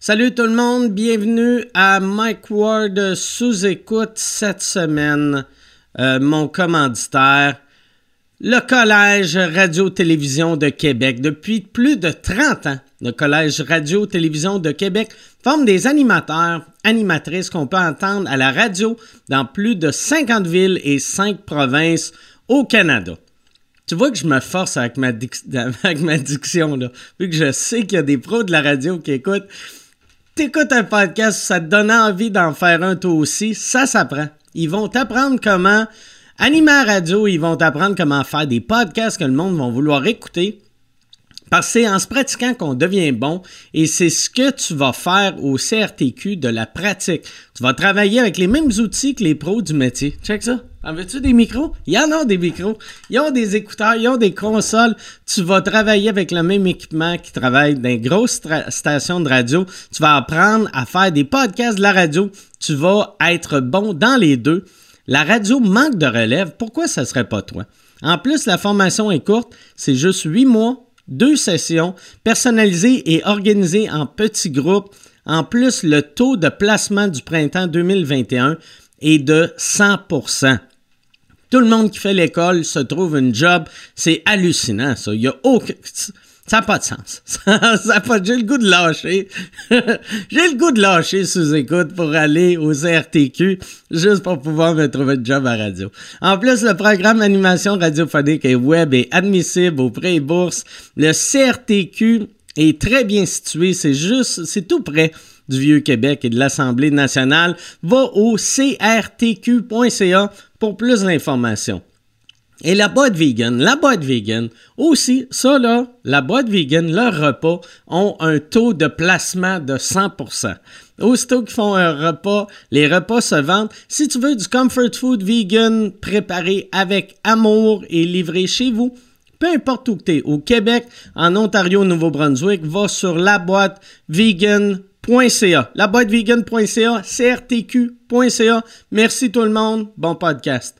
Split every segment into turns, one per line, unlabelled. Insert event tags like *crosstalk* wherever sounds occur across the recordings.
Salut tout le monde, bienvenue à Mike Ward sous-écoute cette semaine. Euh, mon commanditaire, le Collège Radio-Télévision de Québec. Depuis plus de 30 ans, le Collège Radio-Télévision de Québec forme des animateurs, animatrices qu'on peut entendre à la radio dans plus de 50 villes et 5 provinces au Canada. Tu vois que je me force avec ma, dic- *laughs* avec ma diction, là. Vu que je sais qu'il y a des pros de la radio qui écoutent. T'écoutes un podcast, ça te donne envie d'en faire un toi aussi, ça s'apprend. Ils vont t'apprendre comment animer la radio, ils vont t'apprendre comment faire des podcasts que le monde va vouloir écouter. Parce que c'est en se pratiquant qu'on devient bon et c'est ce que tu vas faire au CRTQ de la pratique. Tu vas travailler avec les mêmes outils que les pros du métier. Check ça. En veux-tu des micros? Il y en a des micros. Ils ont des écouteurs, ils ont des consoles. Tu vas travailler avec le même équipement qui travaille dans les grosses tra- stations de radio. Tu vas apprendre à faire des podcasts de la radio. Tu vas être bon dans les deux. La radio manque de relève. Pourquoi ça serait pas toi? En plus, la formation est courte. C'est juste huit mois deux sessions personnalisées et organisées en petits groupes. En plus, le taux de placement du printemps 2021 est de 100 Tout le monde qui fait l'école se trouve une job. C'est hallucinant, ça. Il y a aucun... Ça n'a pas de sens. *laughs* Ça, ça a pas... J'ai le goût de lâcher. *laughs* J'ai le goût de lâcher sous écoute pour aller aux RTQ juste pour pouvoir me trouver de job à radio. En plus, le programme d'animation radiophonique et web est admissible aux prêts et bourses. Le CRTQ est très bien situé. C'est juste, c'est tout près du Vieux-Québec et de l'Assemblée nationale. Va au crtq.ca pour plus d'informations. Et la boîte vegan, la boîte vegan, aussi, ça là, la boîte vegan, leurs repas ont un taux de placement de 100%. Aussitôt qu'ils font un repas, les repas se vendent. Si tu veux du comfort food vegan préparé avec amour et livré chez vous, peu importe où tu es, au Québec, en Ontario, au Nouveau-Brunswick, va sur la boîte vegan.ca. La boîte vegan.ca, crtq.ca. Merci tout le monde. Bon podcast.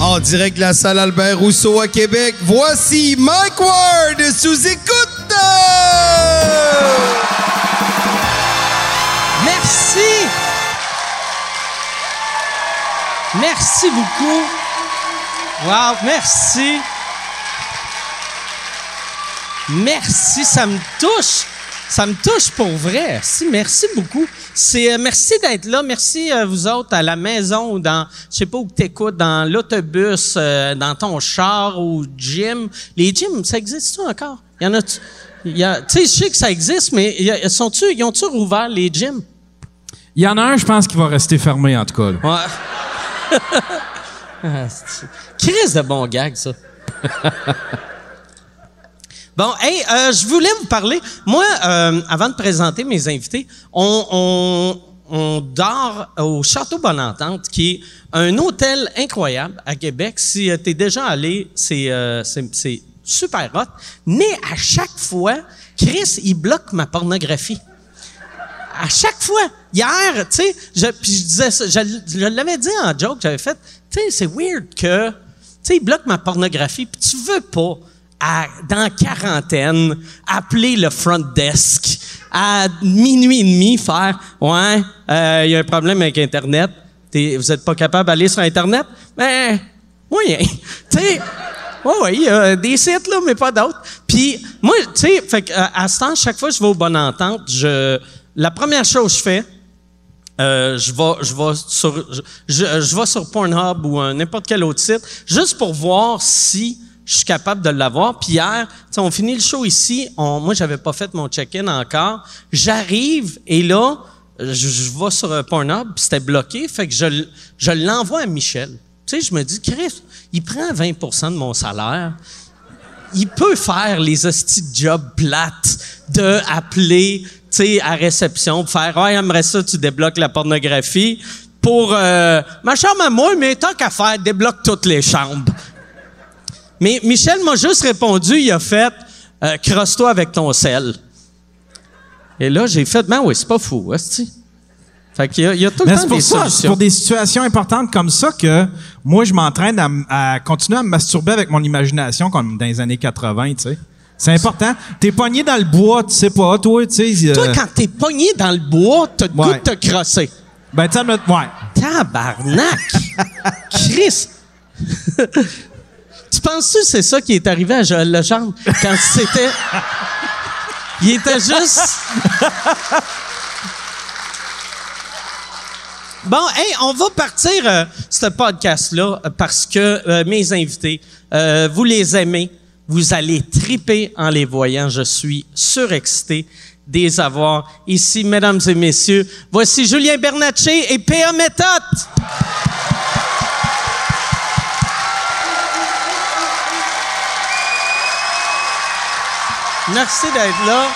En direct de la salle Albert Rousseau à Québec, voici Mike Ward sous écoute!
Merci! Merci beaucoup! Wow, merci! Merci, ça me touche! Ça me touche pour vrai. Si, merci beaucoup. C'est euh, merci d'être là. Merci euh, vous autres à la maison ou dans, je sais pas où t'écoutes, dans l'autobus, euh, dans ton char ou gym. Les gyms, ça existe encore Il y en a. Tu il y a- tu sais, je sais que ça existe, mais il y a- sont-tu, ils ont-tu rouvert les gyms
Il y en a un, je pense, qui va rester fermé, en tout cas. là.
Ouais. *laughs* Ah, c'est- Crise de bon gag, ça. *laughs* bon, hey, euh, je voulais vous parler. Moi, euh, avant de présenter mes invités, on, on- on dort au Château Bonentente, qui est un hôtel incroyable à Québec. Si tu es déjà allé, c'est euh, c'est- c'est super hot. Mais à chaque fois, Chris, il bloque ma pornographie à chaque fois. Hier, tu sais, je, puis je disais ça, je, je l'avais dit en joke, j'avais fait, tu sais, c'est weird que, tu sais, ils bloquent ma pornographie, puis tu veux pas, à, dans quarantaine, appeler le front desk à minuit et demi, faire, ouais, euh, il y a un problème avec Internet, T'es- vous êtes pas capable d'aller sur Internet? Ben, moyen. *laughs* tu sais, oui, oui, euh, des sites, là, mais pas d'autres. Puis, moi, tu sais, fait que, euh, à ce temps, chaque fois que je vais au Bonne Entente, je, la première chose que je fais, euh, je vais, je vais sur, je, je- je vais sur Pornhub ou euh, n'importe quel autre site, juste pour voir si je suis capable de l'avoir. Puis hier, tu sais, on finit le show ici. On, moi, j'avais pas fait mon check-in encore. J'arrive et là, je, je vais sur euh, Pornhub, puis c'était bloqué. Fait que je, l- je l'envoie à Michel. Tu sais, je me dis, Chris, il prend 20 de mon salaire il peut faire les hosties de job plates de appeler, tu sais, à réception, pour faire, ouais, aimerais ça, tu débloques la pornographie pour euh, ma chambre à moi, mais tant qu'à faire, débloque toutes les chambres. Mais Michel m'a juste répondu, il a fait, euh, crosse-toi avec ton sel. Et là, j'ai fait, ben oui, c'est pas fou, hostie. Fait qu'il y a, il y a tout le
Mais
temps
c'est pour
des
ça, c'est
solutions.
pour des situations importantes comme ça que moi, je m'entraîne à, m- à continuer à me masturber avec mon imagination comme dans les années 80, tu sais. C'est important. T'es pogné dans le bois, tu sais pas, toi, tu sais. euh,
Toi, quand t'es pogné dans le bois, t'as le goût
Ouais.
de te crosser.
Ben, tu sais, mais- ouais.
Tabarnak! *laughs* Chris! *laughs* tu penses-tu que c'est ça qui est arrivé à Joël Legendre quand c'était. Il était juste. Bon, hey, on va partir euh, ce podcast-là euh, parce que euh, mes invités, euh, vous les aimez, vous allez triper en les voyant. Je suis surexcité de les avoir ici, mesdames et messieurs. Voici Julien Bernatchez et P.A. Méthode. Merci d'être là.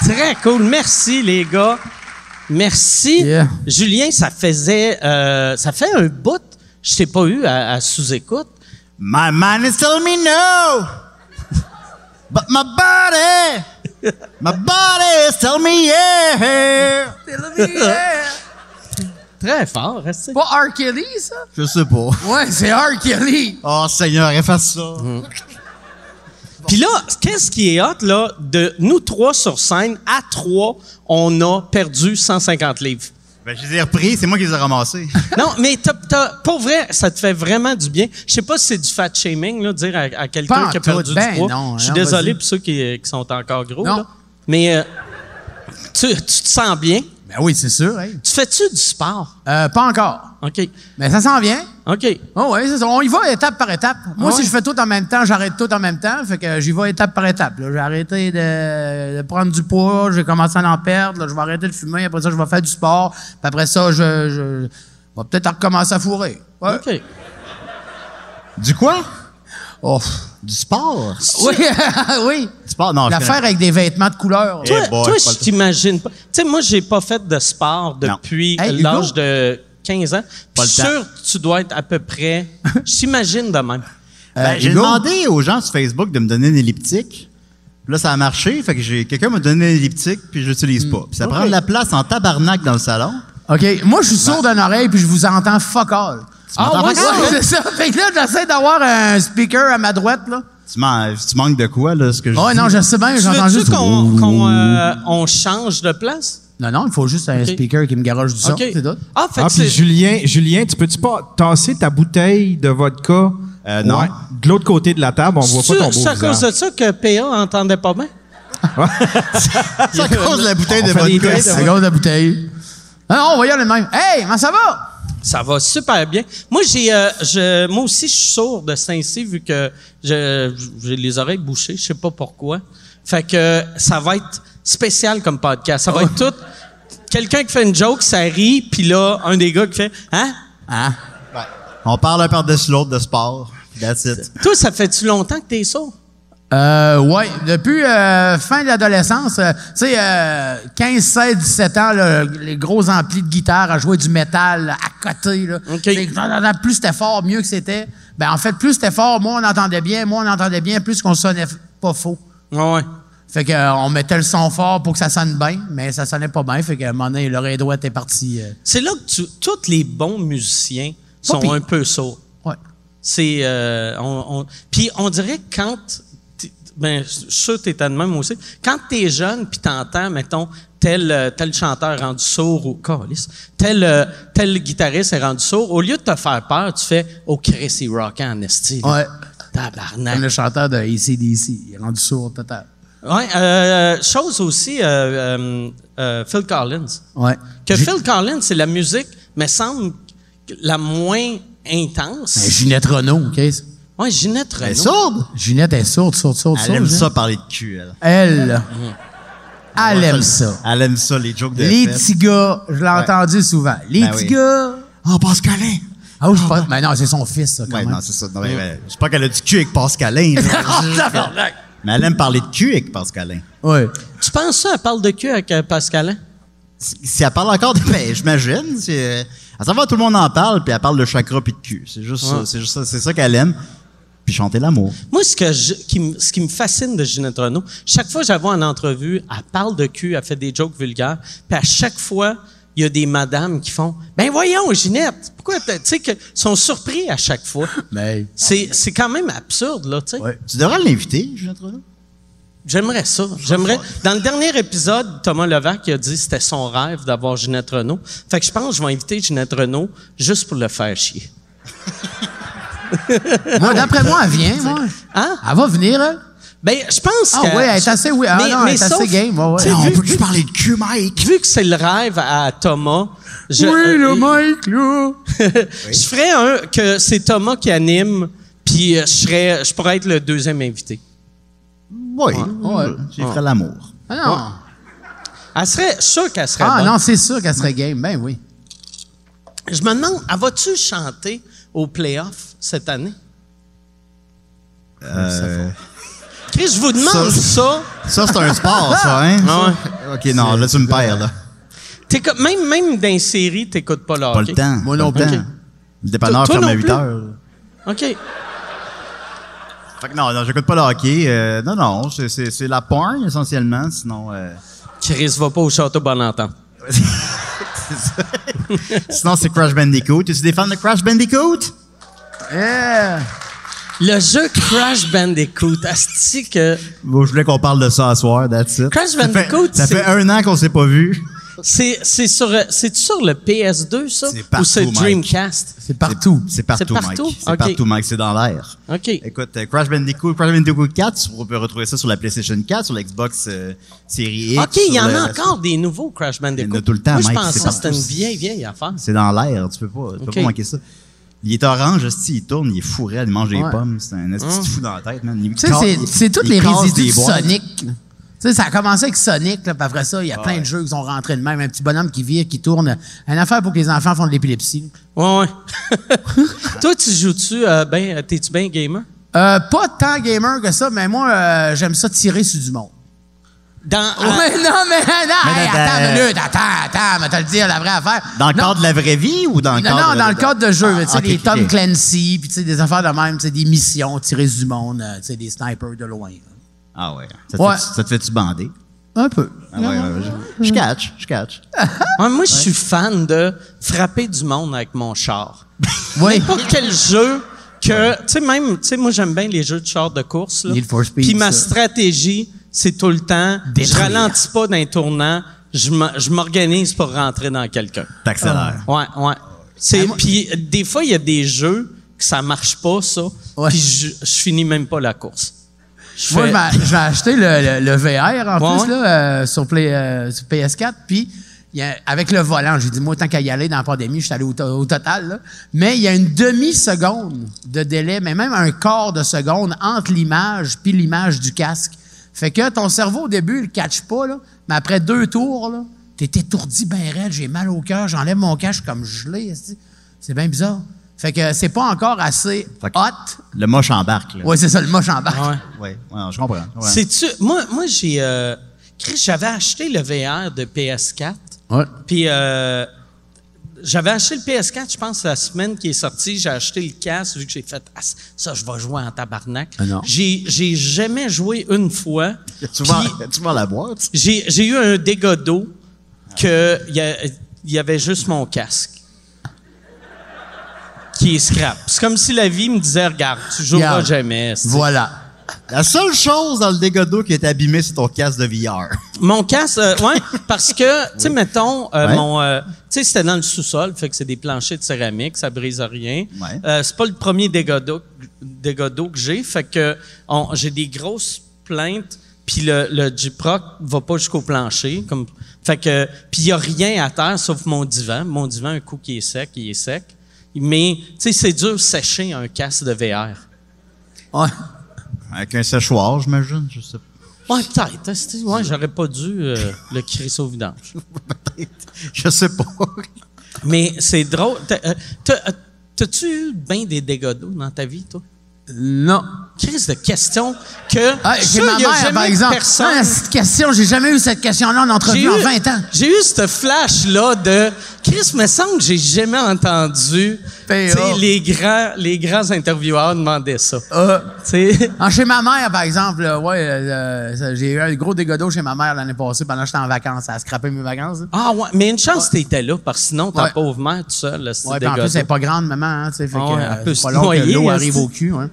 Très cool. Merci, les gars. Merci.
Yeah.
Julien, ça faisait, euh, ça fait un bout. Je t'ai pas eu à, à sous-écoute.
My mind is telling me no, but my body, my body is telling me yeah.
Très fort, hein, c'est-
Pas R. Kelly, ça?
Je sais pas.
Ouais, c'est R. Kelly.
Oh Seigneur, efface ça.
Puis là, qu'est-ce qui est hot, là, de nous trois sur scène, à trois, on a perdu 150 livres.
Ben, je les ai repris, c'est moi qui les ai ramassés.
Non, mais t'as, t'as- pour vrai, ça te fait vraiment du bien. Je sais pas si c'est du fat shaming, là, dire à, à quelqu'un
Pas en
qui a perdu
tout,
du
ben
poids.
non,
Je suis
non,
désolé
vas-y.
pour ceux qui, qui sont encore gros,
Non.
là. Mais euh, tu, tu te sens bien.
Ben oui, c'est sûr. hey.
Tu fais-tu du sport?
Euh, pas encore.
OK.
Mais ça s'en vient.
OK.
Oh ouais, c'est ça. On y va étape par étape. Moi,
Ah ouais?
si je fais tout en même temps, j'arrête tout en même temps. Fait que j'y vais étape par étape. là. J'ai arrêté de, de prendre du poids, j'ai commencé à en perdre. là. Je vais arrêter de fumer. Après ça, je vais faire du sport. Puis après ça, je, je- je vais peut-être recommencer à fourrer. Ouais.
OK.
Du quoi?
Oh, pff.
Du sport.
*laughs* Oui, oui.
Du sport, non.
L'affaire avec des vêtements de couleur.
Eh
Toi,
boy, pas
toi, je
le temps.
t'imagine pas. Tu sais, moi, j'ai pas fait de sport depuis
Non. Hey, Hugo.
l'âge de 15 ans.
Pas
Puis
le temps.
sûr, tu dois être à peu
*laughs*
près. Je t'imagine de même.
Ben,
Euh,
j'ai
Hugo?
demandé aux gens sur Facebook de me donner une elliptique. Puis Là, ça a marché. Fait que j'ai quelqu'un m'a donné une elliptique, puis je l'utilise
Hmm.
pas. Puis ça prend de la place en tabarnak dans le salon.
OK. Moi, je suis sourd
Ben-
d'une oreille puis je vous entends fuck all.
m'entends
ouais,
pas?
ouais, *laughs* c'est ça. Fait que là, j'essaie d'avoir un speaker à ma droite, là.
Tu, man- tu manques de quoi, là, ce que je
Ouais,
dis?
Oh, non, je sais bien,
Tu
j'entends
veux-tu
juste.
qu'on, qu'on, euh, on change de place?
Non, non, il faut juste un speaker qui me garage du son,
OK.
*laughs*
c'est tout.
Ah, fait
Ah,
que
puis
c'est...
Julien, Julien, tu peux-tu pas tasser ta bouteille de vodka?
Euh, non.
de l'autre côté de la table, on voit
c'est-
pas ton beau
c'est à cause
visage.
de ça que PA entendait pas bien?
Ça cause de la bouteille
On
de
fait des
vodka.
tests.
La de la bouteille. Non, non, on va y aller de même. Hey, comment ça va?
Ça va super bien. Moi, j'ai, euh, je, moi aussi, je suis sourd de Saint-Cy vu que je- j'ai les oreilles bouchées. Je sais pas pourquoi. Fait que ça va être spécial comme podcast. Ça va
Oh.
être tout. Quelqu'un qui fait une joke, ça rit, puis là, un des gars qui fait Hein?
Hein?
Ouais. On parle un par-dessus l'autre de sport. That's it.
Toi, ça fait-tu longtemps que t'es sourd?
Euh, ouais, depuis euh, fin de l'adolescence, euh, tu sais, euh, 15, 16, 17 ans, là, les gros amplis de guitare à jouer du métal là, à côté. Là.
OK.
C'est- j'entendais Plus c'était fort, mieux que c'était. Ben, en fait, plus c'était fort, moins on entendait bien, moins on entendait bien, plus qu'on sonnait f- pas faux.
Ouais.
Fait que euh, on mettait le son fort pour que ça sonne bien, mais ça sonnait pas bien. Fait que à un moment donné, l'oreille droite est partie. euh,
C'est là que tu, tous les bons musiciens sont
pire.
un peu sourds.
ouais.
C'est. euh, on, on- puis on dirait que quand. t'es- Ben, je suis sûr que t'étais de même aussi. Quand t'es jeune puis t'entends, mettons, tel, euh, tel chanteur rendu sourd ou. câlisse, Tel, euh, tel guitariste est rendu sourd, au lieu de te faire peur, tu fais Oh Chris, il rockait en esti. là.
Ouais.
Tabarnak.
Comme le chanteur de ACDC, il est rendu sourd total.
Ouais, euh, chose aussi, euh, euh, euh, Phil Collins.
Ouais.
Que
J'ai-
Phil Collins, c'est la musique, me semble, la moins
Ben,
intense.
Ginette Renault, OK?
Ouais, Ginette
Elle est
Renault.
sourde?
Ginette est sourde, sourde, sourde,
Elle
sourde.
aime
hein?
ça parler de cul, elle.
Elle, là. elle aime ça.
Elle aime ça, les jokes de
Les
fesses.
petits gars, je l'ai entendu souvent. Les
Ben
petits
oui.
gars.
Oh, Pascalin!
Ah, oui, je pense. Mais non, c'est son fils, ça, quand
ben. Ouais,
même.
non, c'est ça. Non, mais, ouais, je sais pas qu'elle a du cul avec Pascalin.
*laughs* Oh,
là. mais elle aime parler de cul avec Pascalin.
Ouais.
Tu penses ça, elle parle de cul avec euh, Pascalin?
*laughs* Si si elle parle encore de. Ben, j'imagine. si, euh, elle Elle s'en va, tout le monde en parle, puis elle parle de chakra puis de cul. C'est juste ça, c'est juste ça, c'est ça qu'elle aime. Puis chanter l'amour.
Moi, ce, que je- qui, me- ce qui me fascine de Ginette Renault, chaque fois que j'avais en entrevue, elle parle de cul, elle fait des jokes vulgaires, puis à chaque fois, il y a des madames qui font « Ben voyons, Ginette, pourquoi... t'as- » Tu sais, que sont surpris à chaque
*laughs*
fois.
Mais.
C'est c'est quand même absurde, là, tu sais.
Ouais. Tu devrais l'inviter, Ginette Renaud.
J'aimerais ça. J'aimerais. Dans le dernier épisode, Thomas Levac il a dit que c'était son rêve d'avoir Ginette Renault. Fait que je pense que je vais inviter Ginette Renault juste pour le faire chier.
Moi, d'après moi, elle vient, moi.
Hein?
Elle va venir, elle.
Ben, je pense
Ah
que.
ouais, elle est assez- oui, ah non, elle est assez game, ouais, ouais.
tu sais,
on
vu,
peut juste parler de cul, Mike.
vu que c'est le rêve à Thomas, je, euh, *laughs*
Mike, là.
je ferais un que c'est Thomas qui anime, puis euh, je serais, je pourrais être le deuxième invité.
Oui. J'ai ferai l'amour.
Ah non.
Elle serait, je suis sûr qu'elle serait
Ah
bonne.
non, c'est sûr qu'elle serait game. Ben oui.
Je me demande, elle va-tu chanter au playoff cette année? Chris, je vous
Ça-
demande ça.
Ça, c'est un sport, ça, hein?
Ah
Ça- Ok, non, là, tu me perds, là.
T'écoutes- même, même dans les séries, t'écoutes pas le
Pas
hockey.
le temps.
Moi
pas
non
le
plus.
temps. Le dépanneur
Toi-
ferme
toi
à
non
8
plus.
heures. là.
OK.
Fait que non, non, j'écoute pas le hockey. euh, non, non, c'est- c'est c'est la porn, essentiellement, sinon... euh, *laughs*
Chris va pas au Château Bonentente.
c'est ça. sinon, c'est Crash Bandicoot. Tu es des fans de Crash Bandicoot?
Yeah.
Le jeu Crash Bandicoot, asti que...
Bon, je voulais qu'on parle de ça à soir, that's it.
Crash
Ça fait-
Bandicoot,
Ça fait,
c'est-
un an qu'on s'est pas vu.
C'est c'est sur, euh, c'est-tu sur le PS2, ça?
C'est partout,
Ou c'est
Mike.
Dreamcast?
C'est partout.
C'est partout,
C'est partout?
Mike. C'est
Ok.
partout, Mike. C'est dans l'air.
OK.
Écoute, euh, Crash Bandicoot, Crash Bandicoot 4, on peut retrouver ça sur la PlayStation 4, sur l'Xbox euh, Series X.
OK, il y
sur
en
le-
a encore des nouveaux Crash Bandicoot.
Il y en a tout le temps,
Moi, je
Mike,
pensais
c'est
que c'était
partout.
une vieille, vieille affaire.
C'est dans l'air, tu peux pas, tu peux
Ok.
pas manquer ça. Il est orange, esti, il tourne, il est fourré, il mange des
Ouais. Hum.
pommes. C'est un esti de fou dans la tête, man. Il
Tu sais,
casse-
c'est-
il-
c'est tous
il
les
casse
résidus
des
de
boîtes.
Sonic. Tu sais, ça a commencé avec Sonic, là, puis après ça, il
Ah
y a plein de jeux qui sont rentrés de même. Un petit bonhomme qui vire, qui tourne. Une affaire pour que les enfants font de l'épilepsie.
Ouais, *laughs* ouais. Toi, tu joues-tu, euh, ben, euh, t'es-tu bien gamer?
Euh, pas tant gamer que ça, mais moi, euh, j'aime ça tirer sur du monde.
Dans,
Ouais,
euh,
non, mais *laughs* non,
Ah. Mais
hey,
dans-
attends
dans-
une minute, attends, attends, mais t'as le dire la vraie affaire.
Dans le
Non,
cadre de la vraie vie ou dans le
Non,
cadre
non, dans le cadre de jeu,
Ah,
tu sais,
ok,
des
ok,
Tom
ok.
Clancy, puis tu sais, des affaires de même, tu sais, des missions, tirer sur du monde, euh, tu sais, des snipers de loin.
Ah ouais. Ça te fait-
Ouais.
ça te fait-tu bander?
Un peu.
Ah ouais, ouais, ouais, je, je catch, je catch.
ouais, moi, je suis fan de frapper du monde avec mon char.
Oui.
N'importe quel jeu que, tu sais, même, tu sais, moi, j'aime bien les jeux de char de course, là.
Need for Speed,
Puis ma
ça.
stratégie, c'est tout le temps, je
Détruire.
ralentis pas d'un tournant, je m'en- je m'organise pour rentrer dans quelqu'un.
T'accélères.
Ouais, ouais.
Ah,
C'est, puis euh, des fois, il y a des jeux que ça marche pas, ça.
Ouais.
Puis je, je finis même pas la course. Je
Moi,
fais-
je m'a- je vais acheter le, le- le VR en
Ouais,
plus
ouais.
là, euh, sur, Play- euh, sur PS4. Puis, il y a- avec le volant, j'ai dit, moi, tant qu'à y aller dans la pandémie, je suis allé au, to- au total. là. Mais il y a une demi-seconde de délai, mais même un quart de seconde entre l'image puis l'image du casque. Fait que ton cerveau, au début, il ne catch pas, là, mais après deux tours, là, t'es étourdi ben raide, j'ai mal au cœur, j'enlève mon casque, je suis comme gelé. esti. C'est bien bizarre. Fait que c'est pas encore assez
Fait que-
hot.
Le moche embarque, là.
Ouais, c'est ça, le moche en bas.
Ouais.
Ouais, ouais, non, je comprends. je comprends.
Sais-tu, moi, moi j'ai. euh, Chris, j'avais acheté le VR de PS4.
Ouais.
Puis euh, j'avais acheté le PS4, je pense, la semaine qui est sortie. J'ai acheté le casque, vu que j'ai fait. Ah, ça, je vais jouer en tabarnak.
Ah non.
J'ai j'ai jamais joué une
*laughs*
fois.
Tu vas,
Puis-
tu vas à la boîte?
J'ai j'ai eu un dégât d'eau que il y, a- il y avait juste mon casque qui est scrap. C'est comme si la vie me disait regarde, tu joueras
Regarde.
jamais. c'est-
Voilà.
La seule chose dans le dégât d'eau qui est abîmée, c'est ton casque de VR.
Mon casque, euh,
*laughs*
ouais, parce que tu sais mettons euh,
Ouais.
mon, euh, tu sais c'était dans le sous-sol, fait que c'est des planchers de céramique, ça brise rien.
Ouais.
Euh, c'est pas le premier dégât d'eau dégât d'eau que j'ai, fait que on- j'ai des grosses plaintes. Puis le, le G-Proc va pas jusqu'au plancher. Comme, fait que, puis il y a rien à terre sauf mon divan. Mon divan, un coup qui est sec, il est sec. Mais, tu sais, c'est dur de sécher un casque de VR.
Ouais.
Avec un séchoir, j'imagine. Je sais pas. *laughs*
Ouais, peut-être. hein, c'est- Ouais, j'aurais pas dû euh, le crisser au vidange.
Je sais pas.
Mais c'est drôle. T'as- euh, t'as- euh, T'as-tu eu bien des dégâts d'eau dans ta vie, toi?
Non.
crise de question que
Ah, chez
ça,
ma
y a
mère,
jamais
par exemple.
personne.
Ah, cette question, j'ai jamais eu cette question-là en
J'ai
entrevue en
eu-
20 ans.
J'ai eu ce flash-là de Chris, me semble que j'ai jamais entendu
P.A.
tu sais, les grands, les grands intervieweurs demander ça.
Euh,
Tu sais,
ah, chez ma mère, par exemple, là, ouais, euh, ça, j'ai eu un gros dégât d'eau chez ma mère l'année passée pendant que j'étais en vacances. Ça a scrappé mes vacances. là.
Ah ouais, mais une chance que t'étais là, parce que sinon, ta
Ouais.
pauvre mère, tout seul, là, c'est
Ouais, puis en
dégueulasse.
plus, elle est pas grande, maman. Hein, tu sais, fait
Ah
que,
ouais,
euh,
elle peut
c'est
se
pas long que
noyer,
l'eau
hein,
arrive
c'est-
au cul. hein.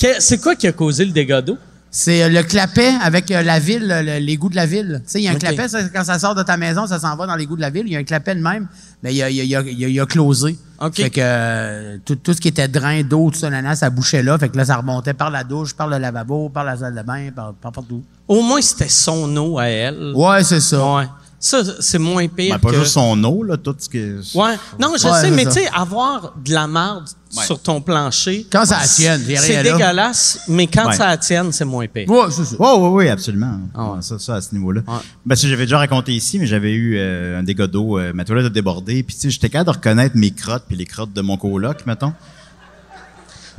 Que- C'est quoi qui a causé le dégât d'eau?
C'est euh, le clapet avec euh, la ville, le- les goûts de la ville. Tu sais, il y a un
Ok.
clapet, ça, quand ça sort de ta maison, ça s'en va dans les goûts de la ville. Il y a un clapet de même, mais il y a, il y a- il y a- il y a- il y a closé.
Ok.
Fait que euh, tout, tout ce qui était drain d'eau, tout ça, nana, ça bouchait là. Fait que là, ça remontait par la douche, par le lavabo, par la salle de bain, par, par partout.
Au moins, c'était son eau à elle.
Ouais, c'est ça.
Ouais. Ça, c'est moins pire
Ben, pas
que...
juste son eau, là, tout ce que.
Ouais. Non, je
Ouais,
sais,
c'est
mais
ça.
tu sais, avoir de la marde sur ton plancher...
Quand ça la tienne, j'ai
C'est
rien là.
dégueulasse, mais quand
Ouais.
ça la tienne, c'est moins pire.
Ouais, c'est ça.
Oui, oui, oui, absolument.
Ah ouais.
Ouais, Ça, ça, à ce niveau-là.
Ouais.
Ben, si j'avais déjà raconté ici, mais j'avais eu euh, un dégât d'eau. euh, ma toilette a débordé. Puis, tu sais, j'étais capable de reconnaître mes crottes puis les crottes de mon coloc, mettons.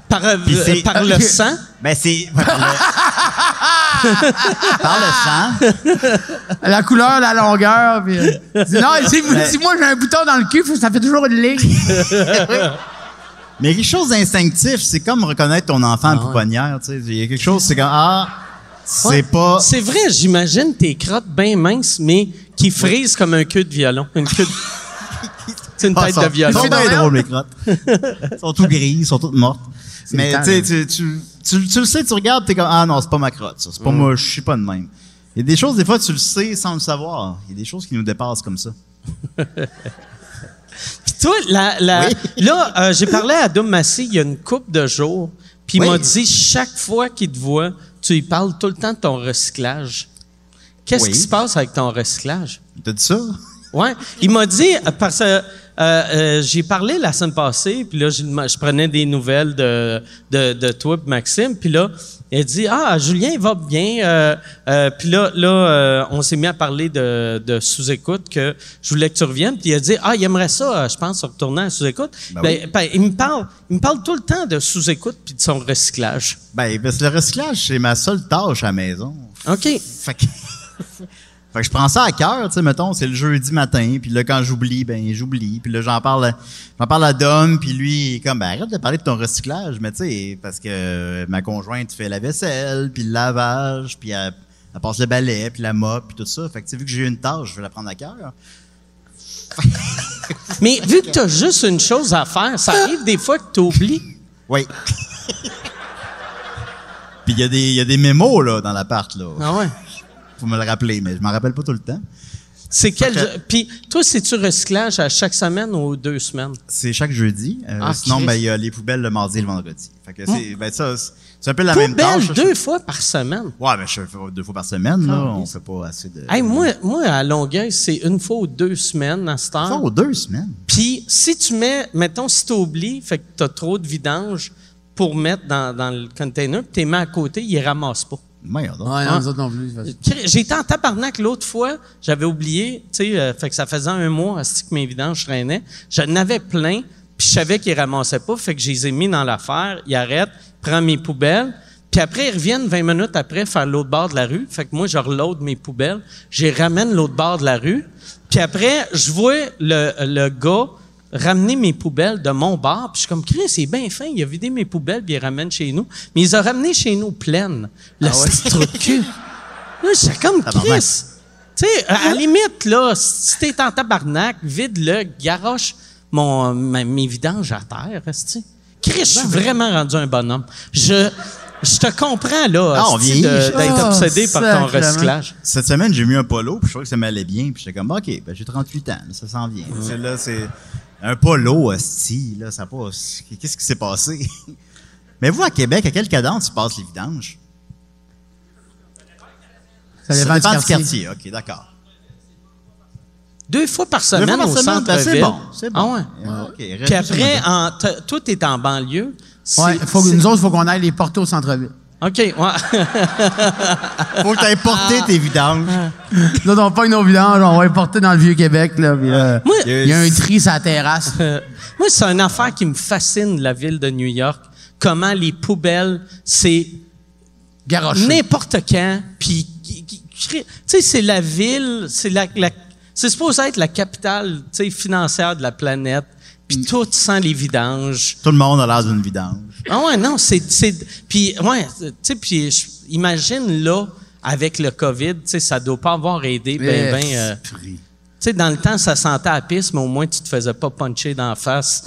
Par, euh,
Puis c'est- *laughs*
par
*laughs*
le sang,
Ben, c'est. Par le,
*laughs*
par le sang.
La couleur, la longueur. Puis, *laughs* euh, dis- non, si, si moi j'ai un bouton dans le cul, faut- ça fait toujours une ligne.
Mais quelque chose d'instinctif, c'est comme reconnaître ton enfant à pouponnière. Tu sais, il y a quelque chose, c'est comme. Ah, c'est
Ah Ouais.
pas.
c'est vrai, j'imagine tes crottes bien minces, mais qui frisent comme un queue de violon. Une
*laughs*
queue de... c'est une
Ah,
tête
sont-
de violon.
Sont bien
Noël.
drôles, les crottes. Ils sont toutes grises, ils sont toutes mortes. Mais
le temps,
tu sais, tu, tu, tu, tu le sais, tu regardes, t'es comme Ah non, c'est pas ma crotte, ça. C'est pas moi, je suis pas de même. Il y a des choses, des fois, tu le sais sans le savoir. Il y a des choses qui nous dépassent comme ça.
Puis toi, la, la-
Oui.
là, euh, j'ai parlé à Dom Massé il y a une couple de jours, puis il
Oui.
m'a dit chaque fois qu'il te voit, tu lui parles tout le temps de ton recyclage. Qu'est-ce
Oui.
qui se passe avec ton recyclage?
T'as dit ça?
Ouais, il m'a dit euh, parce que euh, euh, j'ai parlé la semaine passée, puis là j'ai dem- je prenais des nouvelles de de, de toi puis Maxime, puis là il dit ah Julien il va bien, euh, euh, puis là là euh, on s'est mis à parler de, de sous écoute que je voulais que tu reviennes, puis il a dit ah il aimerait ça, euh, je pense retourner à sous écoute.
Ben
il me parle il me parle tout le temps de sous écoute puis de son recyclage.
Ben, parce que le recyclage, c'est ma seule tâche à la maison.
Ok.
Fait que, *laughs* fait que je prends ça à cœur, tu sais, mettons, c'est le jeudi matin, puis là, quand j'oublie, ben j'oublie, puis là, j'en parle, à- j'en parle à Dom, puis lui, il est comme, ben arrête de parler de ton recyclage, mais tu sais, parce que euh, ma conjointe fait la vaisselle, puis le lavage, puis elle, elle passe le balai, puis la mop, puis tout ça. Fait que, tu sais, vu que j'ai une tâche, je vais la prendre à cœur.
Mais vu que t'as juste une chose à faire, ça arrive des fois que t'oublies.
Oui. puis il y, a des- il y a des mémos, là, dans l'appart, là.
Ah ouais.
Faut me le rappeler, mais je m'en rappelle pas tout le temps.
C'est quel.
Fait
Puis, toi, c'est-tu recyclage à chaque semaine ou deux semaines?
C'est chaque jeudi. Euh,
Ah,
sinon,
Christ. Hum.
ben, il y a les poubelles le mardi et le vendredi. Fait que c'est, ben, ça, c'est- c'est un peu la même tâche.
Poubelle
là.
deux fois par semaine.
Ouais, mais je fais deux fois par semaine, là. on fait pas assez de.
Hey, moi, moi, à Longueuil, c'est une fois ou deux semaines à cette
Ça,
heure.
aux deux semaines.
Puis, si tu mets, mettons, si t'oublies, fait que t'as trop de vidange pour mettre dans, dans le container, puis t'es mis à côté, il ramasse pas.
Merde. hein.
Ouais, non, nous autres non plus.
J'étais en tabarnak l'autre fois, j'avais oublié, tu sais, euh, fait que ça faisait un mois hostie, que mes vidanges traînaient. J'en avais plein, puis je savais qu'ils ramassaient pas, fait que je les ai mis dans l'affaire, ils arrêtent, prends mes poubelles, puis après ils reviennent 20 minutes après faire l'autre bord de la rue, fait que moi je reload mes poubelles, je les ramène l'autre bord de la rue, puis après je vois le, le gars ramener mes poubelles de mon bar. Puis je suis comme, Chris, c'est bien fin. Il a vidé mes poubelles, puis il les ramène chez nous. Mais il les a ramenées chez nous pleines. Le petit trou de cul. Là, j'étais comme,
Tabarnak.
Chris. Tu sais, à la limite, là, si t'es en tabarnak, vide-le, garoche mon, ma- mes vidanges à terre, esti. Chris, je suis vraiment rendu un bonhomme. Je, je te comprends, là,
Ah, on
esti,
vieillit,
de-
je-
d'être
Ah,
obsédé par ton
sacrément.
recyclage.
Cette semaine, j'ai mis un polo, puis je trouvais que ça m'allait bien, puis j'étais comme, OK, ben, j'ai 38 ans, ça s'en vient. Tu sais, Là, c'est un polo, hostie, là, ça passe. Qu'est-ce qui s'est passé? *laughs* mais vous, à Québec, à quelle cadence tu passes les vidanges?
Ça dépend du quartier.
OK, d'accord.
Deux fois par
Deux
semaine
fois par
au
semaine, ben,
centre-ville.
c'est bon, c'est bon.
Ah ouais.
Ah, ok, reste
Puis
juste
après,
là-dedans.
en, t- toi, t'es en banlieue. C'est-
Ouais, faut,
c'est-
nous autres, il faut qu'on aille les porter au centre-ville.
OK, ouais. *laughs*
Faut que t'aies porté tes vidanges.
Là, on pogne nos vidanges, on va les porter dans le Vieux-Québec. là, puis, euh,
Moi-
Il y a un tri sur la terrasse.
Euh, moi, c'est une affaire qui me fascine, la ville de New York. Comment les poubelles, c'est
Garoché.
n'importe quand, puis... qui- qui- qui crée- Tu sais, c'est la ville, c'est la... la- c'est supposé être la capitale, tu sais, financière de la planète, puis
Mm.
tout sans les vidanges.
Tout le monde a l'air d'une vidange.
Ah ouais, non, c'est... c'est- Puis, ouais, tu sais, puis je- imagine, là, avec le COVID, tu sais, ça doit pas avoir aidé,
Eh,
ben, ben... euh, Tu sais, dans le temps, ça sentait à la piste, mais au moins, tu te faisais pas puncher d'en
Oh!
face.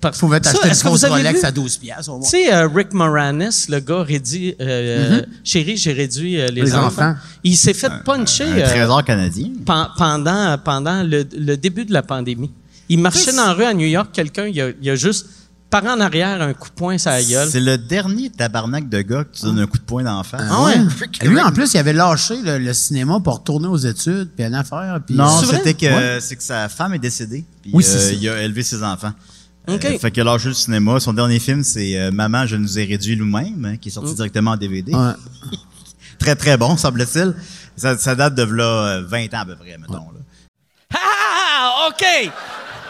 Parce...
pouvais t'acheter
Ça,
une
est-ce que vous
grosse
avez
Rolex
vu?
à 12 piastres. au moins.
Tu sais, euh, Rick Moranis, le gars réduit... Euh, Chérie, j'ai réduit euh, les,
Les
enfants.
enfants.
Il s'est fait puncher
Mm-hmm. Un
euh,
trésor canadien.
pen- pendant, pendant le, le début de la pandémie. Il marchait dans la rue à New York, quelqu'un, il a, il a juste, par en arrière, un coup de poing sur la gueule.
C'est le dernier tabarnak de gars que tu donnes un coup de poing d'en face.
Ah ouais?
Lui, en plus, il avait lâché le, le cinéma pour retourner aux études, puis aller en faire. Puis
Non,
C'est vrai?
c'était que,
Ouais.
c'est que sa femme est décédée. Puis,
Oui, c'est
euh,
ça.
Il a élevé ses enfants.
OK.
Euh, fait qu'il a lâché le cinéma. Son dernier film, c'est euh, Maman, je nous ai réduit nous-mêmes, hein, qui est
Oh.
sorti directement en DVD.
Ouais.
*laughs* Très, très bon, semble-t-il. Ça, ça date de là, 20 ans à peu près, mettons. là.
Ah, OK.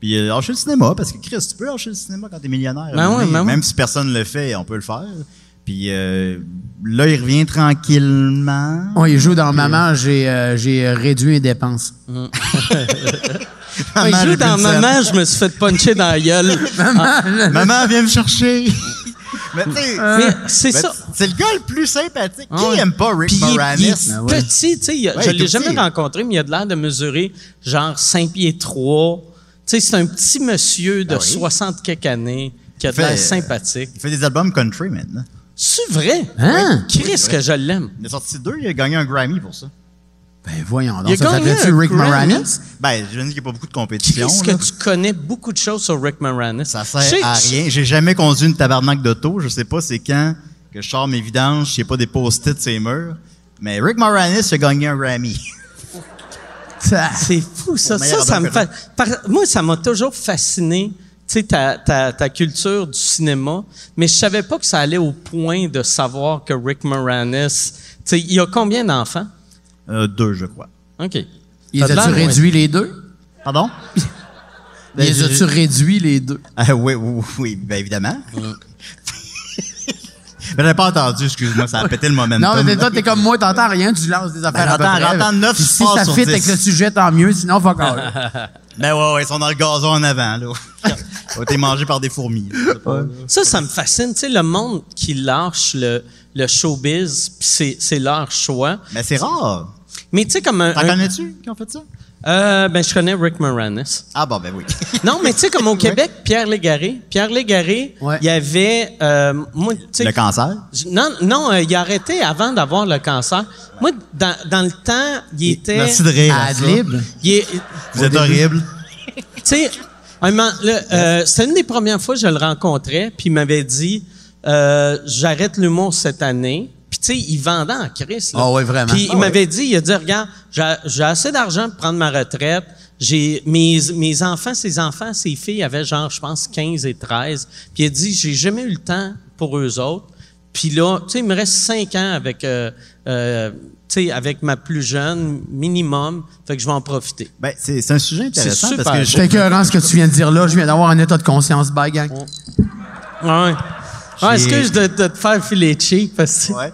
Puis il a lâché le cinéma, parce que Chris, tu peux lâcher le cinéma quand t'es millionnaire.
Ben ouais, ben ouais.
Même si personne le fait, on peut le faire. Puis euh, là, il revient tranquillement.
On y joue dans Maman, j'ai euh, j'ai réduit les dépenses.
Maman, j'ai plus de scène.
je me suis fait puncher dans la gueule.
Maman, viens me chercher. *laughs* Mais tu sais,
Euh, c'est Ah
ben, c'est le gars le plus sympathique. Qui aime pas Rick
Puis il est- il
Moranis?
est petit, tu sais, il a-
Ben Ouais, il
je
est
l'ai
tout
jamais
petit.
rencontré, mais il a de l'air de mesurer genre 5 pieds 3. Tu sais, c'est un petit monsieur de
Ah oui.
60 quelques années qui a de
Fait- euh,
l'air sympathique.
Il fait des albums country maintenant.
C'est vrai?
Hein?
Chris que je l'aime.
Il en a sorti deux, il a gagné un Grammy pour ça.
Ben voyons
Il a
donc, ça
gagné
s'appelait-tu
un
Rick
Grammy.
Moranis?
Ben, je me dis qu'il n'y a pas beaucoup de compétition.
Chris
là.
que tu connais beaucoup de choses sur Rick Moranis.
Ça sert
Je sais-
à rien. J'ai jamais conduit une tabarnak d'auto. Je sais pas c'est quand que je sors mes vidanges, j'ai pas des post-it sur les murs. Mais Rick Moranis a gagné un Grammy. *laughs*
C'est fou, ça.
Au
Ça,
meilleur
ça me
album
fa- par- Moi, ça m'a toujours fasciné, tu sais, ta, ta, ta culture du cinéma, mais je savais pas que ça allait au point de savoir que Rick Moranis... Tu sais, il a combien d'enfants?
Euh, deux, je crois.
OK. Ça
Ils
a
as-tu
l'air, ouais.
réduit les deux?
Pardon? Ben,
Ils
j'ai-
as-tu réduit les deux?
Ah, oui, oui, oui, bien évidemment.
Mm.
*laughs* Mais j'ai pas entendu, excuse-moi, ça a pété le momentum.
Non, mais t'es- toi, t'es comme moi, t'entends rien, tu lances des affaires
Ben,
à peu
j'entends-
près.
j'entends neuf
Puis Si
passes
ça
sur
fit
dix.
avec le sujet, tant mieux, sinon,
*laughs*
fuck all.
Ben ouais, ouais, ils sont dans le gazon en avant, là. Ils ont été mangés par des fourmis. là.
Ça, ça me fascine. Tu sais, le monde qui lâche le, le showbiz, puis c'est, c'est leur choix.
Mais c'est rare.
Mais tu sais, comme un...
T'en
un-
connais-tu qui ont fait ça?
Euh, ben, je connais Rick Moranis.
Ah, bon, ben oui.
*laughs* Non, mais tu
*laughs*
sais, comme au Québec, Pierre Légaré. Pierre Légaré,
Ouais.
il y avait... euh, moi, tu sais,
Le cancer?
je- Non, non euh, il a arrêté avant d'avoir le cancer. Moi, dans, dans le temps, il était...
Merci de rire. à ça.
Adlib.
il est-
Vous êtes horrible.
Tu sais, un moment, là, euh, c'était une des premières fois que je le rencontrais, puis il m'avait dit euh, J'arrête l'humour cette année. Puis, tu sais, il vendait en crise. là.
Ah ouais, vraiment.
Puis,
Ah
il
ouais.
m'avait dit Il a dit, Regarde, j'ai- j'ai assez d'argent pour prendre ma retraite. J'ai mes, mes enfants, ses enfants, ses filles avaient genre, je pense, 15 et 13. Puis, il a dit J'ai jamais eu le temps pour eux autres. Puis là, tu sais, il me reste cinq ans avec, euh, euh, tu sais, avec ma plus jeune, minimum. Fait que je vais en profiter.
Ben, c'est c'est un sujet intéressant
super
parce que
beau.
je-
C'est écœurant ce que tu viens de dire là. Je viens d'avoir un état de conscience, bye gang.
Ouais. Ah,
J'ai-
excuse de, de te faire filer cheap parce que.
Ouais.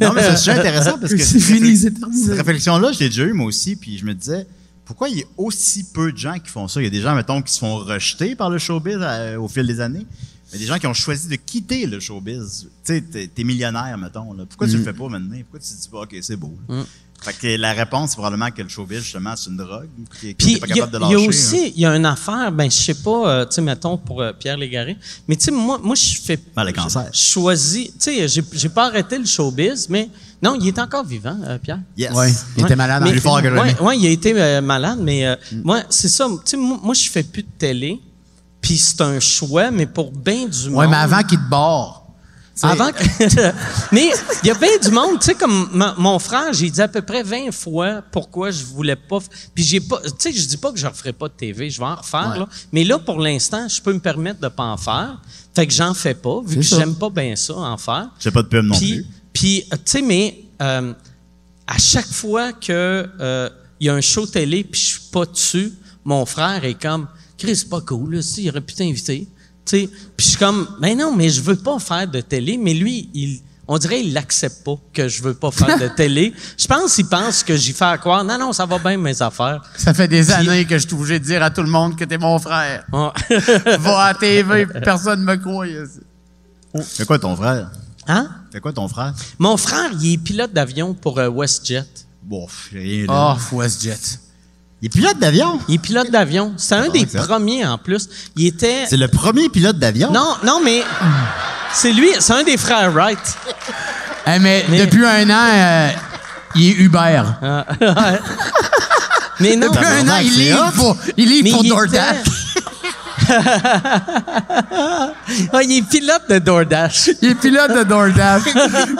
Non, mais c'est un sujet intéressant parce que
*laughs* C'est
cette
fini,
réflex-
c'est terminé.
Cette réflexion-là, je l'ai déjà eue moi aussi, puis je me disais, pourquoi il y a aussi peu de gens qui font ça? Il y a des gens, mettons, qui se font rejeter par le showbiz euh, au fil des années. Mais des gens qui ont choisi de quitter le showbiz. Tu sais, t'es t'es millionnaire, mettons. là. Pourquoi tu
Mm.
le fais pas maintenant? Pourquoi tu te dis pas, OK, c'est beau? là? Fait que la réponse, c'est probablement que le showbiz, justement, c'est une drogue qui- que t'es
Puis
pas
il y, a-
capable de
il y
lâcher.
a
hein.
aussi, il y a une affaire, ben je sais pas, euh, tu sais, mettons pour euh, Pierre Légaré, mais tu sais, moi, moi je fais...
Ben, le cancer.
Je choisis, tu sais, j'ai- j'ai pas arrêté le showbiz, mais non, il est encore vivant, euh, Pierre.
Yes.
Ouais, il était malade. en
Mais-
Plus
fait.
fort que jamais. Mm.
ouais, ouais, il a été euh, malade, mais euh, moi, c'est ça, tu sais, moi, moi, je fais plus de télé, puis c'est un choix, mais pour bien du monde...
Ouais, mais avant qu'il te barre.
Avant que... *laughs* Mais il y a bien du monde, tu sais, comme mon- mon frère, j'ai dit à peu près 20 fois pourquoi je voulais pas... f- Puis j'ai pas... Tu sais, je dis pas que je referai pas de TV, je vais en refaire, là. Mais là, pour l'instant, je peux me permettre de pas en faire. Fait que j'en fais pas, vu que
ça.
j'aime pas bien ça, en faire.
J'ai pas de pub non
Puis,
plus.
puis, euh, tu sais, mais euh, à chaque fois que euh, il y a un show télé puis je suis pas dessus, mon frère est comme Chris, c'est pas cool, là, si, il aurait pu t'inviter. Tu sais, puis je suis comme mais non, mais je veux pas faire de télé, mais lui, il on dirait qu'il l'accepte pas que je veux pas
*laughs*
faire de télé. Je pense qu'il pense que j'y fais à croire. Non non, ça va bien mes affaires.
Ça fait des années que je suis obligé de dire à tout le monde que t'es mon frère.
*laughs*
Ouais.
Va à TV, puis personne me croit.
C'est quoi ton frère?
hein
C'est quoi ton frère?
Mon frère, il est pilote d'avion pour euh, WestJet.
Bon, rien là.
Oh, WestJet.
Il est pilote d'avion.
Il est pilote d'avion. C'est un des
c'est hot.
premiers en plus. Il était
C'est le premier pilote d'avion.
Non, non, mais c'est lui, c'est un des frères Wright.
Eh, mais,
Mais-
depuis un an, euh, il est Uber.
Ah, ouais. mais non, *laughs*
Depuis un an, il
c'est
livre
hot.
pour, il livre
mais
pour
il
DoorDash.
était- Ouais, il est pilote de DoorDash. *laughs*
Il est pilote de *laughs* DoorDash.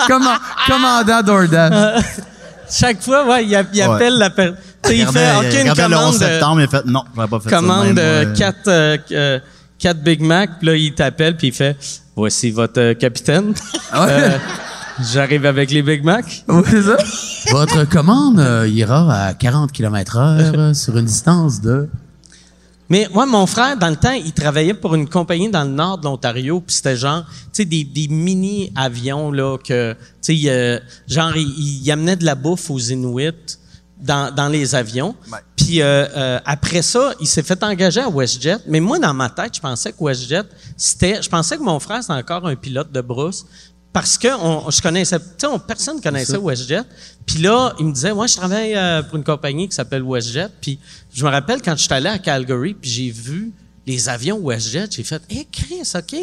Comment- commandant DoorDash.
Chaque fois, ouais, il, a- il
Ouais.
appelle la personne. Il
Regardez-
fait OK, une
regardez le 11
commande, de-
septembre, il a fait non, j'aurais pas fait ça.
commande
de
de
même, ouais.
quatre, euh, euh, quatre Big Mac. Puis là, il t'appelle, puis il fait Voici votre euh, capitaine. *laughs*
Ah.
Euh, J'arrive avec les Big Mac.
Oui, c'est ça. Votre commande euh, ira à 40 km h sur une distance de...
Mais moi, mon frère, dans le temps, il travaillait pour une compagnie dans le nord de l'Ontario, puis c'était genre, tu sais, des, des mini-avions, là, que, tu sais, euh, genre, il, il amenait de la bouffe aux Inuits dans, dans les avions. Puis euh, euh, après ça, il s'est fait engager à WestJet. Mais moi, dans ma tête, je pensais que WestJet, c'était... Je pensais que mon frère, c'était encore un pilote de brousse. Parce que on, je connaissais, tu sais, on- personne connaissait WestJet. Puis là, il me disait, moi, je travaille euh, pour une compagnie qui s'appelle WestJet. Puis je me rappelle quand je suis allé à Calgary, puis j'ai vu les avions WestJet, j'ai fait, hé, Chris, OK.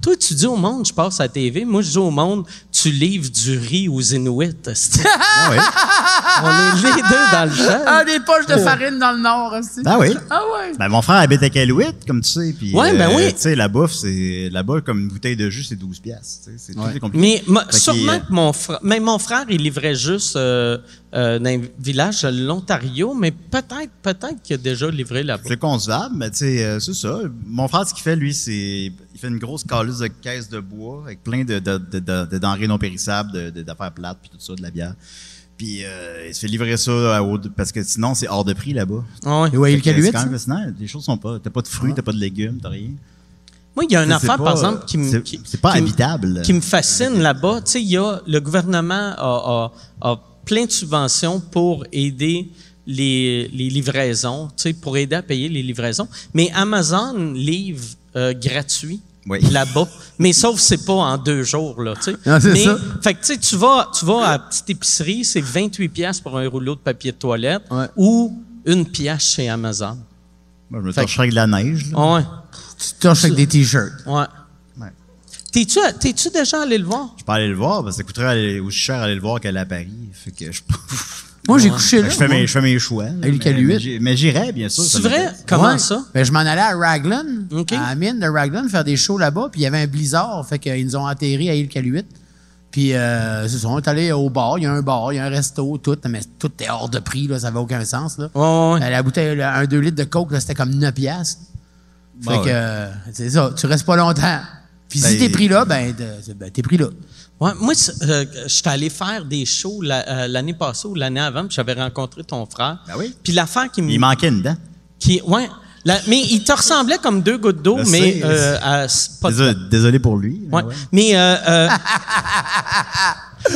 Toi, tu dis au monde, je passe à la TV. Moi, je dis au monde, tu livres du riz aux Inuits.
*laughs* Ah oui.
on est les deux dans le champ.
Ah, des poches de farine dans le nord aussi.
Ben oui.
Ah ouais.
Ben, mon frère habite à Calouette, comme tu sais. Puis, euh,
Ouais, ben oui.
Tu sais, la bouffe, c'est. Là-bas, comme une bouteille de jus, c'est 12 piastres. tu sais, C'est tout est compliqué.
Mais ma-
Fait qu'il,
sûrement
euh,
que mon frère, mais mon frère, il livrait juste euh, euh, dans un village de l'Ontario, mais peut-être, peut-être qu'il a déjà livré là-bas.
C'est concevable, mais tu sais, euh, c'est ça. Mon frère, ce qu'il fait, lui, c'est. Il fait une grosse calice de caisse de bois avec plein de, de, de- de- de denrées non périssables, de- de- d'affaires plates, puis tout ça, de la bière. Puis euh, il se fait livrer ça à haut. Parce que sinon, c'est hors de prix là-bas.
Ah ouais.
Et ouais,
Fait
il
que c'est
caluette,
quand
ça? Ah.
même fascinant. Les choses sont pas. T'as pas de fruits, t'as pas de légumes, t'as rien.
Moi, il y a une
C'est
affaire,
pas,
par exemple, qui me
c'est-
qui-
c'est pas
qui me-
habitable.
Qui me fascine là-bas. Tu sais, il y a le gouvernement a, a- a plein de subventions pour aider les, les livraisons, tu sais, pour aider à payer les livraisons. Mais Amazon livre euh, gratuit.
Oui. *laughs*
là-bas, mais sauf que c'est pas en deux jours là, tu sais.
Non, c'est
Mais-
ça.
Fait que tu sais, tu vas, tu vas à la petite épicerie, c'est 28 pièces pour un rouleau de papier de toilette
Ouais.
ou une pièce chez Amazon.
Moi, je me torcherais avec de la neige. là.
Ouais,
Tu torches avec des t-shirts.
ouais.
Ouais.
T'es-tu, t'es-tu déjà allé le voir?
Je peux aller le voir parce que ça coûterait aller- aussi cher aller le voir qu'aller à Paris. Fait que je,
Moi, j'ai couché
Fait
là.
que je fais,
moi.
mes, je fais mes choix. là.
le
Mais-
Caluette.
mais j'ai- Mais j'irai, bien sûr. ça
C'est vrai?
m'intéresse.
Comment
Ouais.
ça?
Ben, je m'en allais à Raglan,
OK.
à la mine de Raglan, faire des shows là-bas. Puis il y avait un blizzard, fait qu'ils nous ont atterris à île Caluette. Puis euh, c'est ça, on est allé au bar, il y a un bar, il y a un resto, tout, mais tout est hors de prix, là, ça n'avait aucun sens. Là.
Ouais, ouais, ouais.
Euh, La bouteille, là, un 2 litres de coke, là, c'était comme 9 piastres. Fait
Bah
Ah
que,
ouais.
euh, c'est ça, tu restes pas longtemps. Puis si
Ben,
t'es
il-
pris là, ben, de- ben, t'es pris là.
Ouais, moi, c'est- euh, je suis allé faire des shows la- euh, l'année passée ou l'année avant, puis j'avais rencontré ton frère.
Ah oui?
Puis l'affaire qui me
Il manquait une dent.
qui ouais, la- mais il te ressemblait comme deux gouttes d'eau,
Je
mais
sais.
euh, à- c'est pas
Désolé, désolé pour lui. mais
Ouais.
Ben ouais.
Mais euh, euh, *laughs*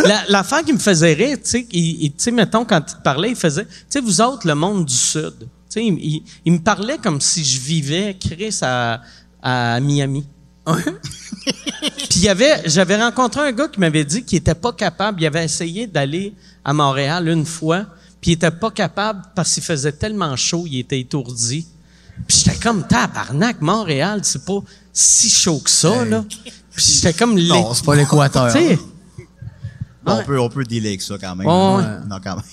la- l'affaire qui me faisait rire, tu sais, il- il- tu sais, mettons, quand il te parlait, il faisait, tu sais, vous autres, le monde du Sud, tu sais, il, il- il me parlait comme si je vivais Chris à, à Miami. Puis il y avait, j'avais rencontré un gars qui m'avait dit qu'il était pas capable. Il avait essayé d'aller à Montréal une fois, puis il était pas capable parce qu'il faisait tellement chaud, il était étourdi. Puis j'étais comme tabarnak, Montréal, c'est pas si chaud que ça là. Puis j'étais comme
Non, c'est pas
*laughs* Tu
l'équateur.
sais,
On peut, on peut dealer avec ça quand même.
Ouais, ouais.
Non, quand même.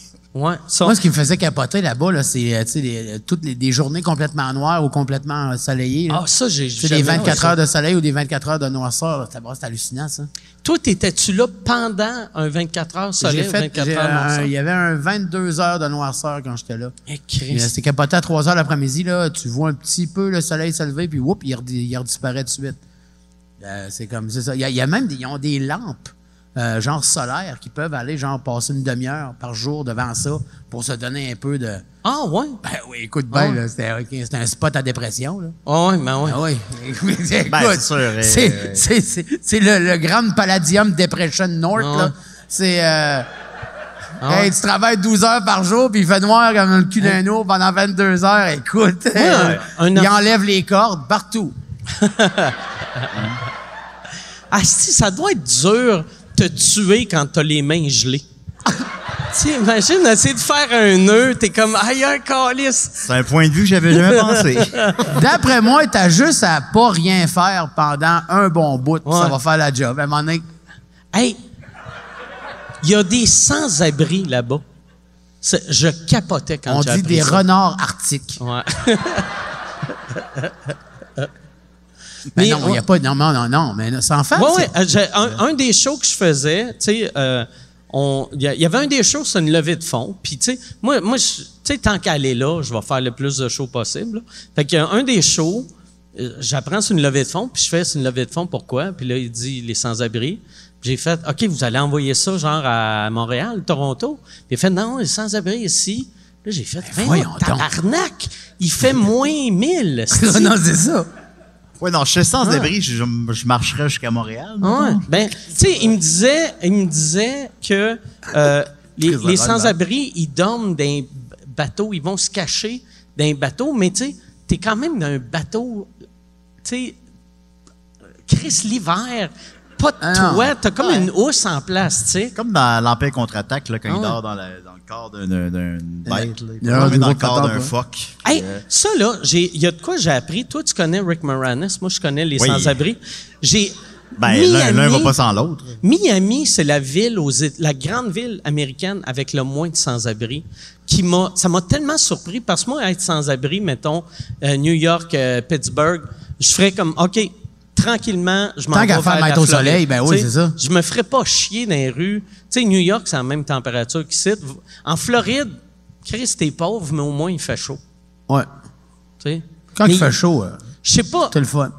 ouais, ça-
Moi, ce qui me faisait capoter là-bas, là, c'est euh, tu sais, les- toutes les, des journées complètement noires ou complètement ensoleillées. là.
Ah, ça, j'ai
Tu sais, des
jamais-
24 heures de soleil ou des 24 heures de noirceur, là, t'as- c'est hallucinant, ça.
Toi, t'étais-tu là pendant un 24 heures
J'ai
soleil,
fait,
24
j'ai
heures
un-
non-sol?
il y avait un 22 heures de noirceur quand j'étais là.
Eh,
Puis,
Christ.
euh, C'était capoté à 3 heures l'après-midi, là, tu vois un petit peu le soleil se lever, puis whoop, il, redi- il redisparaît tout de suite. Euh, c'est comme c'est ça. Il y, a- il y a même des, ils ont des lampes, euh, genre solaires, qui peuvent aller genre passer une demi-heure par jour devant ça pour se donner un peu de.
Ah, ouais.
Ben oui, écoute bien,
ouais.
là, c'était c'était un spot à dépression. Là.
Ah, ouais, ben ouais.
Ah oui. *laughs* Écoute,
c'est sûr, euh,
c'est- c'est- c'est- c'est le, le Grand Palladium Depression North.
Ah
là.
ouais.
C'est. euh,
Ah Hein?
hey, tu travailles 12 heures par jour, puis il fait noir comme le cul d'un eau pendant 22 heures. Écoute, euh,
un- un
*laughs* il
an-
enlève les cordes partout.
Ah, si, ça doit être dur te tuer quand t'as les mains gelées. *laughs* tu sais, imagine, essayer de faire un nœud, t'es comme, aïe, un calice.
C'est un point de vue que j'avais
*laughs*
jamais pensé.
D'après moi, t'as juste à pas rien faire pendant un bon bout, puis ça
Ouais.
va faire la job. À un moment donné,
Hey, il y a des sans-abri là-bas. C'est- Je capotais quand Ah,
on
j'ai
dit
appris
des
ça.
renards arctiques.
Ouais.
Mais
Mais
Ben non, il
on-
n'y a pas. Non, non, non, non, mais sans faire.
Ouais,
ça.
ouais, euh, j'ai- un, un des shows que je faisais, tu sais, euh, on- il y, a- il y avait un des shows, c'est une levée de fonds. Puis, tu sais, moi, moi je- tu sais, tant qu'à aller là, je vais faire le plus de shows possible. là. Fait qu'il y a un des shows, euh, j'apprends c'est une levée de fonds, puis je fais c'est une levée de fonds, pourquoi? Puis là, il dit les sans-abri. Puis J'ai fait, OK, vous allez envoyer ça, genre, à Montréal, Toronto. Puis il fait, non, les sans-abri ici. Là, j'ai fait, ben,
voyons donc.
tabarnak! Il fait moins
*laughs*
1000.
*laughs* Non, non, c'est ça.
ouais, non, je suis sans abri, je, je- je marcherais jusqu'à Montréal.
Ouais. Ben, tu sais, il me disait, il me disait que euh, les, les sans-abri, ils dorment dans les bateaux, ils vont se cacher dans les bateaux, mais tu sais, t'es quand même dans un bateau, tu sais, Chris l'hiver, pas de
Ah non.
toit, t'as comme une housse en place, tu sais.
Comme dans l'Empire contre-attaque, là, quand
Ah ouais.
il dort dans, la- dans le corps d'un- d'un d'un bête, là, il
Il y a un
est dans
gros
le corps
patate,
d'un
ouais.
phoque.
Hey, ça là, j'ai- il y a de quoi j'ai appris. Toi, tu connais Rick Moranis, moi je connais les
Oui.
sans-abri. J'ai
Ben, l'un l'un va pas sans l'autre.
Miami, c'est la ville aux Éta- la grande ville américaine avec le moins de sans-abri qui m'a ça m'a tellement surpris parce que moi être sans-abri mettons euh, New York euh, Pittsburgh, je ferais comme OK tranquillement, je m'en
Tant
vais
qu'à
vers
faire
la
mettre au
Floride.
soleil, ben oui,
Tu sais,
c'est ça.
Je me ferais pas chier dans les rues. Tu sais New York, c'est la même température qu'ici. En Floride, Chris, t'es pauvre, mais au moins il fait chaud,
Ouais.
tu sais.
Quand
Mais
il fait chaud, euh,
Je sais pas.
c'est le fun.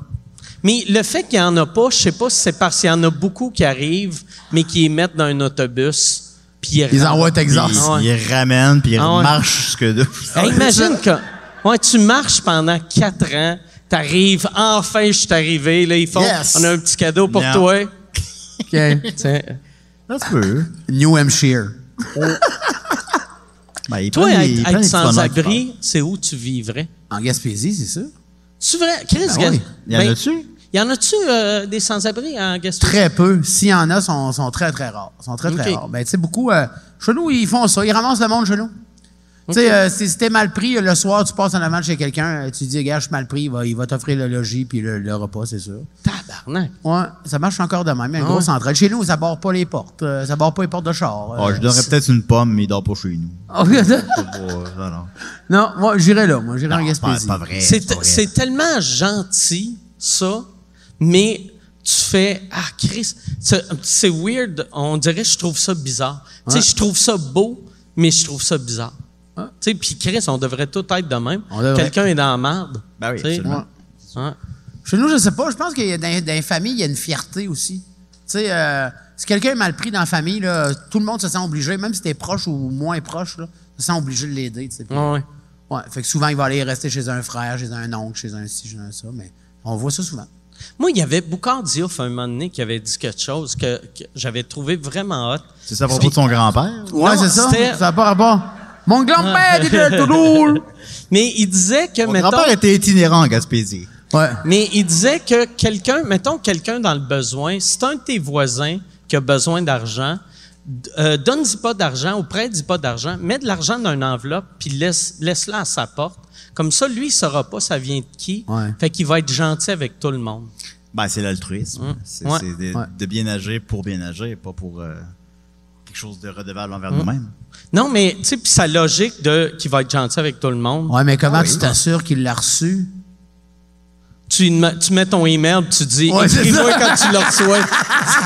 Mais le fait qu'il n'y en a pas, je sais pas si c'est parce qu'il y en a beaucoup qui arrivent, mais qui les mettent dans un autobus. Puis ils,
Ils
rentrent.
envoient au
Puis,
Texas.
Ah ouais.
Il ramène, puis il
Ah ouais.
marche jusque deux.
Hey, imagine que ouais, tu marches pendant quatre ans, t'arrives, enfin je suis arrivé, là, ils font
Yes.
On a un petit cadeau pour
Non.
toi.
OK.
Tiens.
Ça se peut.
New Hampshire.
Ben, il
Toi,
prend les- il
être,
prend les
être
petits bonheurs qu'il
sans-abri, c'est où tu vivrais?
En Gaspésie, c'est sûr.
Tu vrai? Chris,
Ben oui.
prend. Il y en a-tu?
y en a-tu euh, des sans-abri en Gaspésie?
Très peu. S'il y en a, sont, sont très, très rares. Sont très, très
Ok.
rares. Ben, tu sais, beaucoup, euh, chez nous, ils font ça. Ils ramassent le monde chez nous. Tu sais, euh, si si t'es mal pris, euh, le soir, tu passes en avant de chez quelqu'un, euh, tu dis, gars, je suis mal pris, il va, il va t'offrir le logis puis le, le repas, c'est sûr.
Tabarnak.
Ouais, ça marche encore de même. Il y a une grosse entraide. Chez nous, ça barre pas les portes. euh, ça barre pas les portes de char. euh. Oh,
Ah,
*laughs*
je donnerais peut-être une pomme, mais il dort pas chez nous. Pas pour- ah non, non.
non, moi, j'irai là. Moi, j'irai en
Non, c'est pas-
Gaspésie.
c'est pas vrai.
C'est,
pas vrai.
c'est tellement gentil, ça, mais tu fais Ah, Chris, c'est, c'est weird. On dirait que je trouve ça bizarre. Tu sais, je trouve ça beau, mais je trouve ça bizarre. Tu sais, puis Chris, on devrait tout être de même.
On devrait.
Quelqu'un est dans la merde.
Ben oui,
Tu sais,
absolument.
ouais.
Chez nous, je sais pas. Je pense qu'il y a dans, dans les familles, il y a une fierté aussi. Tu sais, euh, si quelqu'un est mal pris dans la famille, là, tout le monde se sent obligé, même si t'es proche ou moins proche, là, se sent obligé de l'aider. tu sais.
Ouais, ouais.
Ouais, fait que souvent, il va aller rester chez un frère, chez un oncle, chez un ci, chez un ça, mais on voit ça souvent.
Moi, il y avait Boucard Diouf, un moment donné, qui avait dit quelque chose que, que j'avais trouvé vraiment hot.
C'est ça à propos de son grand-père?
Ouais,
Non,
c'est ça.
c'était-
Ça n'a pas rapport. Mon grand-père était toujours.
*laughs* Mais il disait que,
Mon
mettons...
grand-père était itinérant en Gaspésie.
Ouais.
Mais il disait que quelqu'un, mettons quelqu'un dans le besoin, si t'as un de tes voisins qui a besoin d'argent, d- euh, donne-y pas d'argent ou prête-y pas d'argent, mets de l'argent dans une enveloppe puis laisse, laisse-la à sa porte. Comme ça, lui, il saura pas ça vient de qui.
Ouais.
Fait qu'il va être gentil avec tout le monde.
Ben, c'est l'altruisme. C'est
Mmh. Ouais.
c'est de,
Ouais.
de bien agir pour bien agir, pas pour euh, quelque chose de redevable envers
Mmh.
nous-mêmes.
Non, mais, tu sais, puis sa logique de qu'il va être gentil avec tout le monde, Ah
Ouais, mais
Ah
comment tu t'assures qu'il l'a reçu?
tu, me- tu mets ton email puis tu dis
Ouais, c'est
écris-moi quand tu le
*laughs*
reçois.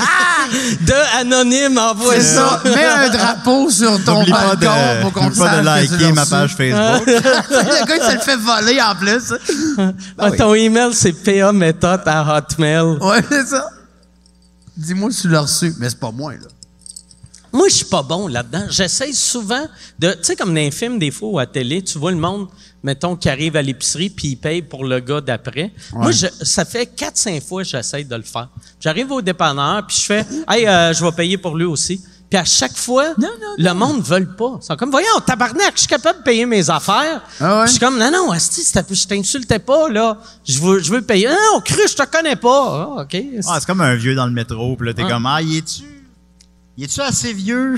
de anonyme, envoie
C'est
ça.
ça. Mets un drapeau sur ton
N'oublie pas
balcon
de,
pour qu'on
n'oublie pas de
sache que tu
liker
l'as
ma
reçu. *laughs*
page Facebook.
le gars, il se le fait voler en plus.
Ah, Ton email, c'est pamethod à hotmail.
Ouais, c'est ça. Dis-moi si tu l'as reçu. Mais c'est pas moi, là.
Moi, je suis pas bon là-dedans. J'essaie souvent de, tu sais, comme dans les films, des fois, ou à télé, tu vois le monde, mettons, qui arrive à l'épicerie puis il paye pour le gars d'après. Moi, je, ça fait quatre, cinq fois que j'essaie de le faire. J'arrive au dépanneur puis je fais, hey, euh, je vais payer pour lui aussi. Puis à chaque fois, le monde ne veut pas. Ils sont comme, voyons, tabarnak, je suis capable de payer mes affaires.
Ah ouais?
Puis Je suis comme, non, non, asti, c'était- je t'insultais pas, là. Je veux, je veux payer. Non, non, cru, je te connais pas. Ah, OK.
Ah, c'est comme un vieux dans le métro, puis là, t'es
Ah.
comme, ah, y es-tu, y es-tu assez vieux?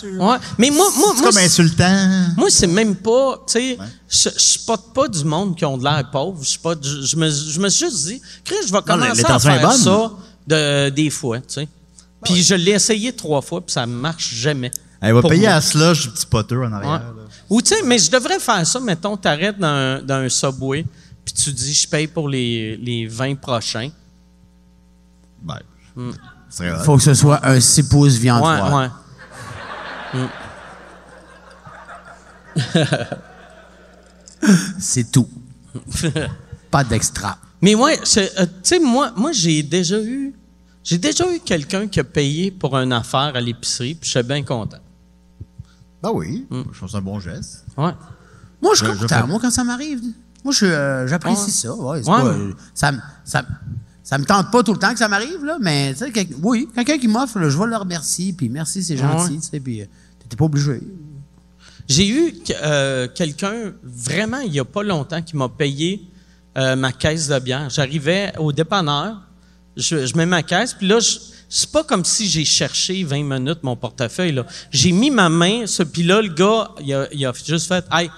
Tu-
Ouais. Mais moi, moi,
c'est
moi,
comme insultant.
Moi, c'est même pas, tu sais, je je supporte pas du monde qui ont de l'air pauvre. Je, suis pas- je, je me, je me suis juste dit, Chris, je vais commencer à
l'intention est
faire
bonne.
ça de, des fois, tu sais. Puis je l'ai essayé trois fois, puis ça marche jamais.
Elle Eh, va
Pour
payer
moi.
à cela, du petit poteux en
Ouais.
arrière. là.
Ou tu sais, mais je devrais faire ça, mettons, t'arrêtes dans, un- dans un subway, puis tu dis, je paye pour les, les 20 prochains.
Ben,
Mmh.
c'est vrai.
Faut que ce soit un 6 pouces viande
Ouais,
froide.
ouais.
C'est *laughs* tout. pas d'extra.
Mais ouais, c'est, euh, tu sais, moi, moi j'ai déjà eu, j'ai déjà eu quelqu'un qui a payé pour une affaire à l'épicerie, puis je suis bien content.
Ben oui,
Mmh.
je pense que c'est un bon geste.
Ouais.
Moi, je suis content. Moi, quand ça m'arrive, moi, je, euh, j'apprécie ça. Ouais, c'est
Ouais,
pas,
mais-
euh, ça, me- ça, me- ça me tente pas tout le temps que ça m'arrive, là, mais tu sais, quel- oui, quelqu'un qui m'offre, là, je vais le remercier, puis merci, c'est gentil, tu sais, puis euh, t'étais pas obligé.
J'ai eu euh, quelqu'un, vraiment, il n'y a pas longtemps, qui m'a payé euh, ma caisse de bière. J'arrivais au dépanneur, je, je mets ma caisse, puis là, je, c'est pas comme si j'ai cherché 20 minutes mon portefeuille. Là. J'ai mis ma main, ce, puis là, le gars, il a, il a juste fait « Hey,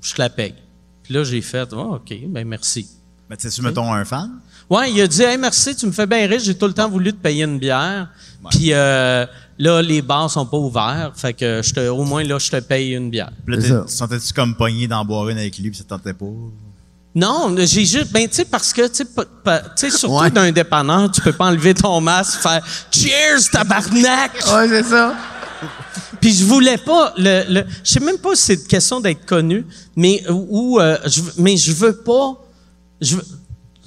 je te la paye. » Puis là, j'ai fait « Ah, OK, ben merci. »
Mais tu sais, si mettons un fan,
Ouais, il a dit Hey, merci, tu me fais bien riche, j'ai tout le temps voulu te payer une bière. Puis euh, là, les bars sont pas ouverts. Fait que je te, au moins là, je te paye une bière.
puis là,
C'est
t'es-
ça.
tu sentais-tu comme pogné d'en boire une avec lui, puis ça te tentait pas?
Non, j'ai juste. Ben, tu sais, parce que, tu sais, pas- pas- tu sais, surtout
Ouais.
d'un dépanneur, tu peux pas enlever ton masque, faire Cheers, tabarnak!
Ouais, c'est ça.
Puis je voulais pas. Le, le, je sais même pas si c'est une question d'être connu, mais ou euh, je, veux- mais je veux pas. Je, veux-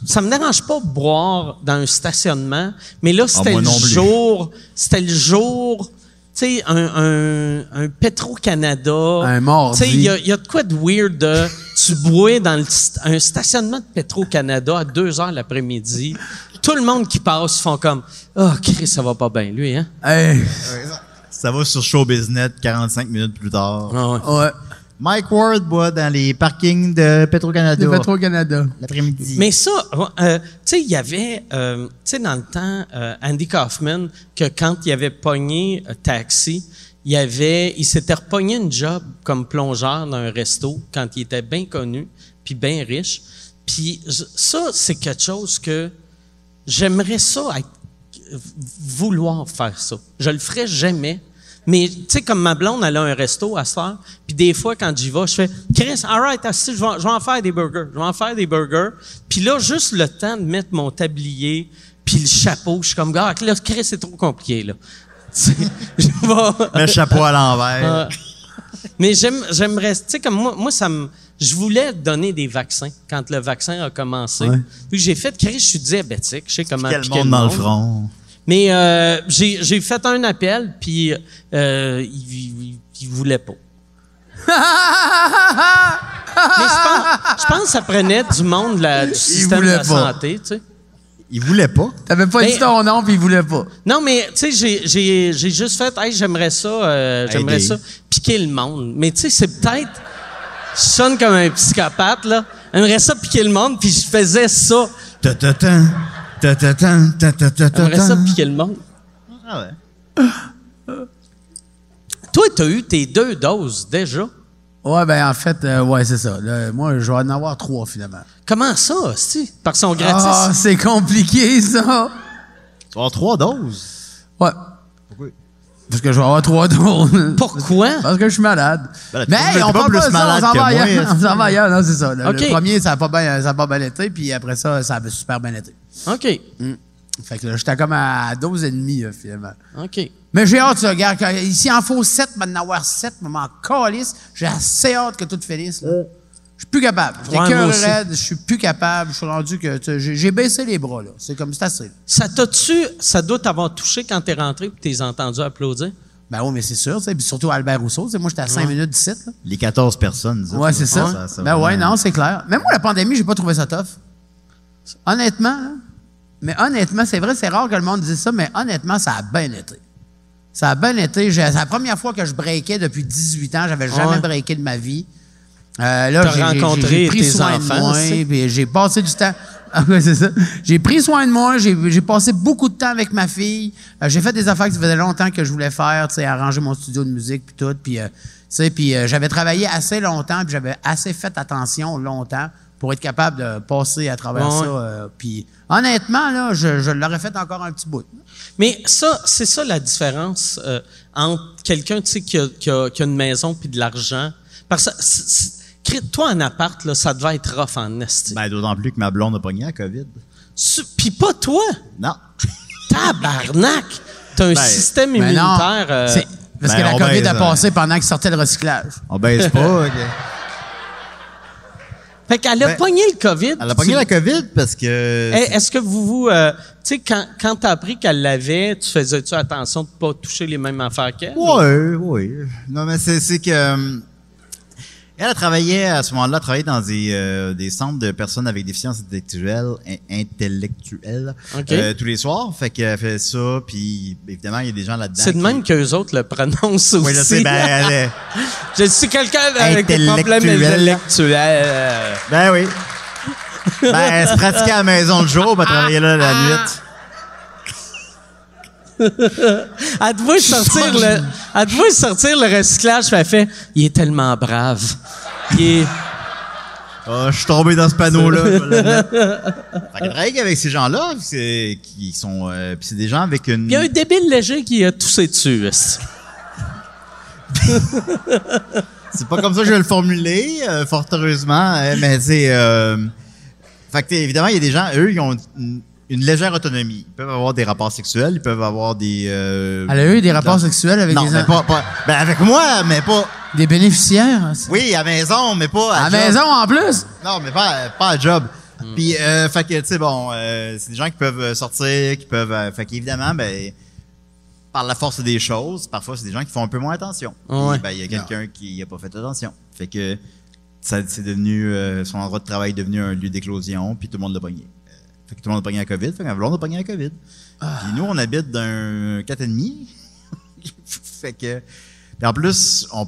ça me dérange pas de boire dans un stationnement, mais là c'était
Ah, moi
le
non plus.
jour, c'était le jour. Tu sais, un, un, un Petro-Canada.
Un mardi.
Tu sais, il y a, il y a de quoi de weird de. Tu bois dans le st- un stationnement de Petro-Canada à 2 heures l'après-midi. Tout le monde qui passe font comme Ah, oh, Chris, ça va pas bien, lui, hein?
Hey,
Ça va sur Showbiznet 45 minutes plus tard.
Ah ouais.
ouais,
Mike Ward boit dans les parkings de
de
Petro-Canada
Petro-Canada.
l'après-midi.
Mais ça, euh, tu sais, il y avait, euh, tu sais, dans le temps, euh, Andy Kaufman, que quand il avait pogné euh, Taxi, il avait, il s'était repogné une job comme plongeur dans un resto quand il était bien connu, puis bien riche. Puis j- ça, c'est quelque chose que j'aimerais ça, être- vouloir faire ça. Je le ferais jamais. Mais, tu sais, comme ma blonde, elle a un resto à soir, puis des fois, quand j'y vais, je fais « Chris, all right, assis, je vais, je vais en faire des burgers. Je vais en faire des burgers. » Puis là, juste le temps de mettre mon tablier puis le chapeau, je suis comme « Ah, là, Chris, c'est trop compliqué, là. » *laughs* Tu sais, je vais-
Le chapeau à
Ah,
l'envers.
mais j'aime, j'aimerais, tu sais, comme moi, moi, ça me, je voulais donner des vaccins quand le vaccin a commencé. Puis j'ai fait, Chris, je suis diabétique, je sais comment
Quel
piquer
monde dans le front.
Mais euh, j'ai, j'ai fait un appel, puis euh, il, il, il voulait
*laughs*
pas. Mais je pense, je pense que ça prenait du monde là, du système de
voulait
la
pas.
santé, tu sais.
Il voulait pas.
T'avais pas
Ben-
dit ton nom, puis il voulait pas.
Non, mais tu sais, j'ai, j'ai, j'ai juste fait, hey, j'aimerais ça, euh, j'aimerais
Aider.
ça, piquer le monde. Mais tu sais, c'est peut-être, je sonne comme un psychopathe, là, J'aimerais ça piquer le monde, puis je faisais ça.
Ta-ta-tan, ta-ta-tan,
J'aimerais ça
ta-ta-ta-ta-tan.
piquer le monde.
Ah ouais.
Toi, t'as eu tes deux doses déjà.
Ouais, ben en fait, euh, ouais, c'est ça. Là, moi, je vais en avoir trois finalement.
Comment ça, hostie? Par son gratis.
Ah, c'est compliqué ça.
Tu vas avoir trois doses.
Ouais. Parce que je vais avoir trois doses.
Pourquoi?
Ah.
Parce que je suis malade.
Ben là, tu
mais
t'es
hey, on
pas
parle
plus
pas de ça, on
malade
s'en
que
va
moi,
ailleurs.
est-ce
On s'en va ailleurs, non, c'est *laughs* ça. Le, le
OK.
premier, ça n'a pas bien ça a pas bien été, puis après ça, ça a super bien été.
OK.
Fait que là, j'étais comme à 12,5 là, finalement.
OK.
Mais j'ai hâte, ça, regarde, quand- ici en faut 7, maintenant avoir 7, maman calisse, j'ai assez hâte que tout finisse. là. Je suis plus capable. J'ai
Ouais, moi
cœur
aussi.
raide, je suis plus capable. Je suis rendu que tu sais, j'ai j'ai baissé les bras là. C'est comme c'est assez. là.
Ça t'a-tu, ça doit t'avoir touché quand t'es rentré puis t'es entendu applaudir?
Ben oui, mais c'est sûr, tu sais. Puis surtout Albert Rousseau, tu sais, moi j'étais à 5 minutes d'ici. là.
Les 14 personnes.
Ouais, c'est ça. Ben ouais, non, c'est clair. Mais moi, la pandémie, j'ai pas trouvé ça tough. Honnêtement, là. mais honnêtement, c'est vrai, c'est rare que le monde dise ça, mais honnêtement, ça a bien été. Ça a bien été. J'ai- C'est la première fois que je breakais depuis 18 ans. J'avais jamais
Ouais.
breaké de ma vie. Euh, là,
T'as
j'ai- j'ai-
rencontré
j'ai pris
tes
soin de
enfants,
moi,
c'est-
puis j'ai passé du temps. *laughs* Ah ouais, c'est ça. J'ai pris soin de moi, j'ai j'ai passé beaucoup de temps avec ma fille. Euh, j'ai fait des affaires que ça faisait longtemps que je voulais faire, tu sais, arranger mon studio de musique puis tout, puis euh, tu sais, puis euh, j'avais travaillé assez longtemps, puis j'avais assez fait attention longtemps pour être capable de passer à travers
Ouais.
ça. euh, puis honnêtement là, je, je l'aurais fait encore un petit bout.
Mais ça, c'est ça la différence euh, entre quelqu'un tu sais, qui, a, qui a- qui a une maison puis de l'argent. Parce que c'est- c'est- crée- toi un appart, là, ça devait être rough en esti.
Ben, d'autant plus que ma blonde a pogné la COVID.
Su- Puis pas toi,
Non.
tabarnak! T'as un
Ben,
système
Mais non,
immunitaire... euh,
c'est- parce
ben,
que la
on
COVID
baise,
a
euh,
passé pendant qu'il sortait le recyclage.
On baisse
*laughs*
pas. ok.
fait qu'elle a
ben,
pogné le COVID.
Elle a pogné
tu-
la COVID parce que.
Eh, Est-ce que vous vous... euh, tu sais, quand, quand t'as appris qu'elle l'avait, tu faisais-tu attention de pas toucher les mêmes affaires qu'elle?
Oui, oui. Non, mais c'est c'est que. euh, Elle a travaillé à ce moment-là, elle travaillait dans des, euh, des centres de personnes avec déficience intellectuelle, in- intellectuelle
OK.
euh, tous les soirs. Fait qu'elle fait ça, puis évidemment, il y a des gens là-dedans.
C'est de
qui-
même qu'eux autres le prononcent aussi.
Oui, je sais, ben, elle est-
*laughs* Je suis quelqu'un avec des problèmes
Intellectuel.
intellectuels.
ben
*laughs*
oui. Ben, elle se pratiquait à la maison le jour, puis elle travaillait là la nuit.
Elle te voit sortir le, elle te voit sortir le recyclage, puis elle fait, il est tellement brave. Il est-
Ah, je suis tombé dans ce panneau-là. je vais le mettre. fait que travailler avec ces gens-là, c'est qui sont, euh, puis c'est des gens avec une.
Il y a un débile léger qui a toussé dessus. esti.
C'est pas comme ça que je vais le formuler, euh, fort heureusement, euh, mais c'est. Euh, fait que, t'sais, évidemment, il y a des gens, eux, ils ont une, une légère autonomie. Ils peuvent avoir des rapports sexuels, ils peuvent avoir des. euh,
Elle a eu des rapports sexuels avec
non,
des,
mais pas, pas- Ben, avec moi, mais pas.
des bénéficiaires.
Oui, à maison, mais pas à,
À
job.
la maison en plus.
Non, mais pas, pas à job. Puis, euh, fait que, tu sais, bon, euh, c'est des gens qui peuvent sortir, qui peuvent. euh, fait qu'évidemment, ben, par la force des choses, parfois, c'est des gens qui font un peu moins attention. Puis,
Ouais.
ben, il y a quelqu'un qui n'a pas fait attention. Fait que, ça, c'est devenu. euh, son endroit de travail est devenu un lieu d'éclosion, puis tout le monde l'a pogné. Euh, Fait que tout le monde a pogné la COVID, fait que ma blonde a pogné la COVID. Puis nous, on habite d'un 4,5. *laughs* fait que. Puis en plus, on,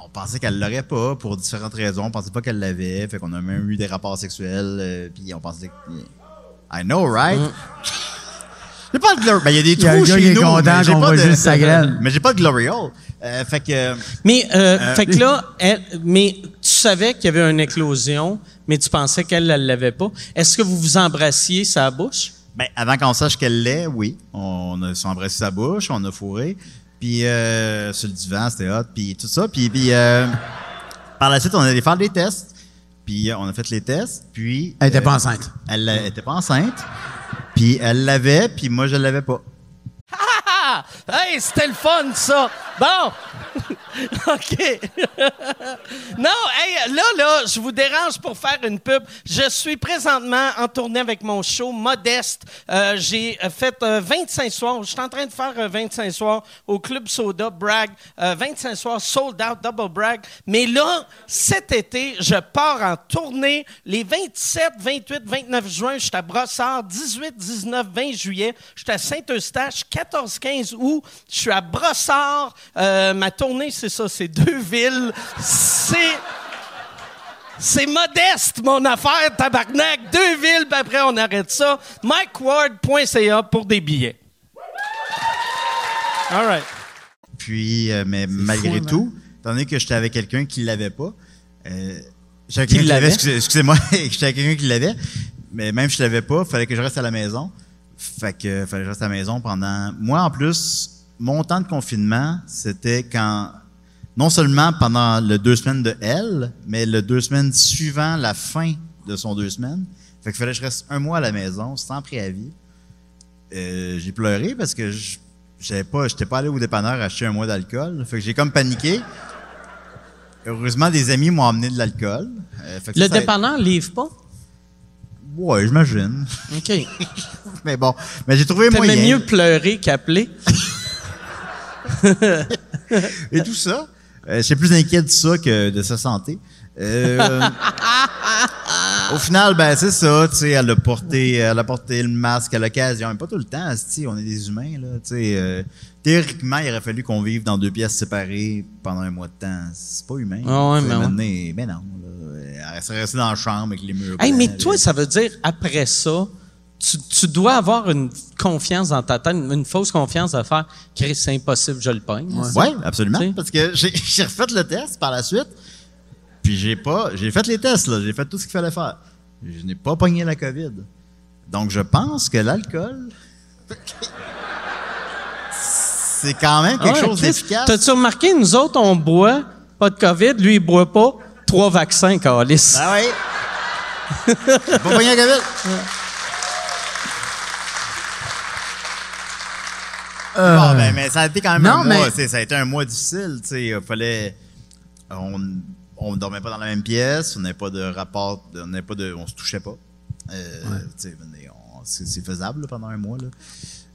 on pensait qu'elle l'aurait pas pour différentes raisons. On pensait pas qu'elle l'avait. Fait qu'on a même eu des rapports sexuels. euh, puis on pensait que. I know, right? *laughs* J'ai pas de glory. Ben, il y a des
Mm. y a un
trous
gars
chez
qui est
nous.
content
mais j'ai
qu'on
pas
voit
de-
juste sa graine.
*laughs* Mais j'ai pas de Gloriole. Euh, fait que.
Mais, euh, fait que là, elle- mais tu savais qu'il y avait une éclosion, mais tu pensais qu'elle, elle l'avait pas. Est-ce que vous vous embrassiez sa bouche?
Ben, avant qu'on sache qu'elle l'est, oui. On a s'est embrassé sa bouche, on a fourré. Puis euh, sur le divan, c'était hot, puis tout ça. Puis, puis euh, par la suite, on allait faire des tests. Puis euh, on a fait les tests. Puis
Elle était
euh,
pas enceinte.
Elle l'a- elle était pas enceinte. Puis elle l'avait, puis moi je l'avais pas.
Ah! Hey, c'était le fun, ça! Bon! *laughs* OK. *laughs* non, hey, là, là, je vous dérange pour faire une pub. Je suis présentement en tournée avec mon show Modeste. Euh, j'ai euh, fait euh, 25 soirs. Je suis en train de faire euh, 25 soirs au Club Soda Bragg. Euh, 25 soirs sold out, double brag. Mais là, cet été, je pars en tournée les 27, 28, 29 juin. Je suis à Brossard, 18, 19, 20 juillet. Je suis à Saint-Eustache, 14, 15 août. Je suis à Brossard. Euh, ma tournée, c'est ça, c'est deux villes. C'est. C'est modeste, mon affaire, tabarnak. Deux villes, puis après, on arrête ça. MikeWard.ca pour des billets. All right.
Puis, euh, mais malgré tout, étant donné que j'étais avec quelqu'un qui l'avait pas, euh, j'étais avec
Qui
quelqu'un qui l'avait,
l'avait?
excusez- excusez-moi, *laughs* j'étais avec quelqu'un qui l'avait, mais même si je l'avais pas, fallait que je reste à la maison. Fait que euh, fallait que je reste à la maison pendant. Moi, en plus, mon temps de confinement, c'était quand. Non seulement pendant le deux semaines de elle, mais le deux semaines suivant la fin de son deux semaines. Fait que fallait que je reste un mois à la maison, sans préavis. Euh, j'ai pleuré parce que je j'avais pas, j'étais pas allé au dépanneur acheter un mois d'alcool. Fait que j'ai comme paniqué. Heureusement, des amis m'ont emmené de l'alcool. Euh, fait que
Le
ça, ça a-
dépanneur livre pas?
Ouais, j'imagine. *laughs*
OK.
Mais bon, mais j'ai trouvé moyen.
T'aimais mieux pleurer qu'appeler.
Et tout ça, euh, j'étais plus inquiet de ça que de sa santé. Euh, *laughs* au final, ben c'est ça, tu sais, elle a porté, elle a porté le masque à l'occasion, mais pas tout le temps, asti, on est des humains là, tu sais. euh, théoriquement, il aurait fallu qu'on vive dans deux pièces séparées pendant un mois de temps, c'est pas humain.
Ah ouais,
Tu sais,
mais ouais.
maintenant, ben non, là, elle serait restée dans la chambre avec les murs.
Hey,
blancs,
mais
les-
toi, ça veut dire, après ça, tu, tu dois avoir une confiance dans ta tête, une fausse confiance à faire. Chris, c'est impossible, je le pogne.
Oui, absolument.
Tu sais.
Parce que j'ai *laughs* j'ai refait le test par la suite, puis j'ai pas, j'ai fait les tests, là, j'ai fait tout ce qu'il fallait faire. Je n'ai pas pogné la COVID. Donc, je pense que l'alcool, *laughs* c'est quand même quelque
Ah ouais,
chose
Chris,
d'efficace.
T'as-tu remarqué, nous autres, on boit, pas de COVID, lui, il boit pas, trois vaccins, Calis.
Ah oui. Bah
*laughs*
J'ai pas pogné la COVID. Bon, ben, mais ça a été quand même
Euh. non,
un
mais-
mois. tu sais, Ça a été un mois difficile. tu sais, Il fallait. On on dormait pas dans la même pièce, on n'avait pas de rapport, on n'avait pas de. On se touchait pas. Euh, tu sais, mais on- C'est c'est faisable là, pendant un mois. Là.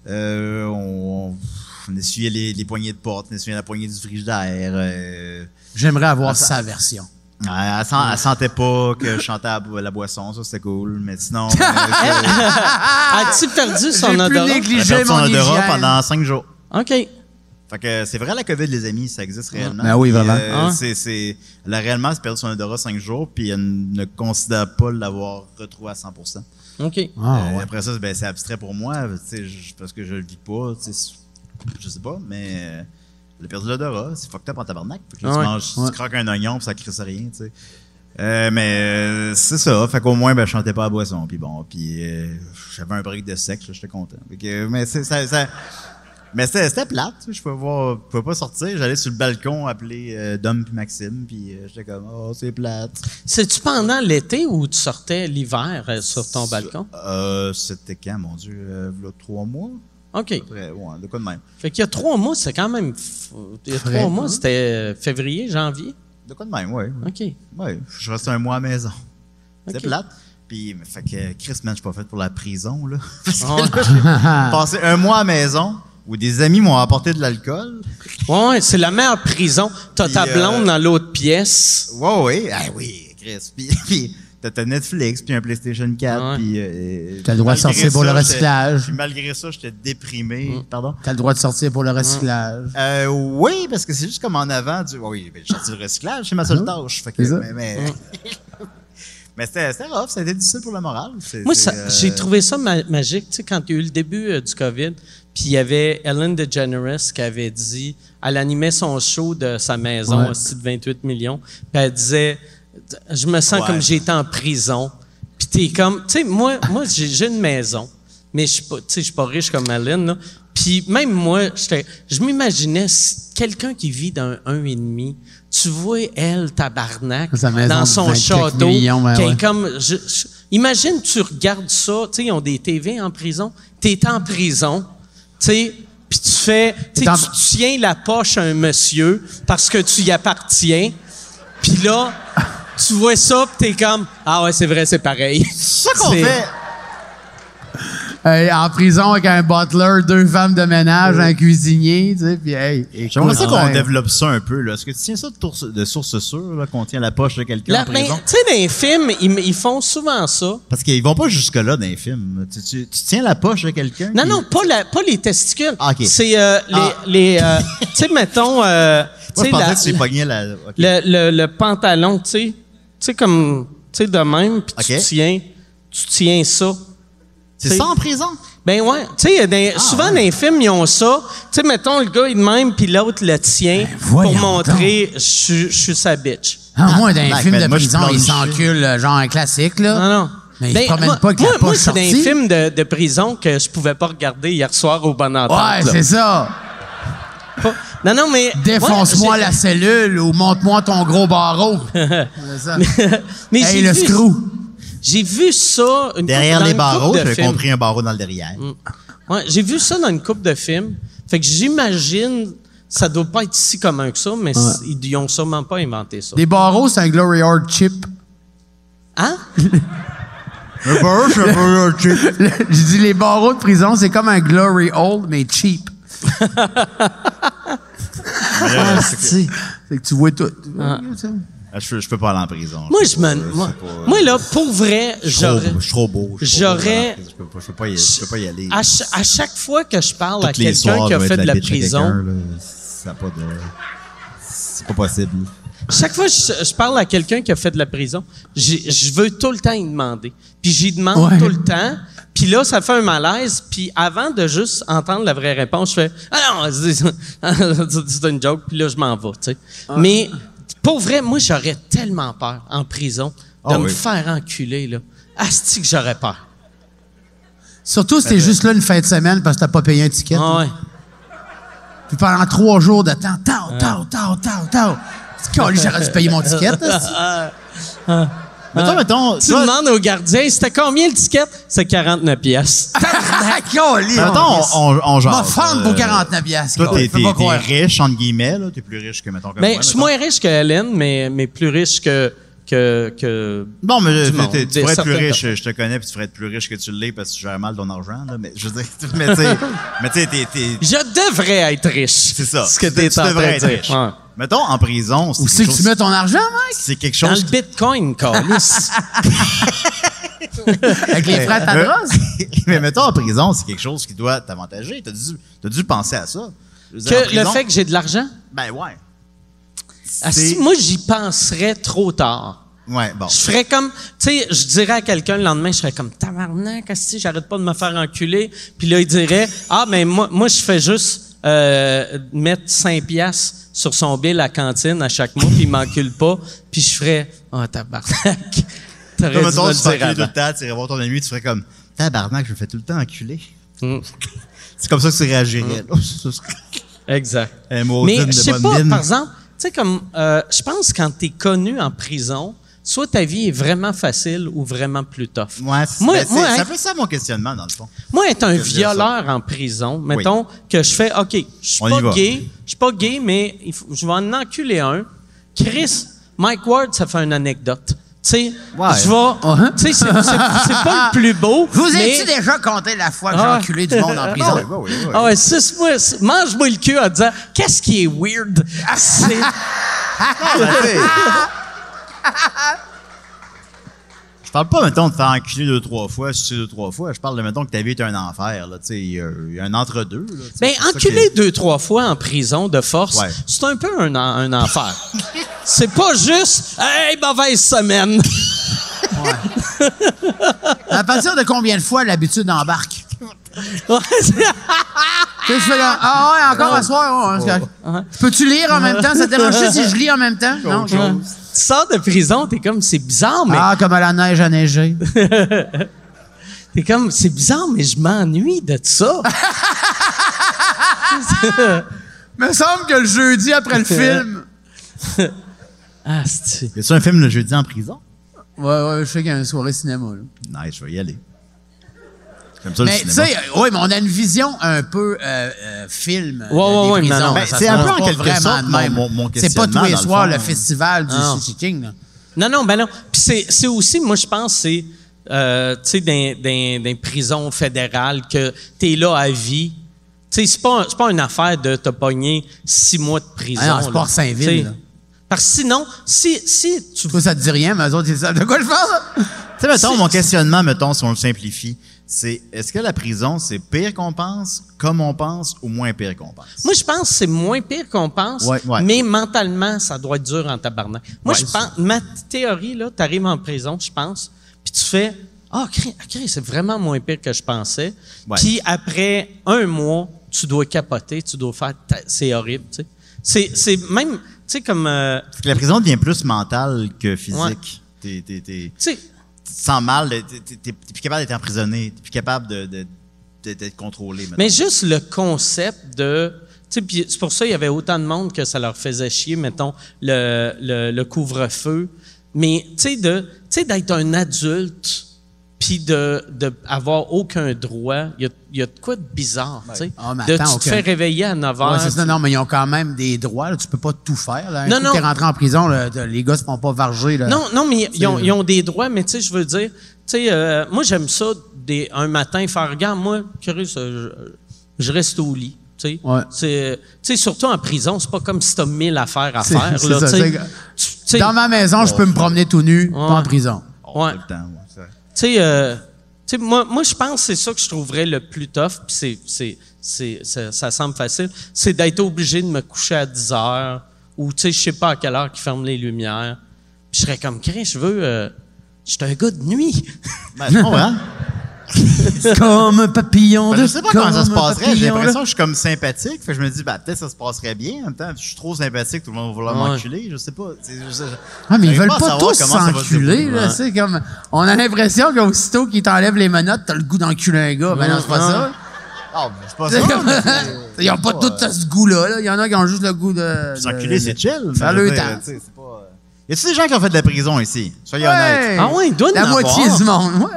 Euh, on, on essuyait les, les poignées de porte, on essuyait la poignée du frigidaire. Euh,
J'aimerais avoir
Ah,
sa version.
elle, elle sent- elle sentait pas que je chantais à bo- la boisson, ça c'était cool. Mais
*laughs*
sinon. euh, que-
As-tu perdu
J'ai
son
plus
odorat?
elle a
négligé
perdu son
mon
odorat
hygiène.
pendant cinq jours.
OK.
Fait que c'est vrai la COVID, les amis, ça existe réellement.
Ben oui,
Puis,
vraiment.
euh,
Ah.
c'est, c'est, elle a réellement perdu son odorat cinq jours, puis elle ne considère pas l'avoir retrouvé à 100
OK.
Ah,
Euh,
ouais.
Après ça, ben, c'est abstrait pour moi, tu sais, je- parce que je le vis pas. tu sais, c'est- Je sais pas, mais euh, elle a perdu l'odorat. C'est fucked up en tabarnak. Fait que là,
Ah
tu,
ouais.
manges,
Ouais.
tu croques un oignon, puis ça crisse rien. tu sais. Euh, mais euh, c'est ça. Fait qu'au moins, ben, je chantais pas à boisson. Puis bon, puis euh, j'avais un break de sexe, là, j'étais content. Fait que, euh, mais c'est- ça- ça- mais c'était c'était plate, tu sais, je pouvais, voir, je pouvais pas sortir. J'allais sur le balcon appeler euh, Dom puis Maxime, puis euh, j'étais comme « Oh, c'est plate ».
C'est-tu pendant l'été ou tu sortais l'hiver euh, sur ton balcon?
Euh, C'était quand, mon Dieu? Euh, v'là trois mois?
OK.
Après, ouais, de quoi de même.
Fait qu'il y a trois mois, c'est quand même. f- Il y a trois mois, c'était euh, février, janvier.
De quoi de même, ouais. ouais.
OK.
Ouais, je restais un mois à la maison. C'était
Ok.
plate. Puis, mais fait que Chris, man, je suis pas fait pour la prison, là. *laughs* Parce que
Ah
Oh.
ouais.
là, j'ai passé un mois à la maison où des amis m'ont apporté de l'alcool.
Ouais, c'est la meilleure prison. T'as
Puis,
ta
euh,
blonde dans l'autre pièce.
Ouais, ouais. Ah oui, Chris. Puis, *laughs* puis t'as ta Netflix, puis un PlayStation 4,
Ouais.
puis... euh,
T'as le droit de
malgré
sortir pour le
ça, j'étais-
recyclage. Mm.
Puis malgré ça, j'étais déprimé. Pardon?
T'as le droit de sortir pour le recyclage.
Euh, oui, parce que c'est juste comme en avant du. Oui, ben, j'ai sorti le recyclage, c'est ma seule tâche. Fait que,
Ah, C'est ça.
mais mais, *laughs* mais c'était c'était rough, ça a été difficile pour le moral. C'est-
Moi,
c'est,
ça-
euh,
j'ai trouvé ça ma- magique, tu sais, quand il y a eu le début euh, du COVID, puis il y avait Ellen DeGeneres qui avait dit, elle animait son show de sa maison,
Ouais.
aussi de 28 millions, puis elle disait, je me sens
Ouais.
comme j'étais en prison. Puis t'es comme, tu sais, moi, moi j'ai j'ai une maison, mais je suis pas, tu sais, je suis pas riche comme Ellen, là. Puis même moi, j'étais- je m'imaginais si quelqu'un qui vit dans un 1,5, tu vois elle, tabarnak,
Sa maison
dans
de
son
24
château,
millions, ben
qui est
ouais.
comme je- je- imagine tu regardes ça, tu sais ils ont des TV en prison, tu es en prison, tu sais puis tu fais tu sais,
T'es en-
tu tiens la poche à un monsieur parce que tu y appartiens. Puis là tu vois ça, tu es comme ah ouais, c'est vrai, c'est pareil.
C'est ça qu'on fait.
Hey, en prison avec un butler, deux femmes de ménage, un cuisinier, tu sais, puis hey.
J'aimerais ça
écoute,
qu'on
ben,
développe ça un peu. là. Est-ce que tu tiens ça de, tourse- de source sûre, là, qu'on tient la poche de quelqu'un en
La- ben,
prison?
tu sais dans les films, ils, ils font souvent ça.
Parce qu'ils vont pas jusque-là dans les films. Tu, tu- tu tiens la poche de quelqu'un?
Non,
puis-
non, pas, la, pas les testicules.
Ah, ok.
C'est euh, les.
Ah.
les, euh, tu sais, mettons. euh, tu
Moi,
sais,
je pensais
la-
que tu les pognais la. ok.
le, le, le pantalon, tu sais. sais, comme, tu sais, de même, puis
Ok.
tu tiens, tu tiens ça.
C'est
C'est-
ça en prison?
Ben ouais, tu sais,
Ah,
dans- souvent dans les films, ils ont ça. Tu sais, mettons, le gars, il est de même, puis l'autre le tient pour
Ben, voyons
montrer « je suis- je suis sa bitch ».
Ah, moi, dans un
tabarnak,
film de
man, moi, je suis
prison, ils
blanchi.
s'enculent, euh, genre un classique, là.
Non, non.
Mais ils
Ben,
se promènent
moi-
pas avec la
moi,
poche
moi, c'est dans
sortie.
les films de, de prison que je pouvais pas regarder hier soir au bon entente.
Ouais,
là.
c'est ça.
Pas- Non, non, mais...
Défonce-moi
ouais,
la cellule ou monte-moi ton
*laughs*
gros barreau. C'est ça.
j'ai- *laughs* mais
Hey,
j'ai
le
vu-
screw.
J'ai vu ça... Une
Derrière
couple-
les
dans une couple
barreaux,
de
j'avais
films. Mm.
compris un barreau dans le derrière.
Ouais, j'ai vu ça dans une coupe de films. Fait que j'imagine... Ça doit pas être si commun que ça, mais c- ils ils ont sûrement pas inventé ça.
Des barreaux, c'est un Glory Hard chip.
Hein?
Un barreau, c'est un barreau, un chip.
Le- Je dis les barreaux de prison, c'est comme un Glory Old, mais
*laughs*
cheap. Ah, c'est c'est que tu vois tout.
Ah.
Ah, Je je peux pas aller en prison.
Moi,
peux
je
pas,
me...
euh,
Moi,
c'est pas, euh,
moi, là, pour vrai,
je suis trop-
j'aurais...
Je suis trop beau. je suis trop beau,
j'aurais-
Je peux pas- je peux pas y je peux pas y aller.
À, ch- à chaque fois que je parle à
Toutes les
quelqu'un
soirs,
qui
je
a
vais
fait
être
de la
bitch à
prison,
quelqu'un, là. Ça a pas de... C'est pas possible.
chaque fois que je, je parle à quelqu'un qui a fait de la prison, j'ai- je veux tout le temps y demander. Puis j'y demande
Ouais.
tout le temps. Puis là, ça fait un malaise. Puis avant de juste entendre la vraie réponse, je fais « Ah non, *laughs* c'est c'est une joke. » Puis là, je m'en vais, tu sais. Mais pour vrai, moi, j'aurais tellement peur en prison de
Ah
me
oui.
faire enculer, là. Asti que j'aurais peur.
Surtout si t'es juste là une fin de semaine parce que t'as pas payé un ticket.
Ben, Ah ouais.
Puis pendant trois jours de temps,
Ah.
tao, tao, tao, tao, tao. Tu dis, j'aurais dû payer
*laughs*
mon ticket. là, c'est-
Mettons, mettons...
Ah, Tu
toi-
demandes au gardien « C'était combien le ticket? » C'est 49 pièces.
Ah.
Mettons, on, on, on jase,
M'offrande
euh,
pour 49 piastres.
Toi, t'es
Fais pas
t'es- t'es
croire.
riche, entre guillemets, là. T'es plus riche que, mettons, comme
Ben,
moi,
je suis
mettons.
moins riche que Hélène, mais, mais plus riche que. que, que...
Non, mais euh,
du monde,
t'es- tu
des
pourrais être plus
certaines
riche, je te connais, puis tu pourrais être plus riche que tu l'es parce que tu gères mal ton argent, là, mais je veux dire, *laughs* mais tu sais, mais tu sais, t'es- t'es-
Je devrais être riche.
c'est ça.
Ce que
Tu-
t'es
tu
en
devrais
train de
être
dire.
riche.
Ouais.
Mettons, en prison, c'est
Où c'est
quelque
que tu
chose,
mets ton argent, Mike?
c'est quelque
Dans
chose *laughs*
le bitcoin, câlisse.
Avec les frères Tadros?
Euh, *laughs* mais mettons, en prison, c'est quelque chose qui doit t'avantager. T'as dû, t'as dû penser à ça. Je veux dire, en
que le
prison,
fait que j'ai de l'argent.
Ben, ouais.
Ah,
C'est-
si moi, j'y penserais trop tard.
Ouais, bon.
Je ferais comme, tu sais, je dirais à quelqu'un le lendemain, je serais comme, tabarnak, si j'arrête pas de me faire enculer. Puis là, il dirait, ah, mais moi, moi je fais juste euh, mettre 5 piastres sur son bill à la cantine à chaque mois, puis il m'encule pas. Puis je ferais, ah, tabarnak. *laughs* T'aurais
Toi,
dû me
mettons,
le
tu te fais
dire
enculer tout
avant.
le temps, tu irais voir ton ami, tu ferais comme, tabarnak, je me fais tout le temps enculer.
Mm.
*laughs* C'est comme ça que tu réagirais. *laughs*
Exact.
Eh, maudine
Mais je
de
sais
bonne
pas,
mine.
par exemple, tu sais, comme, euh, je pense quand t'es connu en prison, soit ta vie est vraiment facile ou vraiment plus tough.
Ouais, c'est-
Moi-
ben, c'est-
moi,
c'est
hein.
un peu ça mon questionnement, dans le fond.
Moi, être un
Que je dirais ça.
violeur en prison, mettons que je fais, OK, je suis
On y
pas
va.
gay, je suis pas gay, mais il faut- je vais en enculer un. Chris, Mike Ward, ça fait une anecdote. Tu sais,
Ouais.
je vais. Tu sais, c'est c'est- c'est pas le
*laughs*
plus beau.
Vous
mais-
avez-tu déjà compté la fois que j'ai
Ah.
enculé du monde en prison?
ouais, ouais, ouais.
Ah ouais, suce-moi- mange-moi le cul en disant, qu'est-ce qui
*laughs*
est weird? C'est-
Je parle pas, mettons, de faire enculer deux, trois fois, sucer deux, trois fois. Je parle de, mettons, que ta vie est un enfer, là. Tu sais, il y a- il y a un entre-deux, là. tu sais,
Ben,
c'est ça
enculer
que-
deux, trois fois en prison de force,
Ouais.
c'est un peu un, en- un enfer. *laughs* c'est pas juste, hey, mauvaise semaine. *laughs*
À partir de combien de fois l'habitude embarque?
Ouais, c'est-
Tu sais, je fais là, ah ouais, encore à soir. ouais, c'est correct. Peux-tu lire en même temps? Ça te dérange si je lis en même temps? Non, je-
tu sors de prison, t'es comme, c'est bizarre, mais
Ah, comme à la neige à neiger.
t'es comme, c'est bizarre, mais je m'ennuie de
*laughs*
ça.
Me semble que le jeudi après le film.
ah, c'est
Y a-tu un film le jeudi en prison?
Ouais, ouais, je sais qu'il y a une soirée cinéma. là.
Nice, je vais y aller. Comme ça,
Ben,
Mais
le
tu
cinéma.
sais, oui, mais on a une vision un peu euh, euh, film. euh,
Ouais, ouais,
des
ouais, mais
prisons.
non,
Ça
ben,
se
c'est un
passe
peu en
pas
quelque
vraiment
sorte
de
mon-
même.
mon- mon
C'est pas tous
questionnement,
les
dans le
soirs
fond.
le festival du
Ah.
Sushi King. là.
Non, non, ben non. Puis c'est, c'est aussi, moi, je pense, c'est, euh, tu sais, dans des prisons fédérales que t'es là à vie. Tu sais, c'est pas, c'est pas une affaire de te pogner six mois de prison.
Ah non, c'est
là.
pas Orsainville,
Tu sais.
là.
Parce que sinon, si, si tu
Toi, ça te dit rien, mais eux autres, ils savent de quoi je parle.
Tu sais, mettons, mon questionnement, mettons, si on le simplifie, c'est est-ce que la prison, c'est pire qu'on pense, comme on pense, ou moins pire qu'on pense?
Moi, je pense que c'est moins pire qu'on pense,
Ouais, ouais.
mais mentalement, ça doit être dur en tabarnak. Moi, je pense, ma théorie, là, t'arrives en prison, je pense, puis tu fais, ah, cri- ah, cri, c'est vraiment moins pire que je pensais.
Ouais.
Puis après un mois, tu dois capoter, tu dois faire, ta- c'est horrible, tu sais. C'est, c'est même, tu sais, comme, euh, tu
Parce que la prison devient plus mentale que
Ouais.
physique. T'es- t'es- t'es-
sais,
tu te sens mal, t'es- t'es t'es plus capable d'être emprisonné, t'es plus capable de- de- de- d'être contrôlé. mettons.
Mais juste le concept de. tu sais, puis C'est pour ça qu'il y avait autant de monde que ça leur faisait chier, mettons, le, le- le couvre-feu. Mais tu sais, de- tu sais, d'être un adulte puis de d'avoir aucun droit, il y a, il y a de quoi de bizarre. tu sais.
Ah, mais
de
attends,
tu te
aucun-
fais réveiller à 9 h.
Ouais, c'est ça. Non, mais ils ont quand même des droits. là. Tu peux pas tout faire. Là. Un
Non,
coup
non.
que T'es rentré en prison. là, t'as- les gars se font pas varger. Là.
Non, non, mais ils ont, ils ont des droits, mais tu sais, je veux dire, tu sais, euh, moi, j'aime ça, des, un matin, faire, regarde, moi, curieux, ça, je, je reste au lit. Tu sais.
Ouais.
C'est- tu sais, surtout en prison, c'est pas comme si t'as mille affaires à
C'est-
faire.
*laughs* c'est
là,
ça,
tu sais.
c'est-
Tu- tu sais,
Dans ma maison, je peux me promener tout nu, pas
*laughs*
en prison.
ouais.
Tout le temps, ouais, c'est vrai.
Tu sais, euh, tu sais, moi, moi je pense que c'est ça que je trouverais le plus tough, puis c'est, c'est, c'est, ça, ça semble facile, c'est d'être obligé de me coucher à 10 heures, ou tu sais, je sais pas à quelle heure qu'ils ferment les lumières. Puis je serais comme, Chris, je veux... euh, je suis un gars de nuit.
Ben, je comprends.
comme un papillon
Ben,
de
je sais pas comment ça se
comme un
passerait. J'ai
papillon
l'impression que je suis comme sympathique. Fait que je me dis, ben, peut-être ça se passerait bien. En même temps, je suis trop sympathique, tout le monde va vouloir
Ouais.
m'enculer. Je sais pas. C'est- je- je-
Ah, mais ils
j'arrive
veulent
à
pas
savoir
tous
comment ça va se
s'enculer,
dérouler.
là, tu sais, comme, on a l'impression qu'aussitôt qu'ils t'enlèvent les menottes, t'as le goût d'enculer un gars. Ben non, c'est pas
Non.
ça.
Ah, ben,
*laughs*
c'est pas
C'est
ça.
comme- *laughs* ils ont pas
Ouais.
tous ce goût-là, là. Il y en a qui ont juste le goût de.
S'enculer,
de-
c'est chill. mais
Faire
je veux
le
dire,
temps.
tu sais, c'est pas, euh, Y a-tu des gens qui ont fait de la prison ici? Soyez honnêtes.
Ouais.
Ah ouais, il doit y
La
en
moitié
avoir.
du monde, ouais.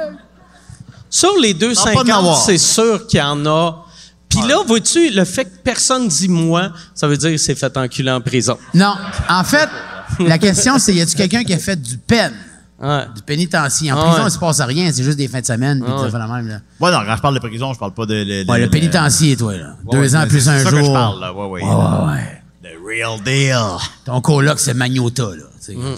Sur les
pas de
250,
m'avoir.
c'est sûr qu'il y en a. Puis là, vois-tu, le fait que personne dit moi, ça veut dire qu'il s'est fait enculer en prison.
Non. En fait, la question, c'est y a-tu quelqu'un qui a fait du peine,
Ouais.
du pénitencier? En
Ah
prison,
ouais.
il se passe rien, c'est juste des fins de semaine, puis
Ah
tout
ouais.
ça fait la même, là.
Ouais, non, quand je parle de prison, je parle pas de. le- le-
Ouais, le
le-
pénitencier, toi, là. Deux ans
mais
plus
euh, c'est
un
ça
jour.
que je parle, là. Ouais, ouais.
Ouais, ouais, ouais.
The real deal.
Ton coloc, c'est Magnota, là. tu sais,
Mm.
euh,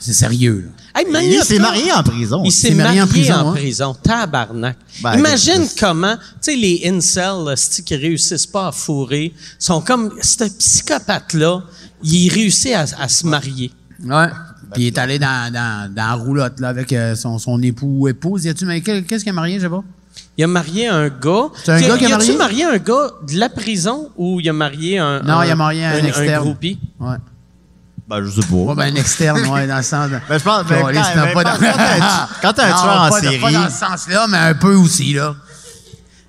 C'est sérieux, là.
Hey,
Il
Magnotta,
s'est marié en prison.
Il s'est
s'est
marié,
marié en prison,
en
hein.
prison. Tabarnak.
Ben,
Imagine
c'est-
comment, tu sais, les incels là, c'ti, qui réussissent pas à fourrer sont comme, ce psychopathe-là, il réussit à, à se marier.
Ouais. Puis il est allé dans, dans, dans la roulotte là, avec euh, son, son époux ou épouse. Y a-tu, mais quel- qu'est-ce qu'il a marié, je sais pas?
Il a marié un gars.
C'est un
Puis,
gars qui a
y a-tu
marié?
marié un gars de la prison ou il a marié un.
Non,
un-
il a marié un, externe.
groupie?
Ouais.
Ben, je sais pas.
Ouais, ben, un externe, ouais, dans le sens. de-
*laughs* Ben, je pense- ben,
Caliste,
quand-
non,
ben,
pas
quand- quand
dans-
t'as un tu- quand t'as un
Non,
tueur en
pas de- Pas
série.
dans ce sens-là, mais un peu aussi, là.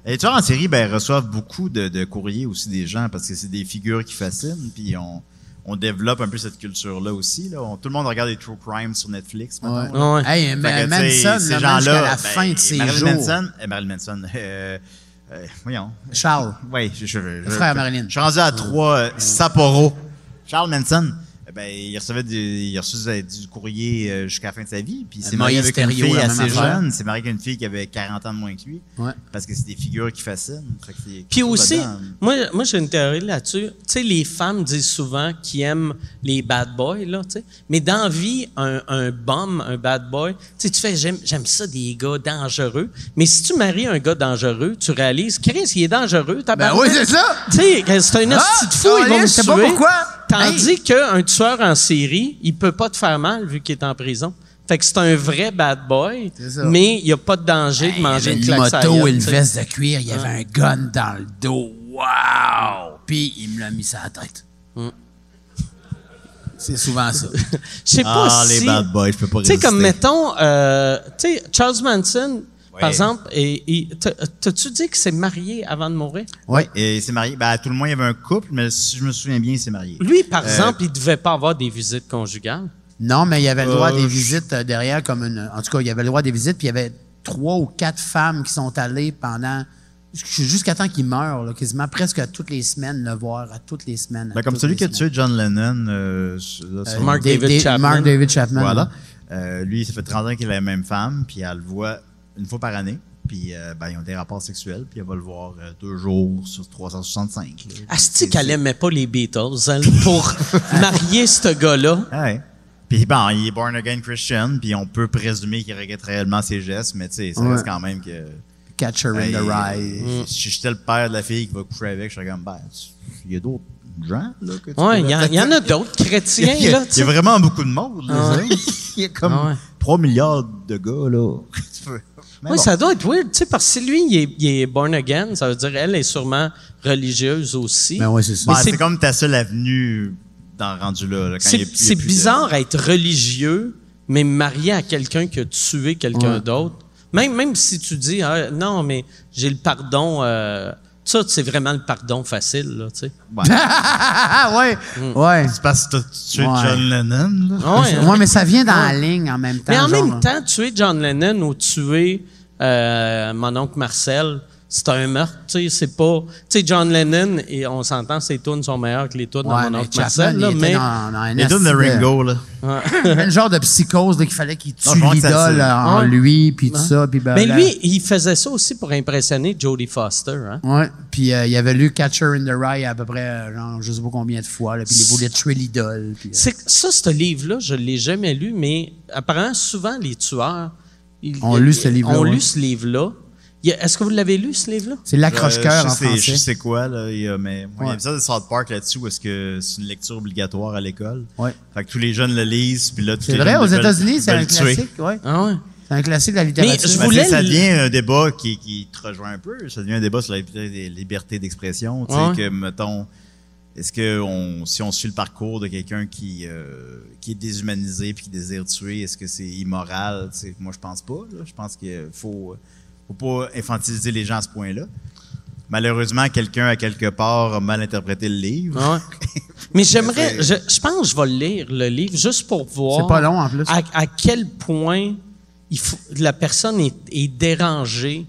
Les tueurs en série ben, reçoivent beaucoup de, de courriers aussi des gens parce que c'est des figures qui fascinent. Puis on, on développe un peu cette culture-là aussi. Là. On- tout le monde regarde les true crime sur Netflix. maintenant,
Ouais.
là.
Ouais.
Hey,
Fait
mais
que, tu sais,
Manson,
ces
là,
gens-là,
même jusqu'à la
ben,
fin de ses
Marilyn
jours.
Manson, euh, Marilyn Manson, euh, euh, voyons.
Charles.
Oui, je, je, je-
frère à
je-
Marilyn.
Je suis
Ah.
rendu à trois euh, Sapporo. Charles Manson, euh, ben, il recevait du, il recevait du courrier euh, jusqu'à la fin de sa vie. Puis il s'est
Euh,
marié
Moïse
avec une
Thériault,
fille
la même
assez
affaire.
jeune. Il s'est marié avec une fille qui avait 40 ans de moins que lui.
Ouais.
Parce que c'est des figures qui fascinent. Fait que c'est-
Puis aussi,
là-dedans.
moi, moi j'ai une théorie là-dessus. Tu sais, les femmes disent souvent qu'ils aiment les bad boys, là, tu sais. Mais dans la vie, un, un bum, un bad boy, tu sais, tu fais, j'aime, j'aime ça des gars dangereux. Mais si tu maries un gars dangereux, tu réalises, Chris, il est dangereux, t'as
Ben oui, c'est ça!
Tu sais, c'est un hostie de fou, il va
Caroline,
me
je sais pas
tuer.
pourquoi.
Tandis qu'un tueur en série, il peut pas te faire mal vu qu'il est en prison. Fait que c'est un vrai bad boy,
C'est ça.
mais il n'y a pas de danger de manger une
il y
claque
avait
sur la
moto
gueule,
et une
tu sais.
veste de cuir, il y avait un gun dans le dos. Wow! Puis il me l'a mis sur la tête.
Mm.
C'est souvent
*laughs*
ça.
Je sais pas
Ah,
si...
les bad boys, je peux pas
Tu sais,
résister.
comme mettons, euh, tu sais, Charles Manson, par
Ouais.
exemple, et, et- t'as- t'as-tu dit qu'il s'est marié avant de mourir?
Ouais.
Et il s'est marié. Ben, à tout le moins, il y avait un couple, mais si je me souviens bien, il s'est marié.
Lui, par
Euh,
exemple, il devait pas avoir des visites conjugales.
Non, mais il y avait le droit à
Euh,
des
je-
visites euh, derrière comme une. En tout cas, il y avait le droit à des visites, puis il y avait trois ou quatre femmes qui sont allées pendant. Jusqu'à temps qu'il meure, là, quasiment presque à toutes les semaines, le voir, à toutes les semaines. à
Ben, comme
toutes
celui
les
qui a tué
semaines.
John Lennon. euh, là, sur-
Mark David Chapman.
Mark David Chapman.
Voilà. Euh, lui, ça fait 30 ans qu'il a la même femme, puis elle le voit une fois par année. Puis euh, ben, ils ont des rapports sexuels, puis elle va le voir euh, deux jours sur 365. là.
Asti qu'elle aimait pas les Beatles, elle,
*laughs*
pour marier ce gars-là.
Ah ouais. Puis bon, il est born again Christian, puis on peut présumer qu'il regrette réellement ses gestes, mais tu sais, ça reste
Ouais.
quand même que. euh,
Catcher in the Rye.
Si j'étais le père de la fille qui va coucher avec, je serais comme, ben, tu- il y a d'autres gens, là, que tu
Ouais,
peux-
il y, en- il y en a d'autres
*laughs* Il y
chrétiens,
a- il y a,
là, tu sais.
vraiment beaucoup de monde, là,
Ah
ça. *laughs* Il y a comme
Ah ouais.
3 milliards de gars, là, *laughs* que tu peux. Mais
Oui,
bon.
ça doit être weird, tu sais, parce que si lui, il est, il est born again, ça veut dire elle est sûrement religieuse aussi.
Ben ouais, c'est ça.
Ouais,
Mais
c'est
c'est-
comme ta seule avenue dans rendu là. là, quand il y a
C'est
plus- il y a
c'est
plus de-
bizarre être religieux, mais marié à quelqu'un qui a tué quelqu'un d'autre. Même, même si tu dis, Ah, non, mais j'ai le pardon, euh, ça, c'est vraiment le pardon facile, là, tu sais.
*laughs* Ah, ah, ouais. Ouais.
C'est parce que t'as tué
Ouais. Oh,
John Lennon, là.
Mm. Ah ouais, hein?
Ouais, mais ça vient dans la ligne en même temps.
Mais en
genre, hein.
même
là.
temps, tuer John Lennon ou tuer euh, mon oncle Marcel, c'est un meurtre, tu sais, c'est pas... Tu sais, John Lennon, et on s'entend, ses tunes sont meilleures que les tunes
Ouais,
de mon
mais
oncle
Chapman,
Marcel,
il
là,
était
mais...
dans- dans un
Les tunes de *laughs*
esti
Ringo, là.
Il y avait une genre de psychose dès qu'il fallait qu'il
Non, je
tue
pense que ça,
l'idole euh,
c'est-
en
Ouais.
lui, puis tout ça. Puis ben,
Mais
là-
lui, il faisait ça aussi pour impressionner Jodie Foster, hein?
Ouais, puis euh, il avait lu Catcher in the Rye à peu près, euh, genre, je sais pas combien de fois, là, puis il voulait tuer l'idole. puis, euh,
C'est que ça, ce livre-là, je l'ai jamais lu, mais apparemment, souvent, les tueurs... ils-
On
ils-
lu ce livre-là,
ont
ouais.
lu ce livre-là. Il y a- Est-ce que vous l'avez lu, ce livre-là?
C'est
Euh,
l'accroche-cœur en
je sais-
français.
Je sais quoi, là. il y a- mais moi, il y a
Ouais.
un épisode de South Park là-dessus où est-ce que c'est une lecture obligatoire à l'école.
Ouais.
Fait que tous les jeunes le lisent, puis là, tous
C'est
les
vrai,
jeunes
aux
veulent-
États-Unis, c'est
veulent
un
le tuer.
classique, ouais.
Ah ouais.
C'est un classique de la
Mais je
littérature.
Ben,
voulais
c'est- ça
le-
devient un débat qui, qui te rejoint un peu. Ça devient un débat sur la li- liberté d'expression. Tu sais,
Ouais.
que, mettons, est-ce que on, si on suit le parcours de quelqu'un qui, euh, qui est déshumanisé puis qui désire tuer, est-ce que c'est immoral? Tu sais, moi, je pense pas. là. Je pense qu'il faut, faut pas infantiliser les gens à ce point-là. Malheureusement, quelqu'un à quelque part a mal interprété le livre.
ah Ouais.
*laughs*
Mais j'aimerais, je, je pense que je vais lire le livre juste pour voir.
C'est pas long, en plus.
À, à quel point il faut- la personne est, est dérangée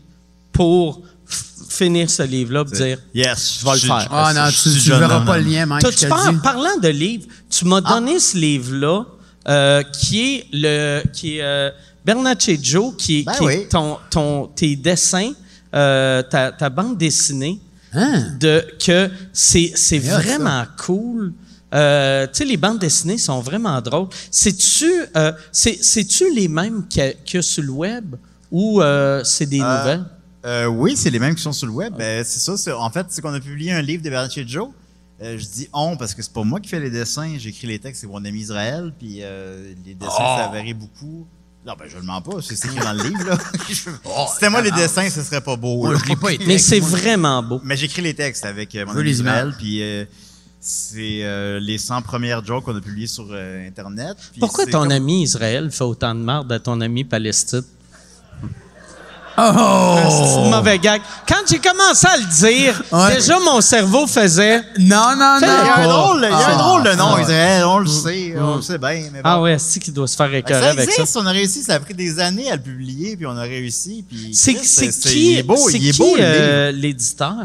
pour f- finir ce livre-là, pour dire.
Yes,
Je vais le faire.
Ah non, tu, tu verras pas le lien,
Hein,
Mike, je
T'as-
te
tu
le
par-
dis.
parlant de livres, tu m'as
Ah.
donné ce livre-là euh, qui est le qui est euh, Bernaccheggio, qui est,
Ben
qui est
oui.
ton, ton- tes dessins, euh, ta, ta bande dessinée
Hein?
de que c'est c'est
Yeah,
vraiment cool. Euh, tu sais, les bandes dessinées sont vraiment drôles. C'est-tu euh, c'est- c'est-tu les mêmes que, que sur le web ou euh, c'est des
Euh,
nouvelles?
euh, oui, c'est les mêmes qui sont sur le web. Ben, c'est ça. c'est- en fait, c'est qu'on a publié un livre de Bernaccheggio. Euh, je dis on parce que c'est pas moi qui fais les dessins. J'écris les textes, c'est mon ami Israël. Puis euh, les dessins,
Oh!
ça varie beaucoup. Non, ben je le mens pas. C'est écrit dans le livre.
*laughs*
Là. Je-
Oh,
C'était moi les dessins, ce serait pas beau. là.
Mais c'est vraiment beau.
*laughs* Mais j'écris les textes avec euh, mon
veux
ami
les
Israël. Puis euh, c'est euh, les 100 premières jokes qu'on a publiées sur euh, Internet. Puis
Pourquoi
c'est
ton
comme-
ami Israël fait autant de marde à ton ami Palestine? Oh! C'est mauvais gag. Quand j'ai commencé à le dire,
Ouais.
déjà mon cerveau faisait
Non, non,
Fais-le.
Il y a un
non.
drôle, il y a un
Ah,
drôle de nom,
ah, Mm,
Israël. On le sait. On le sait bien. Mais bon.
Ah ouais, c'est qui doit se faire écœurer
Ben, Ça
avec ça.
existe, on a réussi, ça a pris des années à le publier, puis on a réussi. Puis
C'est
Chris,
c'est
c'est-
qui,
Il est beau,
c'est
il est
qui,
beau. le livre.
euh, l'éditeur?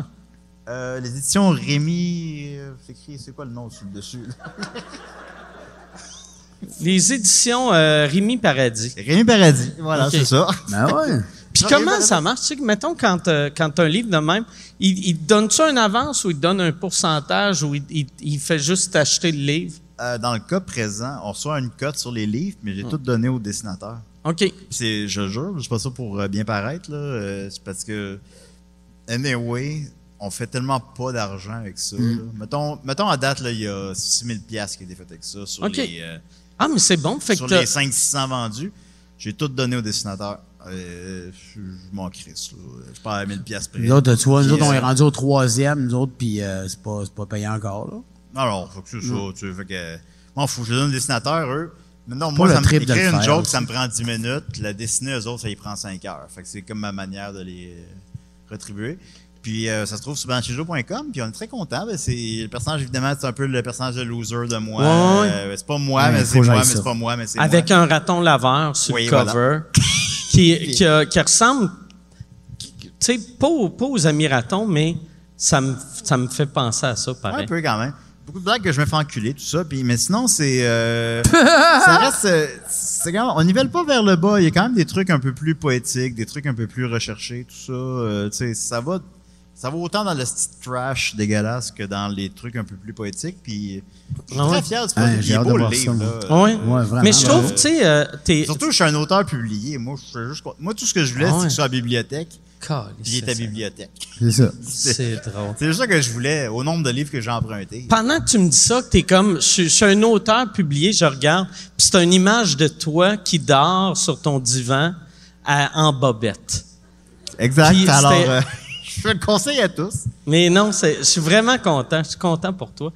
Euh, les éditions Rémi, euh, c'est écrit, c'est quoi le nom sur le dessus? là?
Les éditions euh, *laughs* Rémi Paradis.
Rémi Paradis, voilà, c'est ça. *laughs*
Ben ouais.
Puis
Non,
comment
Rémi
ça marche? Tu sais, que, mettons, quand, euh, quand un livre de même, il, il te donne-tu une avance ou il te donne un pourcentage ou il, il- il fait juste t'acheter le livre?
Euh, dans le cas présent, on reçoit une cote sur les livres, mais
Mm.
j'ai tout donné au dessinateur.
OK.
Puis c'est, je jure, je fais pas ça pour euh, bien paraître, là, euh, c'est parce que, anyway, on fait tellement pas d'argent avec ça.
Mm.
là. Mettons, mettons, à date, là, il y a 6000 piastres qui a été fait avec ça sur
Ok.
les... euh,
Ah, mais c'est bon. Fait
sur
que
les
t'as-
500-600 vendus, j'ai tout donné au dessinateur. Euh, je je m'en crisse. là. Je pars à 1000 pièces près.
Nous autres, tu vois, nous autres,
euh,
on est
Yes.
rendu au troisième, nous autres, puis euh, c'est pas, c'est pas payant encore, là.
euh, Alors, faut que c'est ça.
Mm.
Tu sais, fait que, m'en fous, je donne au dessinateur, eux. Mais non, moi,
le
ça me
trip de
écrire
le
une
faire
joke,
aussi.
ça me prend 10 minutes. La dessiner, eux autres, ça y prend 5 heures. Fait que c'est comme ma manière de les euh, retribuer. Puis euh, ça se trouve sur banchijo.com, puis on est très content. C'est le personnage, évidemment, c'est un peu le personnage de loser de moi.
Ouais, ouais.
Euh, c'est pas moi,
Ouais,
mais
faut
c'est moi,
que j'aille
mais
ça.
c'est pas moi, mais c'est
avec
moi.
un raton laveur sur
Oui,
le
voilà. *laughs*
cover qui, qui, a- qui ressemble, qui- tu sais, pas, aux- pas aux amis ratons, mais ça me, ça me fait penser à ça,
Ouais,
pareil.
un peu quand même. Beaucoup de blagues que je me fais enculer, tout ça. Puis, mais sinon, c'est.
*laughs*
euh, ça reste. euh, c'est quand même- on nivelle pas vers le bas. Il y a quand même des trucs un peu plus poétiques, des trucs un peu plus recherchés, tout ça. Euh, tu sais, ça va. Ça va autant dans le style trash dégueulasse que dans les trucs un peu plus poétiques. Puis, je suis
Ah ouais. Ah
très fier du
Ouais,
produit. Il
j'ai
est
hâte de
beau le
voir ça,
livre,
moi.
là.
Ouais.
Ouais, vraiment.
mais je trouve,
Ouais.
tu sais, euh, t'es-
Surtout, je suis un auteur publié. Moi, je fais juste. Moi, tout ce que je voulais,
Ah
c'est
ouais.
que ce soit à la bibliothèque. puis il est à bibliothèque.
C'est ça.
C'est drôle.
C'est ça que je voulais, au nombre de livres que j'ai empruntés.
Pendant que tu me dis ça, que t'es comme, je, je suis un auteur publié, je regarde, puis c'est une image de toi qui dort sur ton divan à- en bobette.
Exact.
Puis
alors,
c'était-
euh, *laughs* je le conseille à tous.
Mais non, c'est- je suis vraiment content. Je suis content pour toi.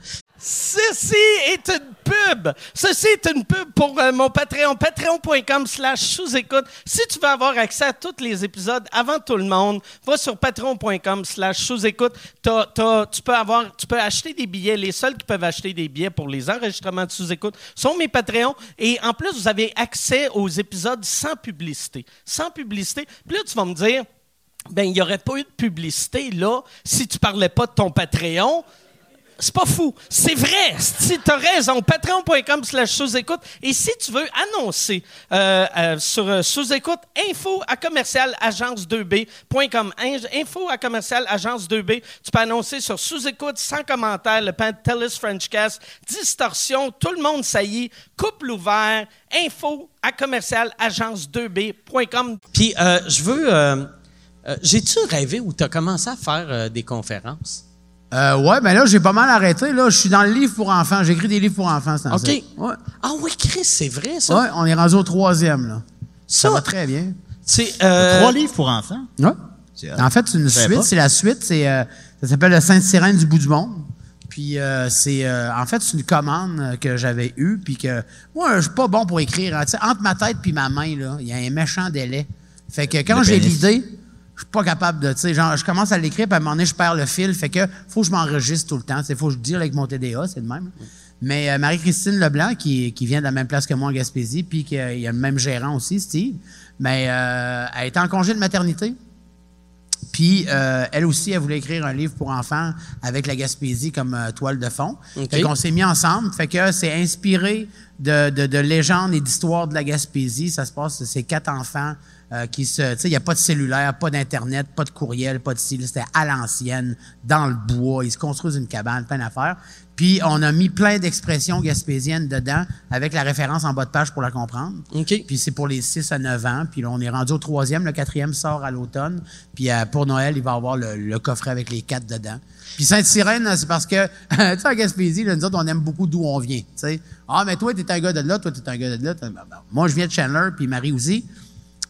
Ceci est une pub. Ceci est une pub pour euh, mon Patreon, patreon.com slash sous-écoute. Si tu veux avoir accès à tous les épisodes avant tout le monde, va sur patreon.com slash sous-écoute. T'as- t'as- Tu peux avoir, tu peux acheter des billets. Les seuls qui peuvent acheter des billets pour les enregistrements de sous-écoute sont mes Patreons. Et en plus, vous avez accès aux épisodes sans publicité. Sans publicité. Puis là, tu vas me dire, ben, il n'y aurait pas eu de publicité, là, si tu parlais pas de ton Patreon. C'est pas fou. C'est vrai. Si t'as raison, patreon.com slash sous-écoute. Et si tu veux annoncer euh, euh, sur euh, sous-écoute, info à commercial agence2b.com. In- Info à commercial agence2b. Tu peux annoncer sur sous-écoute, sans commentaire, le pan TELUS Frenchcast, distorsion, tout le monde saillit, couple ouvert, info à commercial agence2b.com. Puis euh, je veux... euh, euh, J'ai-tu rêvé où t'as commencé à faire euh, des conférences?
Euh, ouais, mais là, j'ai pas mal arrêté. Là, je suis dans le livre pour enfants. J'écris des livres pour enfants, c'est
OK.
Ouais.
Ah oui, Chris, c'est vrai, ça.
Ouais, on est rendu au troisième, là. Ça,
Ça-
va très bien.
C'est, euh,
Trois livres pour enfants.
Ouais.
C'est- euh,
En fait, c'est une
savais
suite.
pas.
C'est la suite. C'est, euh, ça s'appelle le Sainte-Sirène du bout du monde. Puis euh, c'est euh, en fait c'est une commande euh, que j'avais eue puis que moi je suis pas bon pour écrire hein. Tu sais, entre ma tête puis ma main là il y a un méchant délai fait que quand
Euh, Le
j'ai
pénis.
l'idée je suis pas capable de tu sais genre je commence à l'écrire puis à un moment donné je perds le fil fait que faut que je m'enregistre tout le temps c'est faut que je deal avec mon TDA c'est le même là. mais euh, Marie-Christine Leblanc qui, qui vient de la même place que moi en Gaspésie puis qui euh, il y a le même gérant aussi Steve mais euh, elle est en congé de maternité puis euh, elle aussi, elle voulait écrire un livre pour enfants avec la Gaspésie comme euh, toile de fond.
OK.
Fait qu'on s'est mis ensemble. Fait que c'est inspiré de, de, de légendes et d'histoires de la Gaspésie. Ça se passe, c'est quatre enfants euh, qui se... Tu sais, il n'y a pas de cellulaire, pas d'Internet, pas de courriel, pas de style. C'était à l'ancienne, dans le bois. Ils se construisent une cabane, plein d'affaires. Puis on a mis plein d'expressions gaspésiennes dedans avec la référence en bas de page pour la comprendre.
OK.
Puis c'est pour les 6 à 9 ans. Puis là, on est rendu au troisième. Le quatrième sort à l'automne. Puis euh, pour Noël, il va avoir le, le coffret avec les quatre dedans. Puis Sainte-Sirène, c'est parce que, *laughs* tu sais, à Gaspésie, là, nous autres, on aime beaucoup d'où on vient. Tu sais, ah, mais toi, t'es un gars de là, toi, t'es un gars de là. Ben, ben, Moi, je viens de Chandler, puis Marie aussi.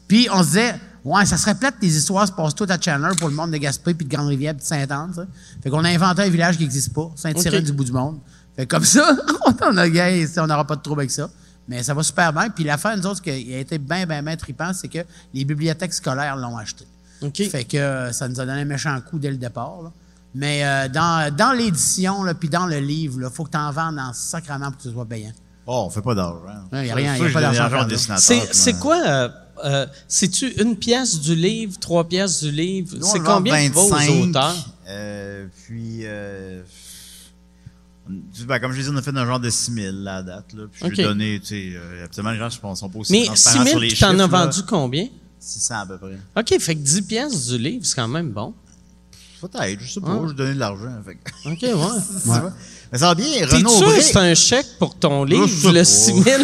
Puis on se disait, ouais, ça serait plate que les histoires se passent toutes à Chandler pour le monde de Gaspé, puis de Grande-Rivière, puis de Saint-Anne. tu sais. Fait qu'on a inventé un village qui n'existe pas, Sainte-Sirène
Ok.
du bout du monde. Fait que comme ça, *laughs* on a gagné, on n'aura pas de trouble avec ça. Mais ça va super bien. Puis l'affaire, nous autres, ce qui a été bien, bien, bien trippant, c'est que les bibliothèques scolaires l'ont acheté.
OK.
Fait que euh, ça nous a donné un méchant coup dès le départ. là. Mais euh, dans, dans l'édition, là, puis dans le livre, il faut que tu en vendes en sacrament pour que tu sois payant.
Oh, on fait pas d'argent.
Ouais, y a
Ça,
rien,
ça,
y a
je donne
pas d'argent
l'argent
à
au dessinateur,
C'est,
puis,
c'est
euh,
quoi? euh, euh, c'est-tu une pièce du livre, trois pièces du livre?
nous, on
c'est
le vend
combien qui va
25,
aux auteurs?
euh, puis, euh, on- ben, comme je disais, on a fait un genre de 6000 là, à date. Là, puis je
Ok.
lui ai donné, tu sais, euh, absolument, les gens je pense, sont pas aussi
Mais
transparents
6
sur
000,
les
puis t'en as
chiffres, là.
vendu combien?
600 à peu près.
OK, fait que 10 pièces du livre, c'est quand même bon.
Peut-être, je sais pas, je lui ai donné de l'argent. Fait que- *laughs*
OK, ouais.
Tu vois? Mais ça va bien,
T'es
Renaud
sûr que
Bré.
c'est un chèque pour ton
sais
livre, le
pas.
6 000?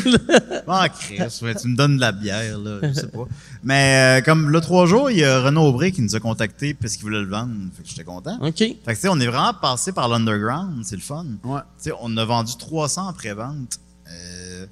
Ah, Chris, ouais, tu me donnes de la bière, là, je sais pas. Mais euh, comme le trois jours, il y a Renaud Aubry qui nous a contactés parce qu'il voulait le vendre. Fait que j'étais content.
*laughs* OK.
Fait que, tu sais, on est vraiment passé par l'underground, c'est le fun.
Ouais.
Tu sais, on a vendu 300 en pré-vente. Euh,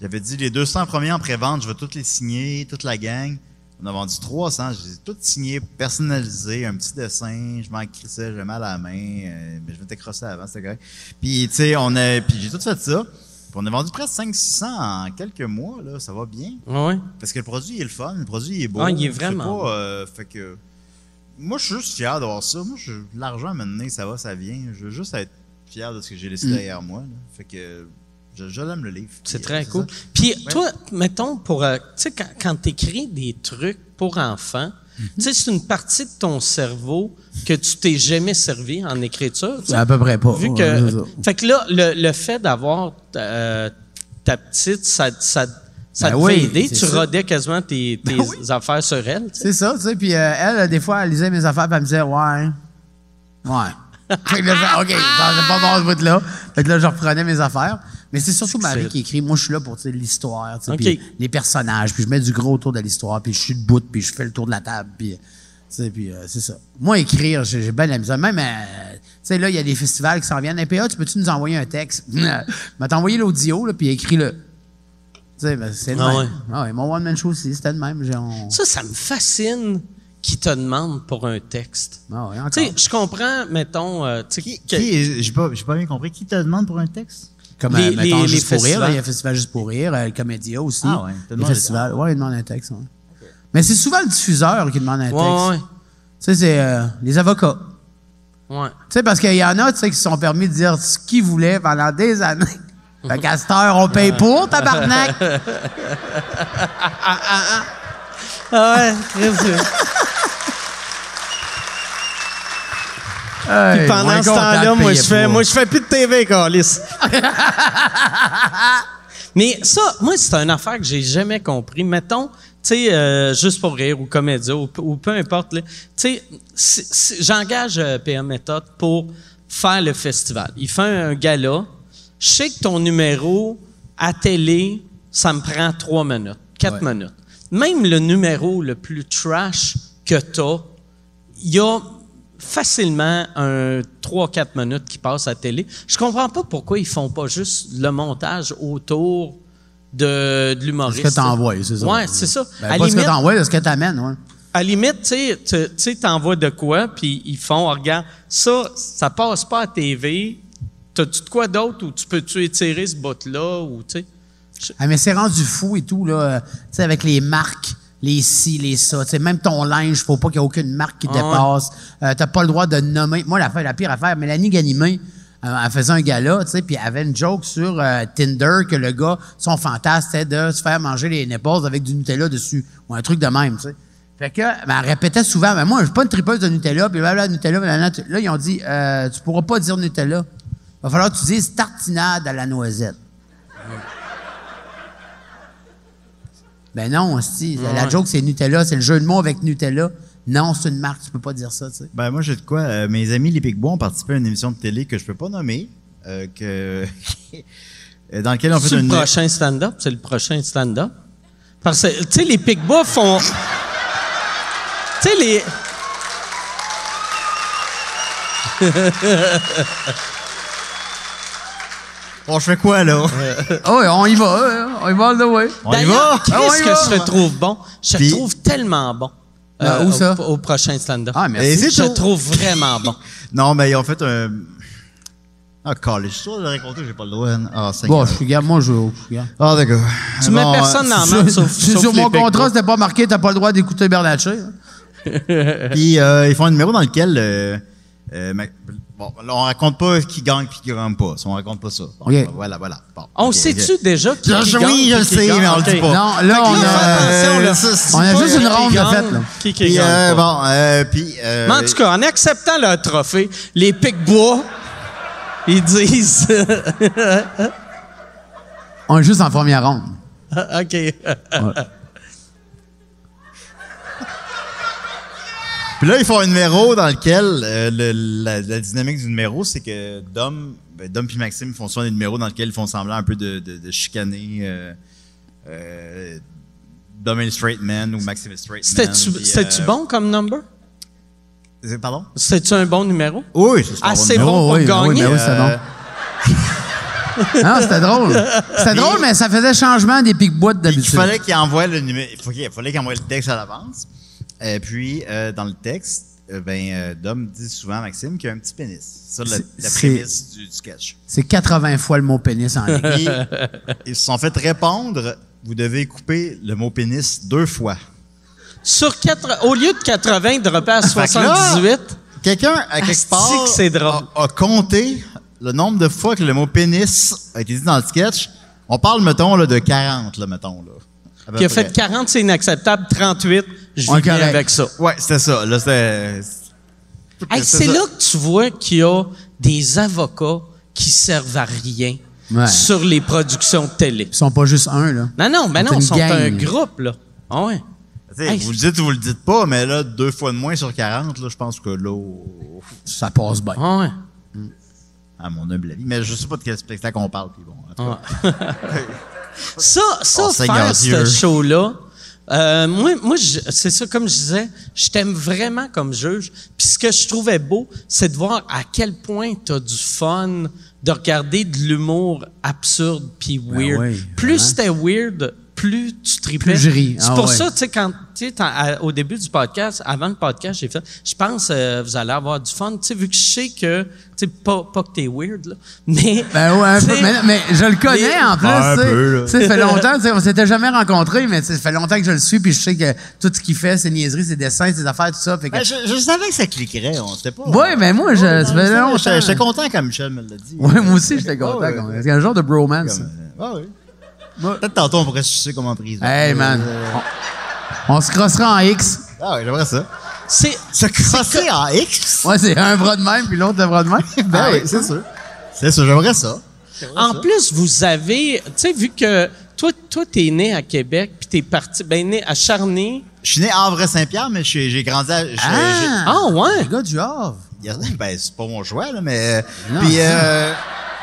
J'avais dit, les 200 premiers en pré-vente, je vais toutes les signer, toute la gang. On a vendu 300, j'ai tout signé, personnalisé, un petit dessin, je m'en crissais, j'ai mal à la main, euh, mais je m'étais crossé avant, c'était correct. Puis, tu sais, on a, puis j'ai tout fait ça. Puis on a vendu presque 500-600 en quelques mois, là, ça va bien.
Ouais.
Parce que le produit, il est le fun, le produit, il est beau.
Ah, il est
C'est
vraiment
pas,
beau.
euh, fait que, moi, je suis juste fier d'avoir ça. Moi, je- l'argent, à un moment donné, ça va, ça vient. Je veux juste être fier de ce que j'ai laissé derrière moi. là. Fait que, je, je l'aime le livre.
C'est
Puis,
très
euh,
cool.
ça.
Puis toi, mettons, pour, euh, tu sais, quand, quand tu écris des trucs pour enfants,
Mhm.
tu sais, c'est une partie de ton cerveau que tu t'es jamais servi en écriture. tu sais.
À peu près pas.
Vu
Ah Ouais,
que,
c'est ça.
fait que là, le, le fait d'avoir euh, ta petite, ça, ça, ça
Ben
te
oui,
fait aider.
c'est
Tu
ça. Ben
rodais quasiment tes, tes affaires sur elle. tu sais.
C'est ça, tu sais. Puis euh, elle, des fois, elle lisait mes affaires, puis elle me disait, ouais. Ouais. *laughs* fait que là, je- OK, bon, c'est pas bon ce bout-là. Fait que là, je reprenais mes affaires. Mais c'est surtout Marie qui écrit. Moi, je suis là pour tu sais, l'histoire, tu sais,
OK.
puis les personnages, puis je mets du gros autour de l'histoire, puis je suis debout, puis je fais le tour de la table, puis. Tu sais, puis euh, c'est ça. Moi, écrire, j'ai, j'ai bien de la misère. Même, euh, tu sais, là, il y a des festivals qui s'en viennent. NPA, tu peux-tu nous envoyer un texte? *laughs* m'a t'envoyé l'audio, là, puis écris-le. Tu sais, ben, c'est le
Ah
même.
ouais.
Ah ouais, mon one-man show aussi, c'était le même. J'ai, on-
Ça, ça me fascine qu'ils te demandent pour un texte.
Ah ouais, encore.
Tu sais, je comprends, mettons, euh, tu sais,
Qui,
que-
qui est- j'ai pas, j'ai pas bien compris. Qui te demande pour un texte?
Comme,
Les-
euh, mettons,
les-
Juste
les
pour rire, là,
festivals.
il y a le festival Juste pour rire, euh, le Comédia aussi.
Ah ouais, tout le
le
monde
festival. Ouais, il demande un texte. ouais. Mais c'est souvent le diffuseur qui demande un texte.
Ouais,
Tu sais, c'est euh, les avocats.
ouais, ouais.
Tu sais, parce qu'il y en a, tu sais, qui se sont permis de dire ce qu'ils voulaient pendant des *laughs* années. Fait qu'à cette heure, on paye pour, tabarnak!
Ah ouais, très bien. *laughs*
Hey,
Puis pendant
moins
ce
content
temps-là,
de
moi
payer
je fais
pour.
moi je fais plus de TV Carlis. *laughs* Mais ça, moi c'est une affaire que j'ai jamais compris. Mettons, tu sais euh, juste pour rire ou comédia ou, ou peu importe, là. tu sais, si- si- j'engage euh, PM méthode pour faire le festival. Il fait un gala. Je sais que ton numéro à télé, ça me prend trois minutes, quatre minutes. Même le numéro le plus trash que t'as, il y a facilement un 3-4 minutes qui passent à la télé. Je comprends pas pourquoi ils font pas juste le montage autour de, de l'humoriste.
Ce que t'envoies, c'est ça.
Ouais, c'est ça.
Ben,
à,
pas ce
limite,
que t'envoies, mais ce que t'amènes, ouais.
à limite, tu sais, tu- tu sais, t'envoies de quoi, puis ils font, Ah, regarde, ça, ça passe pas à TV. T'as-tu de quoi d'autre ou tu peux-tu étirer ce bot-là ou, tu sais?
Ah, mais c'est rendu fou et tout, là. euh, Tu sais, avec les marques, les ci, les ça. Tu sais, même ton linge, faut pas qu'il y ait aucune marque qui te
Ah ouais.
dépasse. Euh, T'as pas le droit de nommer. Moi, la, la pire affaire, Mélanie Ganimé, euh, elle faisait un gala, tu sais, puis elle avait une joke sur euh, Tinder que le gars, son fantasme, c'était de se faire manger les nipples avec du Nutella dessus. Ou un truc de même, tu sais. Fait que, ben, elle répétait souvent, mais moi, je suis pas une tripeuse de Nutella, puis blablabla, Nutella, blablabla. Là, ils ont dit, euh, tu pourras pas dire Nutella. Va falloir que tu dises tartinade à la noisette. Ben non, si. La joke, c'est Nutella. C'est le jeu de mots avec Nutella. Non, c'est une marque. Tu peux pas dire ça, tu sais.
Ben, moi, j'ai de quoi. euh, mes amis les Picbois ont participé à une émission de télé que je peux pas nommer. euh, que. *laughs* dans laquelle on fait
C'est le
une.
prochain stand-up, c'est le prochain stand-up. Parce que, tu sais, les Picbois font. tu sais, les.
On fait quoi, là?
Ah ouais, on y va. hein. On y va all the way.
on y
D'ailleurs,
va?
Chris,
Ah, on y
que
va.
je te trouve bon. Je te
Puis-
trouve tellement bon. euh,
Ah, où
au-
ça?
Au, prochain stand-up.
Ah,
Et
merci.
c'est
je te
tout.
trouve vraiment bon.
Non, mais ils ont fait un. Ah, college. Je suis sûr de le raconter, j'ai pas le droit. hein. Ah, c'est
Bon, je suis gars. Moi, je suis gars.
Ah, d'accord. euh,
Tu mets personne dans la main, sauf, sauf
Sur
les
mon
Picbois.
contrat, c'était pas marqué. T'as pas le droit d'écouter Bernatchez. hein.
Puis euh, ils font un numéro dans lequel. euh, euh, Mac- Bon, là, on raconte pas qui gagne puis qui gagne pas. Si on raconte pas ça. Bon, ben,
Ok.
Voilà, voilà. Bon,
*laughs* On
ok,
sait-tu
ok.
déjà qui,
Je-
qui
je-
gagne,
Ah, oui, je
qui
le
qui
sais,
gagne?
mais on le dit
Ok.
pas.
Non, là, on
attention, là.
a,
Euh, ça, c'est
on a
pas-
juste une ronde de
gagne,
fête, là.
Qui, qui
Puis,
gagne
euh,
pas.
bon, euh, puis. euh,
Mais en tout cas, en acceptant leur trophée, les Picbois, *laughs* ils disent. *laughs*
On est juste en première ronde.
OK.
Puis là, ils font un numéro dans lequel euh, le- la, la dynamique du numéro, c'est que Dom, ben, Dom puis Maxime font souvent des numéros dans lesquels ils font semblant un peu de, de- de chicaner euh, euh, Dom et le straight man ou Maxime et le straight man.
C'était-tu
puis,
c'était-tu
euh,
bon comme number?
c'est- Pardon?
C'était-tu un bon numéro?
Oui, c'est
Ah, c'est bon pour
oui, ben oui,
gagner. euh,
ben oui, c'est bon. *laughs* Non, c'était drôle. C'était drôle, mais ça faisait changement des pic-boîtes
Il
d'habitude.
fallait qu'il envoie le numéro. Il faut qu'il- il fallait qu'il envoie le texte à l'avance. Et puis, euh, dans le texte, euh, ben, euh, Dom dit souvent à Maxime qu'il a un petit pénis. C'est ça la,
C'est-
la
c'est-
prémisse du, du sketch.
C'est 80 fois le mot pénis en
*laughs*
ligne.
Et ils se sont fait répondre vous devez couper le mot pénis deux fois.
Sur quatre, au lieu de 80, de repère à
Fait que là,
78.
Quelqu'un, à quelque
Asti
part,
que c'est drôle.
A, a compté le nombre de fois que le mot pénis a été dit dans le sketch. On parle, mettons, là, de 40, là, mettons. Là, à peu
Qui a
près.
fait 40, c'est inacceptable. 38, je
Ouais,
vis bien
correct.
avec ça.
Ouais, c'était ça. Là, c'était.
Hey,
c'est
c'est
ça.
là que tu vois qu'il y a des avocats qui servent à rien
Ouais.
sur les productions de télé.
Ils sont pas juste un, là.
Non, non, ben
C'est
non,
une
ils sont
gang.
un groupe, là. Ah ouais.
Tu sais,
Hey,
vous le dites ou vous le dites pas, mais là, deux fois de moins sur 40, là, je pense que là, au-
Ça passe bien.
Ah ouais.
à mon humble avis, mais je sais pas de quel spectacle on
Ah.
parle. Puis bon, en tout cas.
Ça, ça
Oh, Seigneur
faire
Dieu.
ce show-là, Euh, moi, moi je- c'est ça, comme je disais, je t'aime vraiment comme juge. Puis ce que je trouvais beau, c'est de voir à quel point tu as du fun de regarder de l'humour absurde puis weird.
Ben oui,
plus c'était weird, plus tu tripais.
Plus je ris,
C'est
ah
pour
ouais.
ça, tu sais, quand, tu sais, t'en- à- au début du podcast, avant le podcast, j'ai fait, je pense euh, vous allez avoir du fun, tu sais, vu que je sais que, tu sais, pas, pas que t'es weird, là, mais...
Ben ouais, un
tu
peu.
sais,
Mais, mais je le connais
mais-
en plus.
Ah, un
tu sais.
peu, là.
Tu sais, ça fait longtemps, tu sais, on s'était jamais rencontrés, mais tu sais, ça fait longtemps que je le suis, puis je sais que tout ce qu'il fait, ses niaiseries, ses dessins, ses affaires, tout ça. Fait que...
Ben, je, je savais que ça cliquerait, on sait pas.
ouais, mais moi, je, ça fait
Non,
longtemps.
j'étais j'étais content quand Michel me l'a dit.
Ouais, moi aussi, j'étais content.
Ouais, ouais.
qu'on- C'est un genre de bromance. ça.
Ah oui. Peut-être tantôt, on pourrait se sucer comme en prison.
Hey, man. On, on se crossera en X.
Ah oui, j'aimerais ça.
C'est...
Se crosser en X?
Ouais, c'est un bras de même, puis l'autre, le bras de même. Ah.
Ben oui, c'est sûr. C'est sûr, j'aimerais ça.
En plus, vous avez, tu sais, vu que toi, toi, t'es né à Québec, puis t'es parti, ben né à Charny.
Je suis né à Havre-Saint-Pierre, mais je suis- j'ai grandi à... je-
Ah!
Ah ouais.
Les gars du Havre.
j'ai- *laughs* Ben, c'est pas mon choix, là, mais...
Non,
puis,
c'est ça.
euh,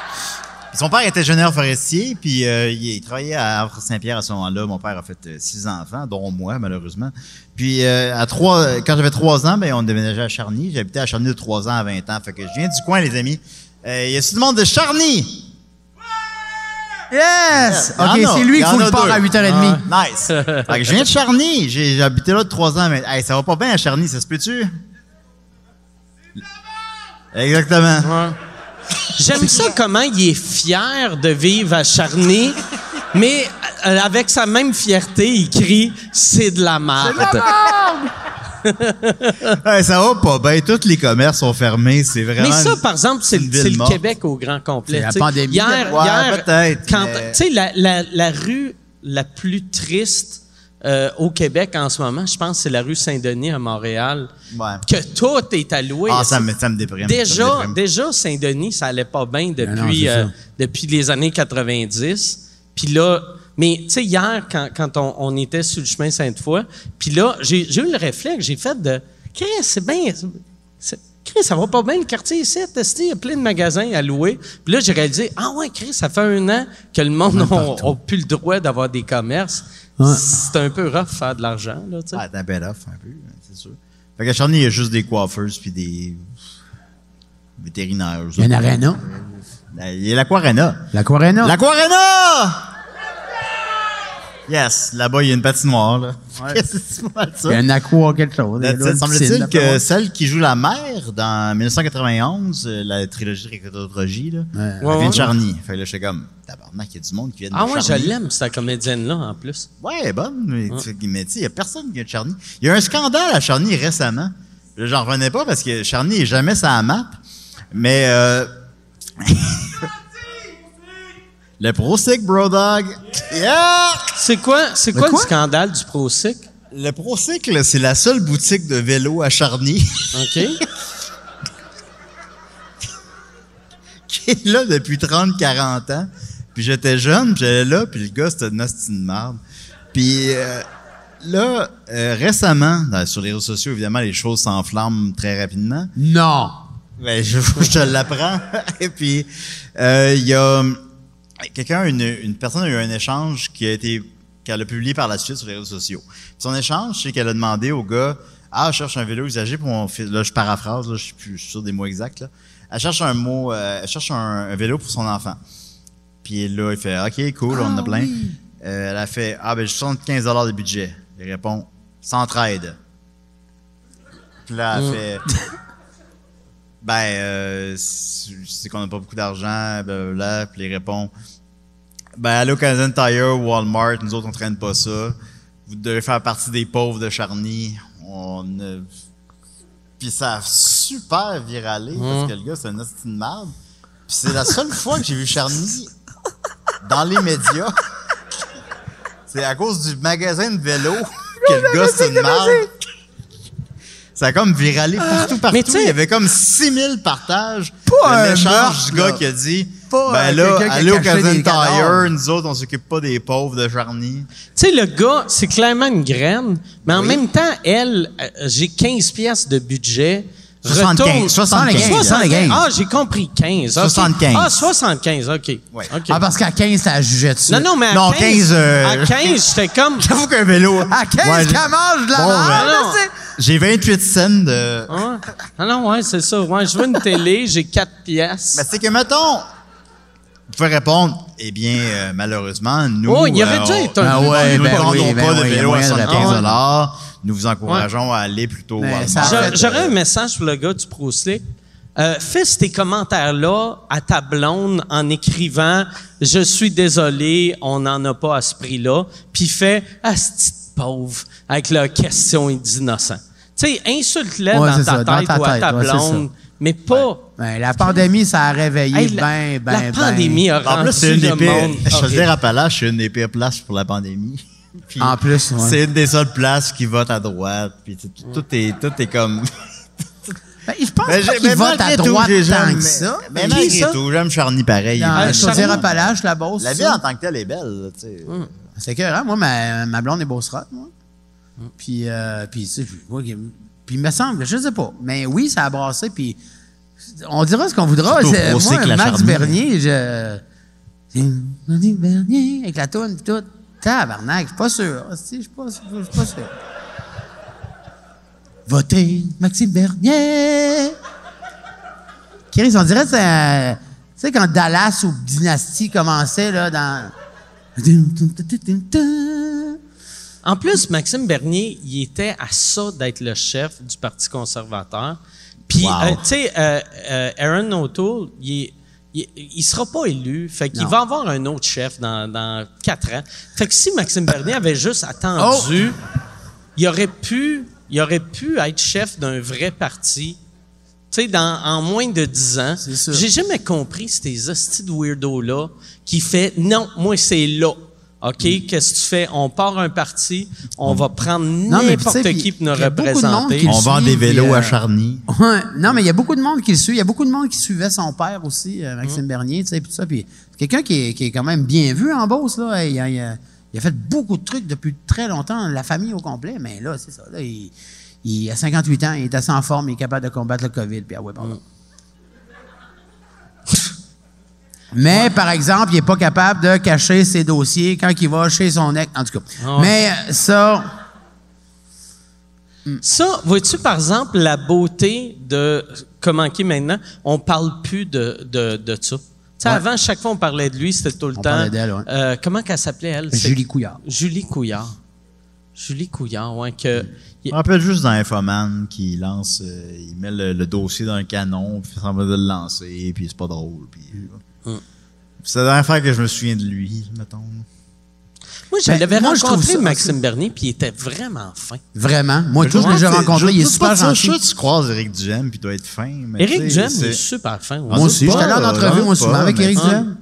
*laughs* son père était ingénieur forestier, puis euh, il, il travaillait à Havre-Saint-Pierre à ce moment-là. Mon père a fait euh, six enfants, dont moi, malheureusement. Puis, euh, à trois, quand j'avais trois ans, ben, on déménageait à Charny. J'habitais à Charny de trois ans à 20 ans. Fait que je viens du coin, les amis. Euh, Il y a tout le monde de Charny!
Yes!
Ah
OK,
non,
c'est lui
il y
qu'il faut
en
que
a
je parte
deux.
à 8h30.
Ah, nice. Fait que je viens de Charny. J'ai j'ai habité là de trois ans. Mais hey, ça va pas bien à Charny, ça se peut-tu? Exactement.
J'aime ça comment il est fier de vivre à Charny, mais euh, avec sa même fierté, il crie c'est de la merde.
Hey, ça va pas bien. Tous les commerces sont fermés. C'est vraiment.
Mais ça,
une-
par exemple, c'est
une
c'est
ville
le
morte.
Québec au grand complet.
C'est la
tu sais.
pandémie.
Hier,
Ouais,
hier,
peut-être,
quand-
mais-
tu sais, la, la- la rue la plus triste euh, au Québec en ce moment, je pense, c'est la rue Saint-Denis à Montréal,
Ouais.
que tout est alloué.
Ah,
à
ça me, ça me déprime. ça me
Déjà,
déprime.
déjà Saint-Denis, ça allait pas bien
non, c'est
depuis,
ça.
euh, depuis les années 90. Puis là, mais tu sais, hier, quand, quand on, on était sur le chemin Sainte-Foy, puis là, j'ai j'ai eu le réflexe, j'ai fait de Chris, c'est bien. c'est- Chris, ça va pas bien le quartier ici, testé, il y a plein de magasins à louer. Puis là, j'ai réalisé, ah ouais, Chris, ça fait un an que le monde n'a plus le droit d'avoir des commerces. C'est un peu rough de faire de l'argent, là, tu sais.
Ah, t'es un bel off, un peu, c'est sûr. Fait qu'à Charny, il y a juste des coiffeuses puis des vétérinaires. Ben,
Il y a une arena.
Il y a l'aquarena.
L'aquarena.
L'aquarena! Yes, là-bas, il y a une patinoire. Là. *laughs* Qu'est-ce que tu vois de ça?
Il y a un aqua quelque chose.
That's
Il y a
it.
une
Semble-t-il
piscine,
que
d'après
celle qui joue la mère dans 1991, euh, la trilogie Récotrogie, là, elle
Ouais,
vient
ouais.
de Charny. Fait que là, j'étais comme, tabarnak, il y a du monde qui vient de
Ah ouais, je
Charny.
l'aime, cette comédienne-là, en plus.
Ouais, elle est bonne, mais tu mais tu sais, il n'y a personne qui vient de Charny. Il y a eu un scandale à Charny récemment. Là, J'en revenais pas parce que Charny n'est jamais sur la map. Mais. euh, *laughs* Le Prosec Bro Dog. Yeah!
C'est quoi, c'est quoi, le scandale du Procyc?
Le Procycle, c'est la seule boutique de vélo à Charny *laughs*
OK? *laughs*
qui est là depuis 30-40 ans. Puis j'étais jeune, puis j'allais là, puis le gars, c'était une hostie de marde. Puis euh, là, euh, récemment, dans- sur les réseaux sociaux, évidemment, les choses s'enflamment très rapidement.
Non.
Ben, je, *laughs* je te l'apprends. Et puis, euh, il y a quelqu'un, une, une personne a eu un échange qui a été qu'elle a publié par la suite sur les réseaux sociaux. Son échange, c'est qu'elle a demandé au gars Ah, je cherche un vélo usagé pour mon fils. Là, je paraphrase, là, je suis plus sûr des mots exacts. Là. Elle cherche un mot, euh, elle cherche un, un vélo pour son enfant. Puis là, il fait OK, cool, on en a plein. Euh, elle a fait Ah, ben, j'ai 75 de budget. Il répond S'entraide. Puis là, elle fait Ben, euh, c'est c'est qu'on n'a pas beaucoup d'argent, blablabla. Puis il répond ben, allô, Canadian Tire, Walmart, nous autres, on traîne pas ça. Vous devez faire partie des pauvres de Charny. On euh, Puis ça a super viralé parce que le gars, c'est un hostie de marde. Puis c'est la seule fois que j'ai vu Charny dans les médias. C'est à cause du magasin de vélo que le gars, c'est une marde. Ça a comme viralé partout, partout.
mais tu sais-
Il y avait comme 6000 partages.
Pas
Le
un
échange du
meurtre,
gars
là.
qui a dit
Pas, euh,
ben là,
quelqu'un qui a
allez au
caché
Canadian
des cadavres.
Tire, nous autres, on s'occupe pas des pauvres de Charny.
Tu sais, le gars, c'est clairement une graine, mais en
Oui.
même temps, elle, euh, j'ai 15 pièces de budget. Retourne-
75, 75.
75. Ah, j'ai compris. 15. ok.
75.
Ah, 75, OK.
Ouais. bah,
OK.
Ah, parce qu'à 15, ça jugeait dessus.
non, non, mais à
Non,
15,
15, euh,
à 15, j'étais
*laughs*
comme... *laughs*
J'avoue qu'un vélo. hein.
À 15,
Ouais, j'ai-
qu'elle mange de la
Bon,
merde,
ben,
là, c'est-
J'ai 28 cents de.
Ah, ah non, ouais, c'est ça. Ouais, je veux une télé, j'ai 4 pièces.
Mais c'est que, mettons, vous pouvez répondre, eh bien, euh, malheureusement, nous.
Oh, il y avait
euh,
déjà
on-
été un-
Ah ouais,
Ben
nous ne
oui,
vendons
ben
pas
oui,
de
il y a
vélo à
moyen de
75
répondre.
Nous vous encourageons à aller plutôt
Mais
à
ça-
Walmart.
J'a- J'aurais
euh,
un message pour le gars du Pro Slip. Euh, fais ces commentaires-là à ta blonde en écrivant « Je suis désolé, on n'en a pas à ce prix-là », puis fais « Asti de pauvre » avec la question d'innocent. Tu sais, insulte-le
Ouais,
dans,
c'est
ta
ça, dans
tête
ta
ou à ta
tête, ouais, c'est
blonde,
ça.
mais pas...
Ben, la pandémie, ça a réveillé
Hey,
ben, ben,
la
ben.
pandémie a
En
rendu
plus, c'est une
le
des pires.
monde
Je veux
horrible.
dire, Appalaches, c'est une des pires places pour la pandémie. Puis
En plus, ouais.
C'est une des seules places qui vote à droite. Puis tout, tout est, tout est comme.
Ben, je pense
Mais
pas
j'ai-
qu'il
mais
vote à
malgré tout,
droite
j'ai-
tant
j'aime-
que ça.
Mais
Qui,
malgré
ça?
tout, j'aime Charny pareil.
Dans
Euh,
Chaudière-Appalaches, la Beauce.
La
ça.
ville en tant que telle est belle. tu sais.
C'est que, hein, moi, ma, ma blonde est beaucerate, moi. Puis, euh, puis, tu sais, je vois qu'il- Puis, il me semble, je sais pas. Mais oui, ça a brassé, puis on dira ce qu'on voudra.
Surtout au
C'est-
Pro
Moi,
Cycle à
Max
Charny.
Bernier, je... C'est Max Bernier, avec la toune, puis tout. Tabarnak, je suis pas sûr. Hostie, Je suis pas, je suis pas sûr. Votez Maxime Bernier! Chris, on dirait que c'est un- Tu sais, quand Dallas ou Dynastie commençait, là, dans...
En plus, Maxime Bernier, il était à ça d'être le chef du Parti conservateur. Puis,
Wow.
euh, tu sais, euh, euh, Aaron O'Toole, il, est- il, il sera pas élu. Fait qu'il
Non.
va avoir un autre chef dans, dans quatre ans. Fait que si Maxime Bernier avait juste attendu, il aurait pu, il aurait pu être chef d'un vrai parti. Tu sais, dans- en moins de dix ans,
C'est sûr.
j'ai jamais compris ces hosties de weirdo-là qui fait non, moi c'est là. OK,
Mm.
qu'est-ce que tu fais? On part un parti, on va prendre
mais puis,
n'importe
tu sais,
qui
puis,
pour nous
il y a beaucoup de monde
représenter.
qui-
On
le
vend des
suit, puis,
vélos
euh,
à Charny.
Ouais. Non, mais il y a beaucoup de monde qui le suit. Il y a beaucoup de monde qui suivait son père aussi, euh, Maxime
Mm.
Bernier, tu sais, puis tout ça. Puis c'est quelqu'un qui est, qui est quand même bien vu en Beauce, là. Il a, il a- il a fait beaucoup de trucs depuis très longtemps, la famille au complet, mais là, c'est ça. Là, il, il a 58 ans, il est assez en forme, il est capable de combattre le COVID, puis ah ouais, pardon.
Mm.
Mais, par exemple, il n'est pas capable de cacher ses dossiers quand il va chez son ex. En tout cas.
Ah ouais.
Mais ça,
Ça, vois-tu, par exemple, la beauté de comment qui maintenant, on parle plus de, de, de ça. Tu sais, avant, chaque fois, on parlait de lui, c'était tout le
On
temps.
parlait d'elle, ouais.
euh, comment qu'elle s'appelait, elle? C'est-
Julie Couillard.
Julie Couillard. Julie Couillard, ouais, que. y-
On rappelle juste dans Infoman qui lance, euh, il met le, le dossier dans le canon, puis ça va de le lancer, puis c'est pas drôle. Puis, euh,
Mm.
C'est la dernière fois que je me souviens de lui, mettons.
Moi, je
Ben,
l'avais
moi, je trouve
rencontré,
ça- Ben,
Maxime Bernier, puis il était vraiment fin.
vraiment, moi, tout ce que
C'est-
j'ai rencontré,
je
il est
doute pas
super
de ça,
gentil.
Je suis sûr que tu croises Eric Duhem, puis il doit être fin. mais
Éric
tu sais,
Duhem, il
c'est-
est super fin. ouais.
Ah,
Moi aussi,
pas,
j'étais allé en
euh,
entrevue, moi,
pas,
souvent, avec
mais-
Éric
Ouais.
Duhem.